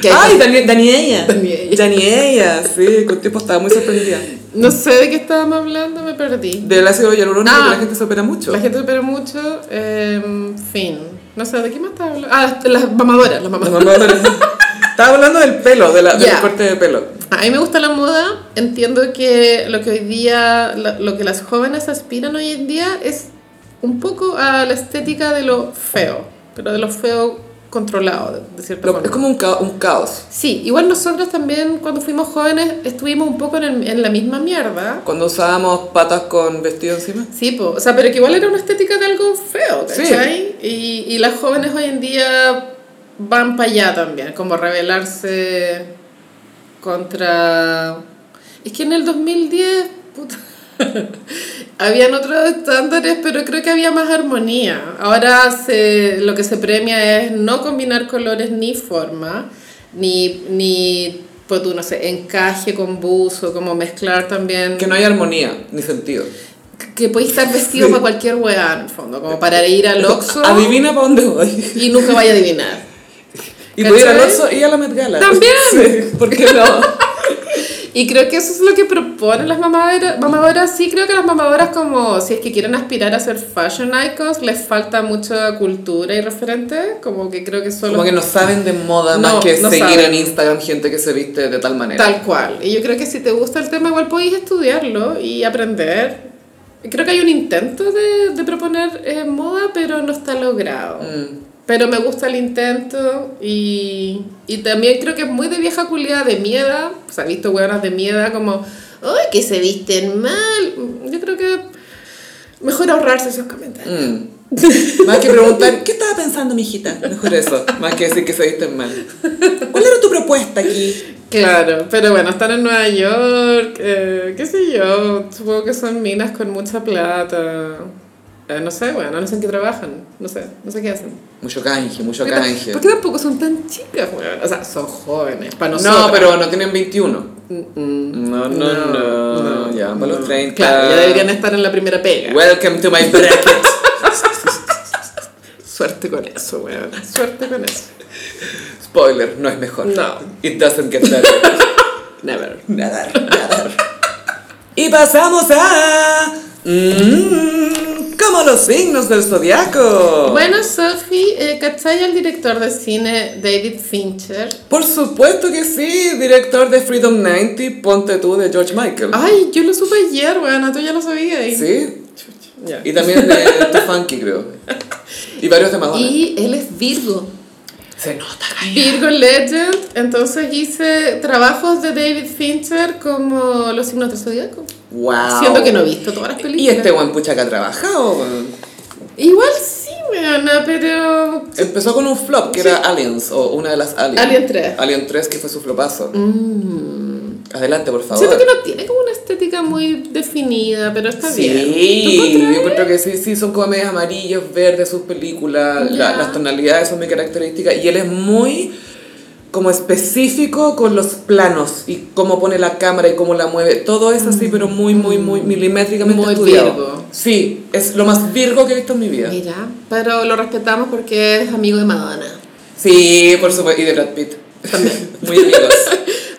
Speaker 2: ¿Qué hay
Speaker 1: ¡Ay,
Speaker 2: más?
Speaker 1: Dani- Daniella!
Speaker 2: Daniella.
Speaker 1: Daniella, sí, contigo estaba muy sorprendida.
Speaker 2: No sé de qué estábamos hablando, me perdí.
Speaker 1: Del ácido hialurónico
Speaker 2: Ah.
Speaker 1: que la gente se opera mucho.
Speaker 2: La gente opera mucho, em, fin. No sé, ¿de qué más estaba hablando? Ah, de las mamadoras, las
Speaker 1: No,
Speaker 2: mamadoras.
Speaker 1: no, no, no. Estaba hablando del pelo, de la, del
Speaker 2: Ya.
Speaker 1: corte de pelo.
Speaker 2: A mí me gusta la moda, entiendo que lo que hoy día, la- lo que las jóvenes aspiran hoy en día es un poco a la estética de lo feo, pero de lo feo controlado, de, de cierta
Speaker 1: Lo-
Speaker 2: forma.
Speaker 1: es como un, ca- un caos.
Speaker 2: Sí, igual nosotros también cuando fuimos jóvenes estuvimos un poco en, el- en la misma mierda.
Speaker 1: Cuando usábamos patas con vestido encima.
Speaker 2: Sí, po, o sea, pero que igual era una estética de algo feo,
Speaker 1: Sí.
Speaker 2: ¿cachai? Y, y las jóvenes hoy en día van para allá también, como rebelarse contra... Es que en el 2010, puta, habían otros estándares, pero creo que había más armonía. Ahora se, lo que se premia es no combinar colores ni forma, ni, ni pues tú, no sé, encaje con buzo, como mezclar también.
Speaker 1: Que
Speaker 2: Que,
Speaker 1: no hay armonía ni sentido.
Speaker 2: podéis estar vestido para cualquier weá, en el fondo, como para ir al Oxxo
Speaker 1: Adivina para dónde voy.
Speaker 2: y nunca vaya a adivinar.
Speaker 1: Y voy a ir al
Speaker 2: ¿Cachai?
Speaker 1: Oxxo y a la Met Gala.
Speaker 2: También.
Speaker 1: Sí, ¿Por qué no?
Speaker 2: Y creo que eso es lo que proponen las mamadoras. mamadoras. Sí, creo que las mamadoras, como si es que quieren aspirar a ser fashion icons, les falta mucha cultura y referente. Como que creo que solo.
Speaker 1: Como que no saben de moda
Speaker 2: No,
Speaker 1: más que
Speaker 2: no
Speaker 1: seguir
Speaker 2: saben.
Speaker 1: en Instagram gente que se viste de tal manera.
Speaker 2: Tal cual. Y yo creo que si te gusta el tema, igual podéis estudiarlo y aprender. Creo que hay un intento de, de proponer eh, moda, pero no está logrado.
Speaker 1: Mm.
Speaker 2: Pero me gusta el intento y, y también creo que es muy de vieja culiada de mierda. Se ha visto hueonas de mierda como, ¡ay, que se visten mal! Yo creo que mejor ahorrarse esos comentarios.
Speaker 1: Mm. Más que preguntar,
Speaker 3: ¿Qué estaba pensando, mijita?
Speaker 1: mejor eso, más que decir que se visten mal.
Speaker 3: ¿Cuál era tu propuesta aquí?
Speaker 2: Claro, pero bueno, están en Nueva York, eh, qué sé yo, supongo que son minas con mucha plata. Eh, no sé, bueno, no sé en qué trabajan, no sé, no sé qué hacen.
Speaker 1: Mucho canje, mucho
Speaker 2: Porque ta-
Speaker 1: canje.
Speaker 2: Porque tampoco son tan chicas, weón. O sea, son jóvenes, para nosotros.
Speaker 1: No, pero no tienen 21.
Speaker 2: Mm, mm.
Speaker 1: No, no, no. ya vamos a
Speaker 2: no.
Speaker 1: los 30.
Speaker 2: Claro, ya deberían estar en la primera pega.
Speaker 1: Welcome to my bracket.
Speaker 2: Suerte con eso, weón. Suerte con eso.
Speaker 1: Spoiler, no es mejor.
Speaker 2: No.
Speaker 1: It doesn't get better.
Speaker 2: Never.
Speaker 3: Nadar, nadar. Y pasamos a.
Speaker 1: Mm, como los signos del zodiaco.
Speaker 2: Bueno, Sophie, eh, ¿cachai al director de cine David Fincher?
Speaker 1: Por supuesto que sí, director de Freedom 90, ponte tú de George Michael.
Speaker 2: Ay, yo lo supe ayer, weón. Tú ya lo sabías. y-
Speaker 1: Sí,
Speaker 2: Ya.
Speaker 1: y también de Too Funky, creo. Y varios de Madonna.
Speaker 2: Y él es Virgo.
Speaker 1: Se nota,
Speaker 2: Virgo Legend. Entonces hice trabajos de David Fincher como los signos del zodiaco.
Speaker 1: Wow.
Speaker 2: Siento que no he visto todas las
Speaker 1: Y
Speaker 2: películas.
Speaker 1: este buen pucha que ha trabajado. weón.
Speaker 2: Igual sí, weón, pero
Speaker 1: Empezó con un flop que era Aliens, o una de las Aliens.
Speaker 2: Alien 3.
Speaker 1: Alien 3, que fue su flopazo. Adelante, por favor.
Speaker 2: Mm. Siento que no tiene como una estética muy definida, pero está bien.
Speaker 1: Sí,
Speaker 2: ¿Tú
Speaker 1: yo
Speaker 2: encontrás?
Speaker 1: creo que sí, sí, son como medias amarillos, verdes sus películas,
Speaker 2: Ya.
Speaker 1: la- las tonalidades son muy características y él es muy como específico con los planos y cómo pone la cámara y cómo la mueve, todo es así, pero muy, muy, muy milimétricamente
Speaker 2: Mm. Muy
Speaker 1: estudiado.
Speaker 2: virgo.
Speaker 1: Sí, es lo más virgo que he visto en mi vida.
Speaker 2: Mira, pero lo respetamos porque es amigo de Madonna.
Speaker 1: Sí, por supuesto, y de Brad Pitt.
Speaker 2: También.
Speaker 1: muy amigos.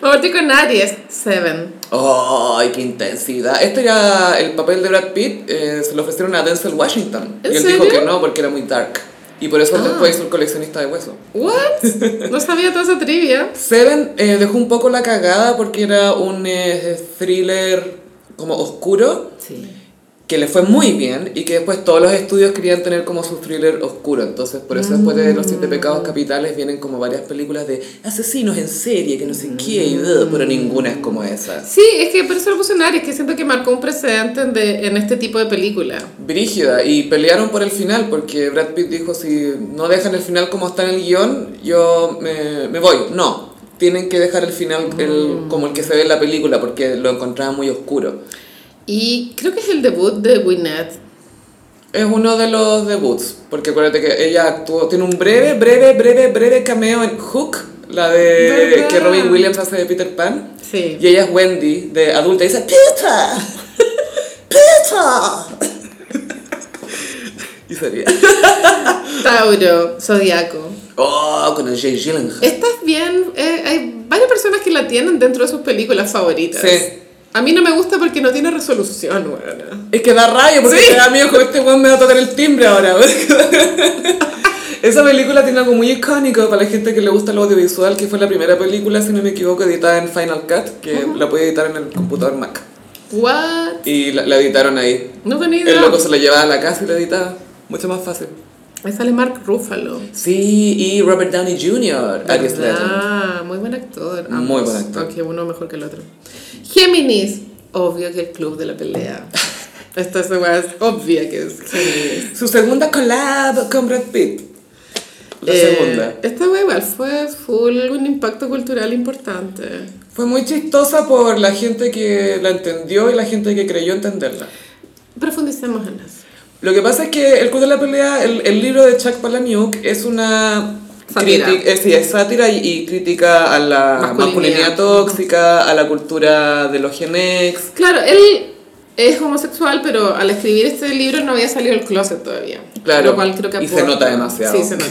Speaker 2: Vamos a partir con Aries, Seven.
Speaker 1: ¡Ay, qué intensidad! Este era el papel de Brad Pitt, eh, se lo ofrecieron a Denzel Washington.
Speaker 2: ¿En
Speaker 1: y él dijo
Speaker 2: serio?
Speaker 1: que no porque era muy dark. Y por eso
Speaker 2: Ah.
Speaker 1: después hizo el coleccionista de huesos.
Speaker 2: What? No sabía toda esa trivia.
Speaker 1: Seven eh, dejó un poco la cagada porque era un eh, thriller como oscuro
Speaker 2: Sí.
Speaker 1: que le fue muy bien y que después todos los estudios querían tener como su thriller oscuro. Entonces, por eso después de Los
Speaker 2: Mm.
Speaker 1: Siete Pecados Capitales vienen como varias películas de asesinos en serie, que no sé qué, y, uh, pero ninguna es como esa.
Speaker 2: Sí, es que por eso lo puse en Aries, que siento que marcó un precedente en, de- en este tipo de película.
Speaker 1: Brígida, y pelearon por el final, porque Brad Pitt dijo, si no dejan el final como está en el guión, yo me, me voy. No, tienen que dejar el final el- como el que se ve en la película, porque lo encontraba muy oscuro.
Speaker 2: Y creo que es el debut de Winnet.
Speaker 1: Es uno de los debuts, porque acuérdate que ella actuó, tiene un breve, breve, breve, breve cameo en Hook, la de
Speaker 2: ¿Verdad?
Speaker 1: que Robin Williams hace de Peter Pan,
Speaker 2: Sí.
Speaker 1: y ella es Wendy, de adulta, y dice,
Speaker 3: ¡Peter! ¡Peter!
Speaker 1: y sería.
Speaker 2: Tauro, Zodiaco.
Speaker 1: Oh, con el Jay Gyllenhaal.
Speaker 2: Esta es bien. eh, hay varias personas que la tienen dentro de sus películas favoritas.
Speaker 1: Sí.
Speaker 2: A mí no me gusta porque no tiene resolución, weona.
Speaker 1: Es que da rabia porque
Speaker 2: Sí.
Speaker 1: te da miedo que este weón me va a tocar el timbre ahora. Esa película tiene algo muy icónico para la gente que le gusta el audiovisual, que fue la primera película, si no me equivoco, editada en Final Cut, que la puede editar en el computador Mac.
Speaker 2: What?
Speaker 1: Y la, la editaron ahí.
Speaker 2: No tenía
Speaker 1: El
Speaker 2: idea.
Speaker 1: loco se la llevaba a la casa y la editaba. Mucho más fácil.
Speaker 2: Ahí sale Mark Ruffalo.
Speaker 1: Sí, y Robert Downey Jr., Aries Legend.
Speaker 2: Ah, muy buen actor.
Speaker 1: Muy
Speaker 2: ambos.
Speaker 1: buen actor.
Speaker 2: Aunque uno mejor que el otro. Géminis. Obvio que el club de la pelea. Esta es una- es obvia que es Géminis.
Speaker 1: Su segunda collab con Brad Pitt. La
Speaker 2: Eh,
Speaker 1: segunda.
Speaker 2: Esta wea igual fue full un impacto cultural importante.
Speaker 1: Fue muy chistosa por la gente que la entendió y la gente que creyó entenderla.
Speaker 2: Profundicemos en eso.
Speaker 1: Lo que pasa es que El Club de la Pelea, el, el libro de Chuck Palahniuk, es una
Speaker 2: Sátira.
Speaker 1: Critic- eh, sí, es sátira y, y crítica a la masculinidad,
Speaker 2: Masculinidad.
Speaker 1: tóxica, a la cultura de los genex.
Speaker 2: Claro, él es homosexual, pero al escribir este libro no había salido del closet todavía.
Speaker 1: Claro,
Speaker 2: Lo cual creo que
Speaker 1: y se
Speaker 2: aporta.
Speaker 1: nota demasiado.
Speaker 2: Sí, se nota.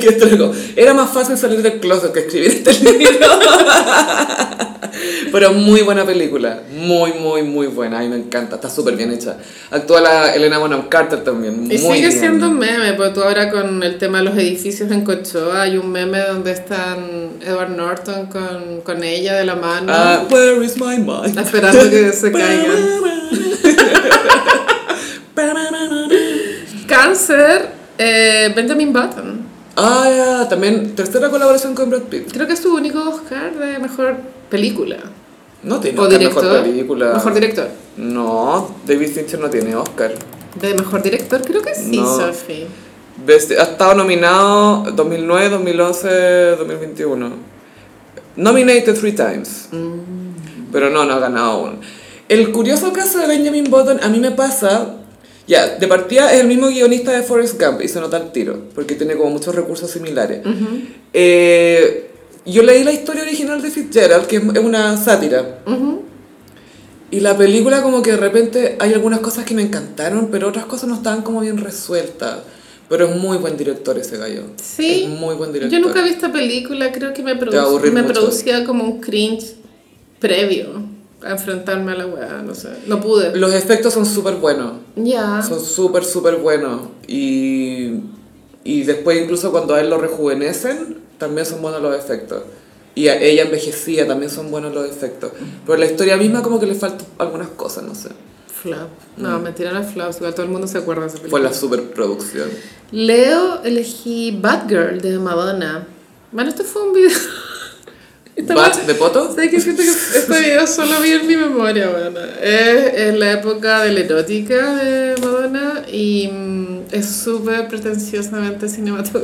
Speaker 1: Que esto es como, Era más fácil salir del closet que escribir este libro. Pero muy buena película, muy, muy, muy buena. A mí me encanta, está súper bien hecha. Actúa la Elena Bonham Carter también, muy
Speaker 2: Y sigue
Speaker 1: bien.
Speaker 2: siendo un meme, porque tú ahora con el tema de los edificios en Cochoa hay un meme donde están Edward Norton con, con ella de la mano,
Speaker 1: Ah, where is my mind?
Speaker 2: esperando que se caigan. Cáncer, eh, Benjamin Button.
Speaker 1: Ah, ya, también tercera colaboración con Brad Pitt.
Speaker 2: Creo que es su único Oscar de mejor película.
Speaker 1: No tiene
Speaker 2: o
Speaker 1: Oscar
Speaker 2: director.
Speaker 1: mejor película.
Speaker 2: Mejor director.
Speaker 1: No, David Fincher no tiene Oscar.
Speaker 2: De mejor director, creo que sí,
Speaker 1: No.
Speaker 2: Sophie.
Speaker 3: este,
Speaker 1: Best- ha estado nominado 2009, 2011, 2021. Nominated three times. Pero no, no ha ganado aún.
Speaker 3: El curioso caso de Benjamin Button a mí me pasa. Ya, de partida es el mismo guionista de Forrest Gump y se nota el tiro, porque tiene como muchos recursos similares. Eh, yo leí la historia original de Fitzgerald, que es es una sátira.
Speaker 2: Ujú.
Speaker 3: Y la película como que de repente hay algunas cosas que me encantaron, pero otras cosas no estaban como bien resueltas. Pero es muy buen director ese gallo.
Speaker 2: Sí.
Speaker 3: Es muy buen director.
Speaker 2: Yo nunca vi esta película, creo que me,
Speaker 3: va a
Speaker 2: produc-
Speaker 3: aburrir
Speaker 2: me
Speaker 3: mucho.
Speaker 2: producía como un cringe previo a enfrentarme a la weá, no sé. No pude.
Speaker 3: Los efectos son súper buenos.
Speaker 2: Ya.
Speaker 3: Son súper, súper buenos. Y, y después incluso cuando a él lo rejuvenecen, también son buenos los efectos. Y a ella envejecía, también son buenos los efectos. Pero la historia misma como que le faltan algunas cosas, no sé.
Speaker 2: Flop. No, mentira, no es flop. Igual todo el mundo se acuerda de esa película.
Speaker 3: Mm. Fue la superproducción.
Speaker 2: Leo elegí Bad Girl de Madonna. Bueno, esto fue un video. Esta
Speaker 3: ¿Bat
Speaker 2: weá-
Speaker 3: de poto?
Speaker 2: Sé que siento que este video solo vi en mi memoria, bueno. Es, es la época de la erótica de Madonna y mm, es súper pretenciosamente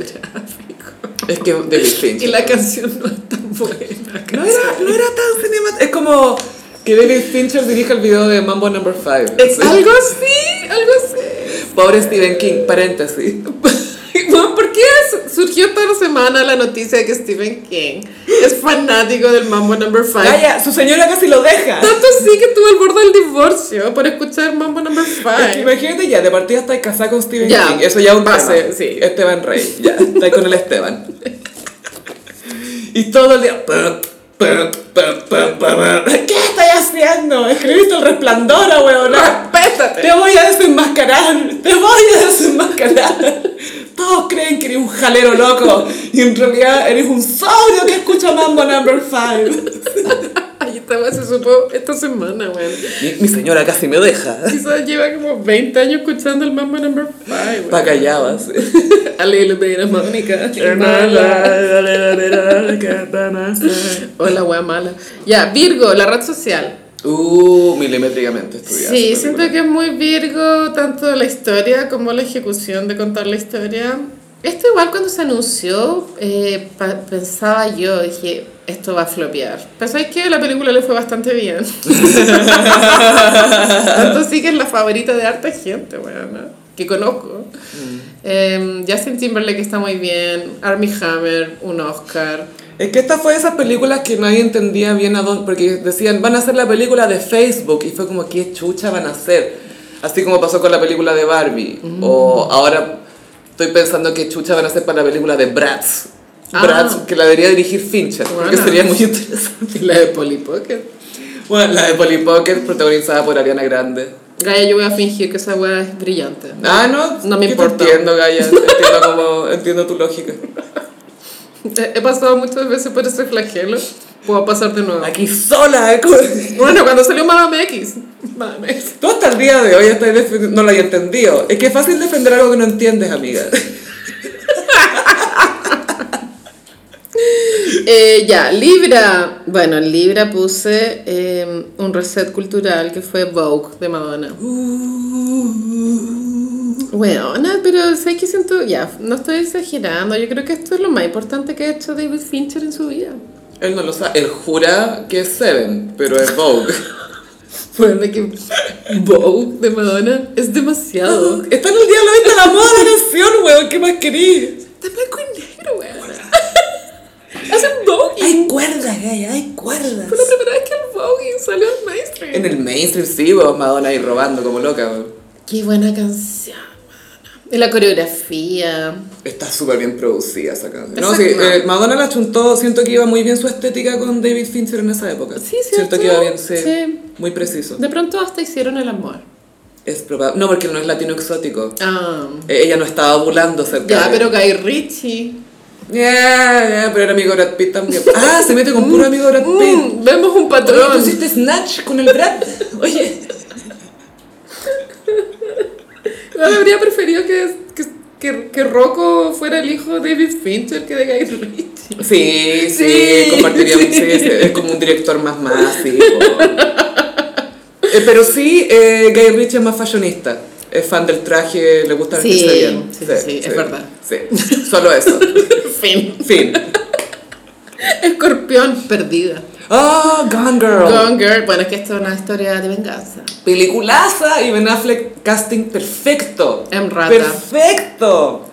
Speaker 2: cinematográfico.
Speaker 3: Es que David Fincher.
Speaker 2: Y la canción no es tan buena.
Speaker 3: No era, no era tan cinematográfico. Es como que David Fincher dirige el video de Mambo Number 5.
Speaker 2: Algo así, algo así.
Speaker 3: Pobre Stephen King, paréntesis.
Speaker 2: Bueno, ¿Por qué es- surgió toda la semana la noticia de que Stephen King es fanático del Mambo Number 5?
Speaker 3: Calla, su señora casi lo deja.
Speaker 2: Tanto así que estuvo al borde del divorcio por escuchar Mambo Number
Speaker 3: Es que
Speaker 2: 5.
Speaker 3: imagínate ya, de partida estáis casada con Stephen
Speaker 2: Ya,
Speaker 3: King. Eso ya es un
Speaker 2: base,
Speaker 3: tema.
Speaker 2: sí.
Speaker 3: Esteban Rey, ya. Estáis con el Esteban. Y todo el día. "Pa, pa, pa, pa, pa, pa". ¿Qué estáis haciendo? Escribiste el resplandor, abuela.
Speaker 2: Respétate.
Speaker 3: Te voy a desenmascarar, te voy a desenmascarar. Todos creen que eres un jalero loco y en realidad eres un sobrio que escucha Mambo Number 5.
Speaker 2: Ay, esta weá se supo esta semana, weón.
Speaker 3: Mi, mi señora casi me deja.
Speaker 2: Quizás lleva como 20 años escuchando el Mambo Number 5,
Speaker 3: Pa' callabas.
Speaker 2: A little bit of Mónica. Hola, wea mala. Ya, Virgo, la red social.
Speaker 3: Uh, milimétricamente estudiada.
Speaker 2: Sí,
Speaker 3: esa
Speaker 2: siento
Speaker 3: película.
Speaker 2: que es muy Virgo, tanto la historia como la ejecución de contar la historia. Esto igual cuando se anunció, eh, pa- pensaba yo, dije, esto va a flopear. Pero sabes que la película le fue bastante bien. tanto sí que es la favorita de harta gente, bueno, que conozco.
Speaker 3: Mm.
Speaker 2: Eh, Justin Timberlake está muy bien, Armie Hammer, un Oscar.
Speaker 1: Es que esta fue de esas películas que nadie entendía bien a dónde, porque decían, van a hacer la película de Facebook, y fue como, ¿qué chucha van a hacer? Así como pasó con la película de Barbie,
Speaker 2: Mm.
Speaker 1: o ahora estoy pensando qué chucha van a hacer para la película de Bratz.
Speaker 2: Ah.
Speaker 1: Bratz, que la debería dirigir Fincher, porque
Speaker 2: Buena.
Speaker 1: sería muy interesante.
Speaker 2: Y la de Polly Pocket.
Speaker 1: Bueno, la de Polly Pocket, protagonizada por Ariana Grande.
Speaker 2: Gaya, yo voy a fingir que esa wea es brillante.
Speaker 1: Ah, no,
Speaker 2: No me
Speaker 1: yo te
Speaker 2: importa.
Speaker 1: Entiendo, Gaya, entiendo, como, entiendo tu lógica.
Speaker 2: He he pasado muchas veces por ese flagelo. Puedo pasar de nuevo.
Speaker 3: Aquí sola, eh. con-
Speaker 2: Bueno, cuando salió Mamá MX. Mamá MX.
Speaker 3: Tú hasta el día de hoy estás defendiendo- no lo hayas entendido. Es que es fácil defender algo que no entiendes, amiga.
Speaker 2: Eh, ya, Libra. Bueno, en Libra puse eh, un reset cultural que fue Vogue de Madonna. Bueno, no, pero sé que siento, ya, no estoy exagerando. Yo creo que esto es lo más importante que ha hecho David Fincher en su vida.
Speaker 1: Él no lo sabe, él jura que es Seven, pero es Vogue.
Speaker 2: Bueno, de que Vogue de Madonna es demasiado.
Speaker 3: Está en el día de hoy de la moda de la canción, weón. ¿Qué más querís?
Speaker 2: Está en blanco y negro, weón.
Speaker 1: Hay cuerda, Gaya, hay cuerda.
Speaker 2: Fue la primera vez que el Vogue salió al mainstream.
Speaker 1: En el mainstream, sí, vos, Madonna ahí robando como loca. vos.
Speaker 2: Qué buena canción, mano. Y la coreografía.
Speaker 1: Está súper bien producida esa canción. No,
Speaker 2: Exacto.
Speaker 1: sí, eh, Madonna la chuntó, siento que iba muy bien su estética con David Fincher en esa época.
Speaker 2: Sí,
Speaker 1: Siento
Speaker 2: ¿cierto?
Speaker 1: que iba bien, sí.
Speaker 2: Sí.
Speaker 1: Muy preciso.
Speaker 2: De pronto hasta hicieron el amor.
Speaker 1: Es probable. No, porque no es latino exótico.
Speaker 2: Ah.
Speaker 1: Eh, Ella no estaba burlando cerca
Speaker 2: Ya,
Speaker 1: de-
Speaker 2: pero Guy Ritchie.
Speaker 1: Yeah, yeah, pero era amigo de Brad Pitt también. Ah, se mete con puro amigo de Brad Pitt.
Speaker 2: Mm, vemos un
Speaker 1: Oye, pues ¿tú
Speaker 2: patrón.
Speaker 1: hiciste Snatch con el Brad? Oye.
Speaker 2: Yo habría preferido que, que, que, que Rocco fuera el hijo de David Fincher que de Guy Ritchie.
Speaker 1: Sí, sí,
Speaker 2: Sí,
Speaker 1: compartiría
Speaker 2: sí.
Speaker 1: sí, es, es como un director más más, sí, po. Eh, pero sí, eh, Guy Ritchie es más fashionista. Es fan del traje, le gusta
Speaker 2: Sí,
Speaker 1: vestirse bien.
Speaker 2: sí, sí, es verdad.
Speaker 1: Sí, solo eso.
Speaker 2: Fin.
Speaker 1: Fin.
Speaker 2: Escorpión perdida.
Speaker 1: Oh, Gone Girl.
Speaker 2: Gone Girl. Bueno, es que esto es una historia de venganza.
Speaker 1: Peliculaza y Ben Affleck casting perfecto.
Speaker 2: M. Rata.
Speaker 1: Perfecto.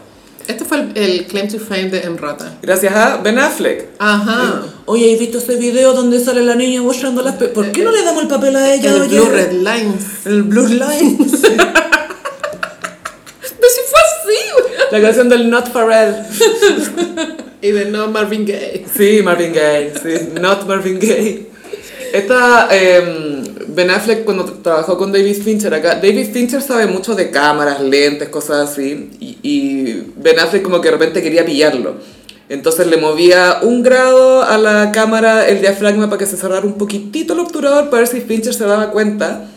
Speaker 2: Este fue el, el claim to fame de M. Rata.
Speaker 1: Gracias a Ben Affleck.
Speaker 2: Ajá.
Speaker 1: Oye, ¿has visto ese video donde sale la niña mostrando las... pe- ¿Por qué no le damos el papel a ella?
Speaker 2: El
Speaker 1: oye?
Speaker 2: Blue Red Lines.
Speaker 1: El Blue Line.
Speaker 2: Pero si fue así, güey.
Speaker 1: La canción del Not Pharrell.
Speaker 2: Y de no Marvin Gaye.
Speaker 1: Sí, Marvin Gaye. Sí, Not Marvin Gaye. Esta, em, Ben Affleck cuando tra- trabajó con David Fincher acá, David Fincher sabe mucho de cámaras, lentes, cosas así, y, y Ben Affleck como que de repente quería pillarlo. Entonces le movía un grado a la cámara el diafragma para que se cerrara un poquitito el obturador para ver si Fincher se daba cuenta.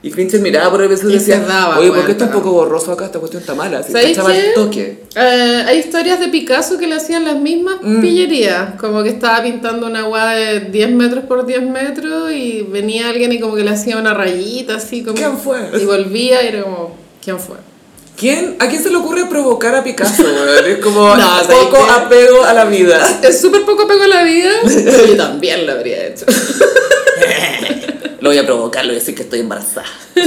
Speaker 1: Y Fincher miraba por el beso y
Speaker 2: Y
Speaker 1: decía,
Speaker 2: se daba
Speaker 1: oye, ¿por qué
Speaker 2: cuenta".
Speaker 1: está un poco borroso acá? Esta cuestión está mala. Así,
Speaker 2: ¿Sabéis
Speaker 1: cachaba el
Speaker 2: qué?
Speaker 1: toque.
Speaker 2: Eh, hay historias de Picasso que le hacían las mismas pillerías, como que estaba pintando una guada de 10 metros por 10 metros y venía alguien y como que le hacía una rayita así como...
Speaker 1: ¿Quién fue?
Speaker 2: Y volvía y era como, ¿quién fue?
Speaker 1: ¿Quién, ¿A quién se le ocurre provocar a Picasso? weón? Es como
Speaker 2: No, ¿sabes
Speaker 1: poco
Speaker 2: qué?
Speaker 1: apego a la vida.
Speaker 2: Es súper poco apego a la vida, pero yo también lo habría hecho.
Speaker 1: Lo voy a provocar, le voy a decir que estoy embarazada.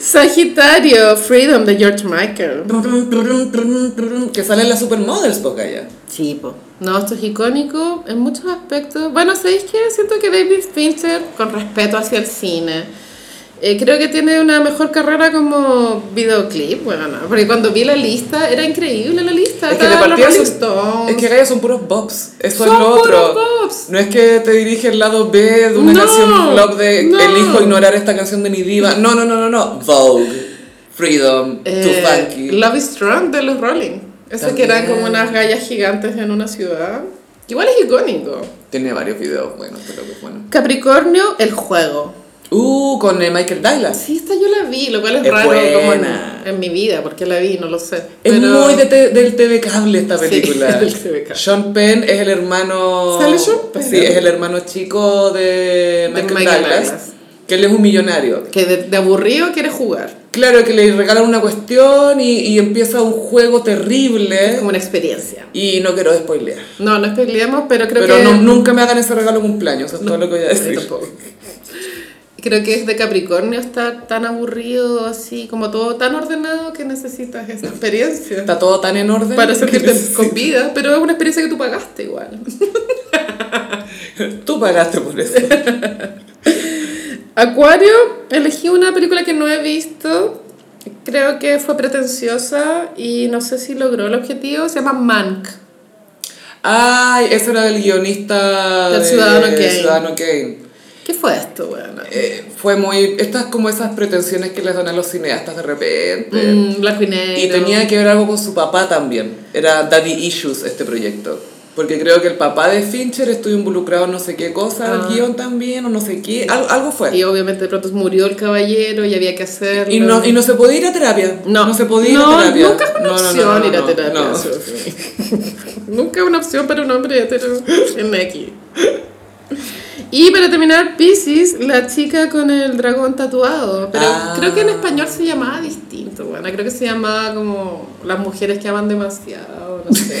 Speaker 2: Sagitario, Freedom de George Michael.
Speaker 1: Que salen las supermodels, po, Gaya.
Speaker 2: Sí, po. No, esto es icónico en muchos aspectos. Bueno, ¿sabéis qué? Siento que David Fincher, con respeto hacia el cine, eh, creo que tiene una mejor carrera como videoclip. Bueno, no, porque cuando vi la lista, era increíble la lista.
Speaker 1: Es que de
Speaker 2: Estaban los
Speaker 1: partida
Speaker 2: Rolling
Speaker 1: son,
Speaker 2: Stones.
Speaker 1: es que Gaya son puros bobs. Eso
Speaker 2: Son
Speaker 1: es lo otro.
Speaker 2: puros bops.
Speaker 1: No es que te dirige el lado B de una
Speaker 2: No,
Speaker 1: canción flop de
Speaker 2: no.
Speaker 1: elijo ignorar esta canción de mi diva. No, no, no, no, no. Vogue, Freedom, Too
Speaker 2: Eh,
Speaker 1: Funky.
Speaker 2: Love is Strong de los Rolling. Ese que eran
Speaker 1: También.
Speaker 2: como unas gallas gigantes en una ciudad. Igual es icónico.
Speaker 1: Tiene varios videos buenos, pero que es bueno.
Speaker 2: Capricornio, el juego.
Speaker 1: Uh, con eh, Michael Douglas.
Speaker 2: Sí, esta yo la vi, lo cual es,
Speaker 1: Es
Speaker 2: raro como en,
Speaker 1: buena.
Speaker 2: en mi vida, porque la vi, no lo sé.
Speaker 1: Es
Speaker 2: Pero-
Speaker 1: muy de te- del TV cable esta
Speaker 2: Sí,
Speaker 1: película.
Speaker 2: del TV cable.
Speaker 1: Sean Penn es el hermano.
Speaker 2: ¿Sale Sean Penn?
Speaker 1: Sí, es el hermano chico de Michael,
Speaker 2: Michael
Speaker 1: Douglas,
Speaker 2: Douglas.
Speaker 1: Que él es un millonario.
Speaker 2: Que de, de aburrido quiere jugar.
Speaker 1: Claro que le regalan una cuestión y, y empieza un juego terrible.
Speaker 2: Es como una experiencia.
Speaker 1: Y no quiero spoilear.
Speaker 2: No, no especulemos, pero creo
Speaker 1: Pero
Speaker 2: que.
Speaker 1: no- nunca me hagan ese regalo de cumpleaños, eso es todo lo que voy a
Speaker 2: Yo
Speaker 1: decir.
Speaker 2: tampoco. Creo que es de Capricornio estar tan aburrido, así, como todo tan ordenado que necesitas esa experiencia.
Speaker 1: Está todo tan en orden.
Speaker 2: Para
Speaker 1: que
Speaker 2: sentirte con vida, pero es una experiencia que tú pagaste igual.
Speaker 1: Tú pagaste por eso.
Speaker 2: Acuario, elegí una película que no he visto. Creo que fue pretenciosa y no sé si logró el objetivo. Se llama Mank.
Speaker 1: Ay, ese era del guionista.
Speaker 2: Del
Speaker 1: de
Speaker 2: Ciudadano Kane.
Speaker 1: Ciudadano Kane.
Speaker 2: ¿Qué fue esto, weona?
Speaker 1: Eh, fue muy. Estas como esas pretensiones que les dan a los cineastas de repente.
Speaker 2: Mm, blanco y negro.
Speaker 1: Y tenía que ver algo con su papá también. Era Daddy Issues este proyecto. Porque creo que el papá de Fincher estuvo involucrado en no sé qué cosa,
Speaker 2: Ah.
Speaker 1: el guión también, o no sé qué. Al- algo fue.
Speaker 2: Y obviamente de pronto murió el caballero y había que hacerlo.
Speaker 1: Y no, y no se podía ir a terapia.
Speaker 2: No.
Speaker 1: No se podía ir
Speaker 2: No,
Speaker 1: a terapia.
Speaker 2: nunca es una
Speaker 1: No, no, no,
Speaker 2: opción
Speaker 1: no,
Speaker 2: ir a
Speaker 1: no,
Speaker 2: terapia.
Speaker 1: no.
Speaker 2: Sofi. nunca es una opción para un hombre hetero en X. Y para terminar, Pisces, la chica con el dragón tatuado. Pero
Speaker 1: Ah.
Speaker 2: creo que en español se llamaba distinto, bueno, creo que se llamaba como las mujeres que aman demasiado, no sé.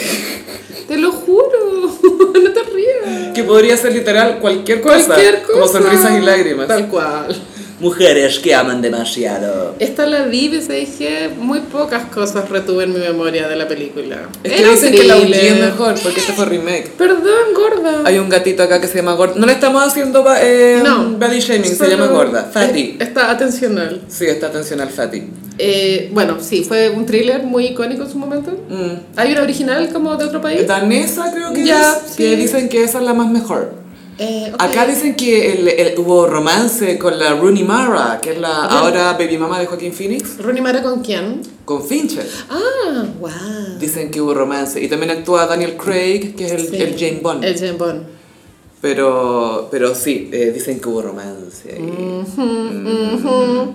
Speaker 2: Te lo juro, no te rías.
Speaker 1: Que podría ser literal cualquier cosa.
Speaker 2: Cualquier cosa.
Speaker 1: Como sonrisas y lágrimas.
Speaker 2: Tal cual.
Speaker 3: Mujeres que aman demasiado.
Speaker 2: Esta la vi, se dije, muy pocas cosas retuve en mi memoria de la película.
Speaker 1: Es que
Speaker 2: Era un
Speaker 1: dicen que la
Speaker 2: thriller.
Speaker 1: UG es mejor, porque este fue remake.
Speaker 2: Perdón, gorda.
Speaker 1: Hay un gatito acá que se llama Gorda. No le estamos haciendo ba- eh,
Speaker 2: No.
Speaker 1: body shaming, se
Speaker 2: Solo-
Speaker 1: llama Gorda. Fatty.
Speaker 2: Eh, Está atencional.
Speaker 1: Sí, está atención al Fatty.
Speaker 2: Eh, bueno, sí, fue un thriller muy icónico en su momento.
Speaker 1: Mm.
Speaker 2: ¿Hay una original como de otro país?
Speaker 1: Eh, Danesa creo que
Speaker 2: Ya,
Speaker 1: es,
Speaker 2: sí.
Speaker 1: que dicen que esa es la más mejor.
Speaker 2: Eh, ok.
Speaker 1: Acá dicen que el- el- hubo romance con la Rooney Mara, que es la
Speaker 2: Ya.
Speaker 1: ahora baby mama de Joaquín Phoenix,
Speaker 2: ¿Rooney Mara con quién?
Speaker 1: con Fincher.
Speaker 2: Ah, wow.
Speaker 1: Dicen que hubo romance. Y también actúa Daniel Craig, que es el,
Speaker 2: Sí.
Speaker 1: el James Bond.
Speaker 2: El Jane Bond.
Speaker 1: Pero, pero sí, eh, dicen que hubo romance. ahí.
Speaker 2: Ujú, ujú.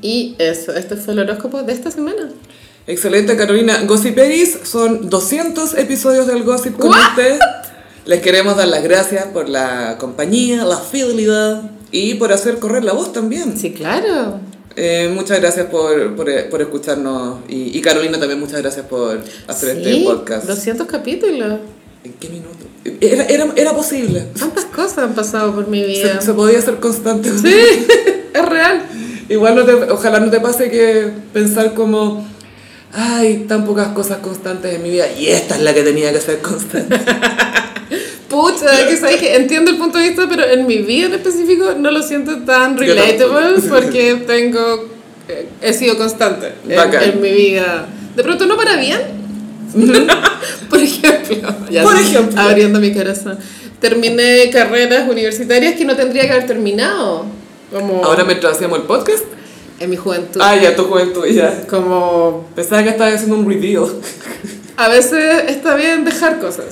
Speaker 2: Y eso, este fue el horóscopo de esta semana.
Speaker 1: Excelente, Carolina. Gossip Peris, son 200 episodios del Gossip con
Speaker 2: ¿What?
Speaker 1: usted. Les queremos dar las gracias por la compañía, la fidelidad y por hacer correr la voz también.
Speaker 2: Sí, claro.
Speaker 1: Eh, muchas gracias por, por, por escucharnos y, y Carolina también muchas gracias por hacer este
Speaker 2: Sí,
Speaker 1: podcast.
Speaker 2: 200 capítulos.
Speaker 1: ¿En qué minuto? Era, era, era posible.
Speaker 2: ¿Cuántas cosas han pasado por mi vida?
Speaker 1: Se, se podía ser constante.
Speaker 2: Sí, es real.
Speaker 1: Igual no te, ojalá no te pase que pensar como, ay, tan pocas cosas constantes en mi vida y esta es la que tenía que ser constante.
Speaker 2: Pucha, que sabes que entiendo el punto de vista, pero en mi vida en específico no lo siento tan
Speaker 1: Yo
Speaker 2: relatable
Speaker 1: tampoco.
Speaker 2: porque tengo. eh, He sido constante en,
Speaker 1: Bacán.
Speaker 2: en mi vida. De pronto no para bien. Por ejemplo, ya
Speaker 1: Por
Speaker 2: sí,
Speaker 1: ejemplo.
Speaker 2: abriendo mi corazón. Terminé carreras universitarias que no tendría que haber terminado. Como
Speaker 1: Ahora mientras hacíamos el podcast.
Speaker 2: en mi juventud.
Speaker 1: Ah, ya, tu juventud, ya.
Speaker 2: Como
Speaker 1: Pensaba que estabas haciendo un review.
Speaker 2: a veces está bien dejar cosas.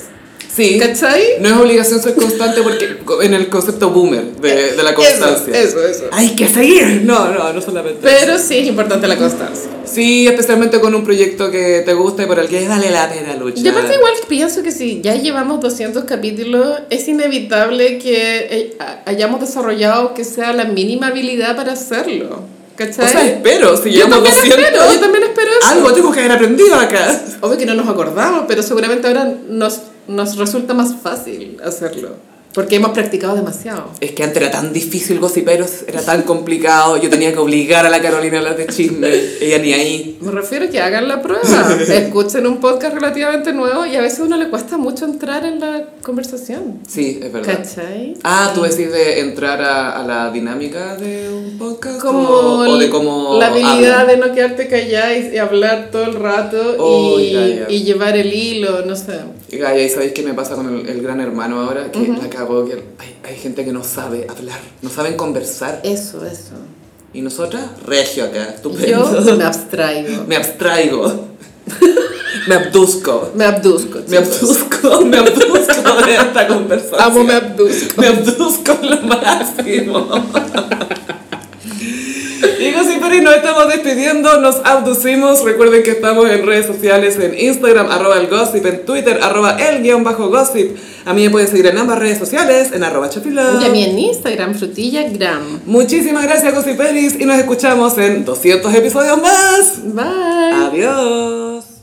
Speaker 1: Sí.
Speaker 2: ¿Cachai?
Speaker 1: No es obligación ser constante porque en el concepto boomer de, de la constancia.
Speaker 2: Eh, Eso, eso, eso.
Speaker 1: Hay que seguir. No, no, no solamente.
Speaker 2: Pero sí es importante la constancia.
Speaker 1: Sí, especialmente con un proyecto que te gusta y por el que vale la pena luchar.
Speaker 2: Y aparte igual pienso que si ya llevamos 200 capítulos, es inevitable que eh, ha- hayamos desarrollado que sea la mínima habilidad para hacerlo. ¿Cachai?
Speaker 1: O sea, espero, si
Speaker 2: yo
Speaker 1: llevamos
Speaker 2: también
Speaker 1: 200,
Speaker 2: espero, yo también espero eso.
Speaker 1: algo tengo que haber aprendido acá.
Speaker 2: Obvio que no nos acordamos, pero seguramente ahora nos, nos resulta más fácil hacerlo. Porque hemos practicado demasiado.
Speaker 1: Es que antes era tan difícil gossiperos, era tan complicado, yo tenía que obligar a la Carolina a hablar de chisme, ella ni ahí.
Speaker 2: Me refiero a que hagan la prueba, escuchen un podcast relativamente nuevo y a veces a uno le cuesta mucho entrar en la conversación.
Speaker 1: Sí, es verdad.
Speaker 2: ¿Cachai?
Speaker 1: Ah, tú decís de entrar a, a la dinámica de un podcast
Speaker 2: como
Speaker 1: o, o de cómo
Speaker 2: la habilidad
Speaker 1: hablan.
Speaker 2: de no quedarte callada y, y hablar todo el rato
Speaker 1: Oh,
Speaker 2: y,
Speaker 1: ya, ya.
Speaker 2: y llevar el hilo, no sé.
Speaker 1: Gaya, ¿y sabéis qué me pasa con el, el gran hermano ahora? Que la cagó, que hay, hay gente que no sabe hablar, no saben conversar.
Speaker 2: Eso, eso.
Speaker 1: Y nosotras, regio acá, estupendo.
Speaker 2: Yo me abstraigo.
Speaker 1: Me abstraigo. me abduzco.
Speaker 2: Me abduzco.
Speaker 1: Me
Speaker 2: chicos.
Speaker 1: abduzco, me abduzco de esta conversación.
Speaker 2: Amo, me abduzco.
Speaker 1: Me abduzco lo máximo. Digo, sí, pero nos estamos despidiendo, nos abducimos. Recuerden que estamos en redes sociales, en Instagram, arroba el gossip, en Twitter, arroba el guión bajo gossip. A mí me pueden seguir en ambas redes sociales, en arroba chapilón.
Speaker 2: Y a mí en Instagram, frutillagram.
Speaker 1: Muchísimas gracias, Gossiperis, y nos escuchamos en 200 episodios más.
Speaker 2: Bye.
Speaker 1: Adiós.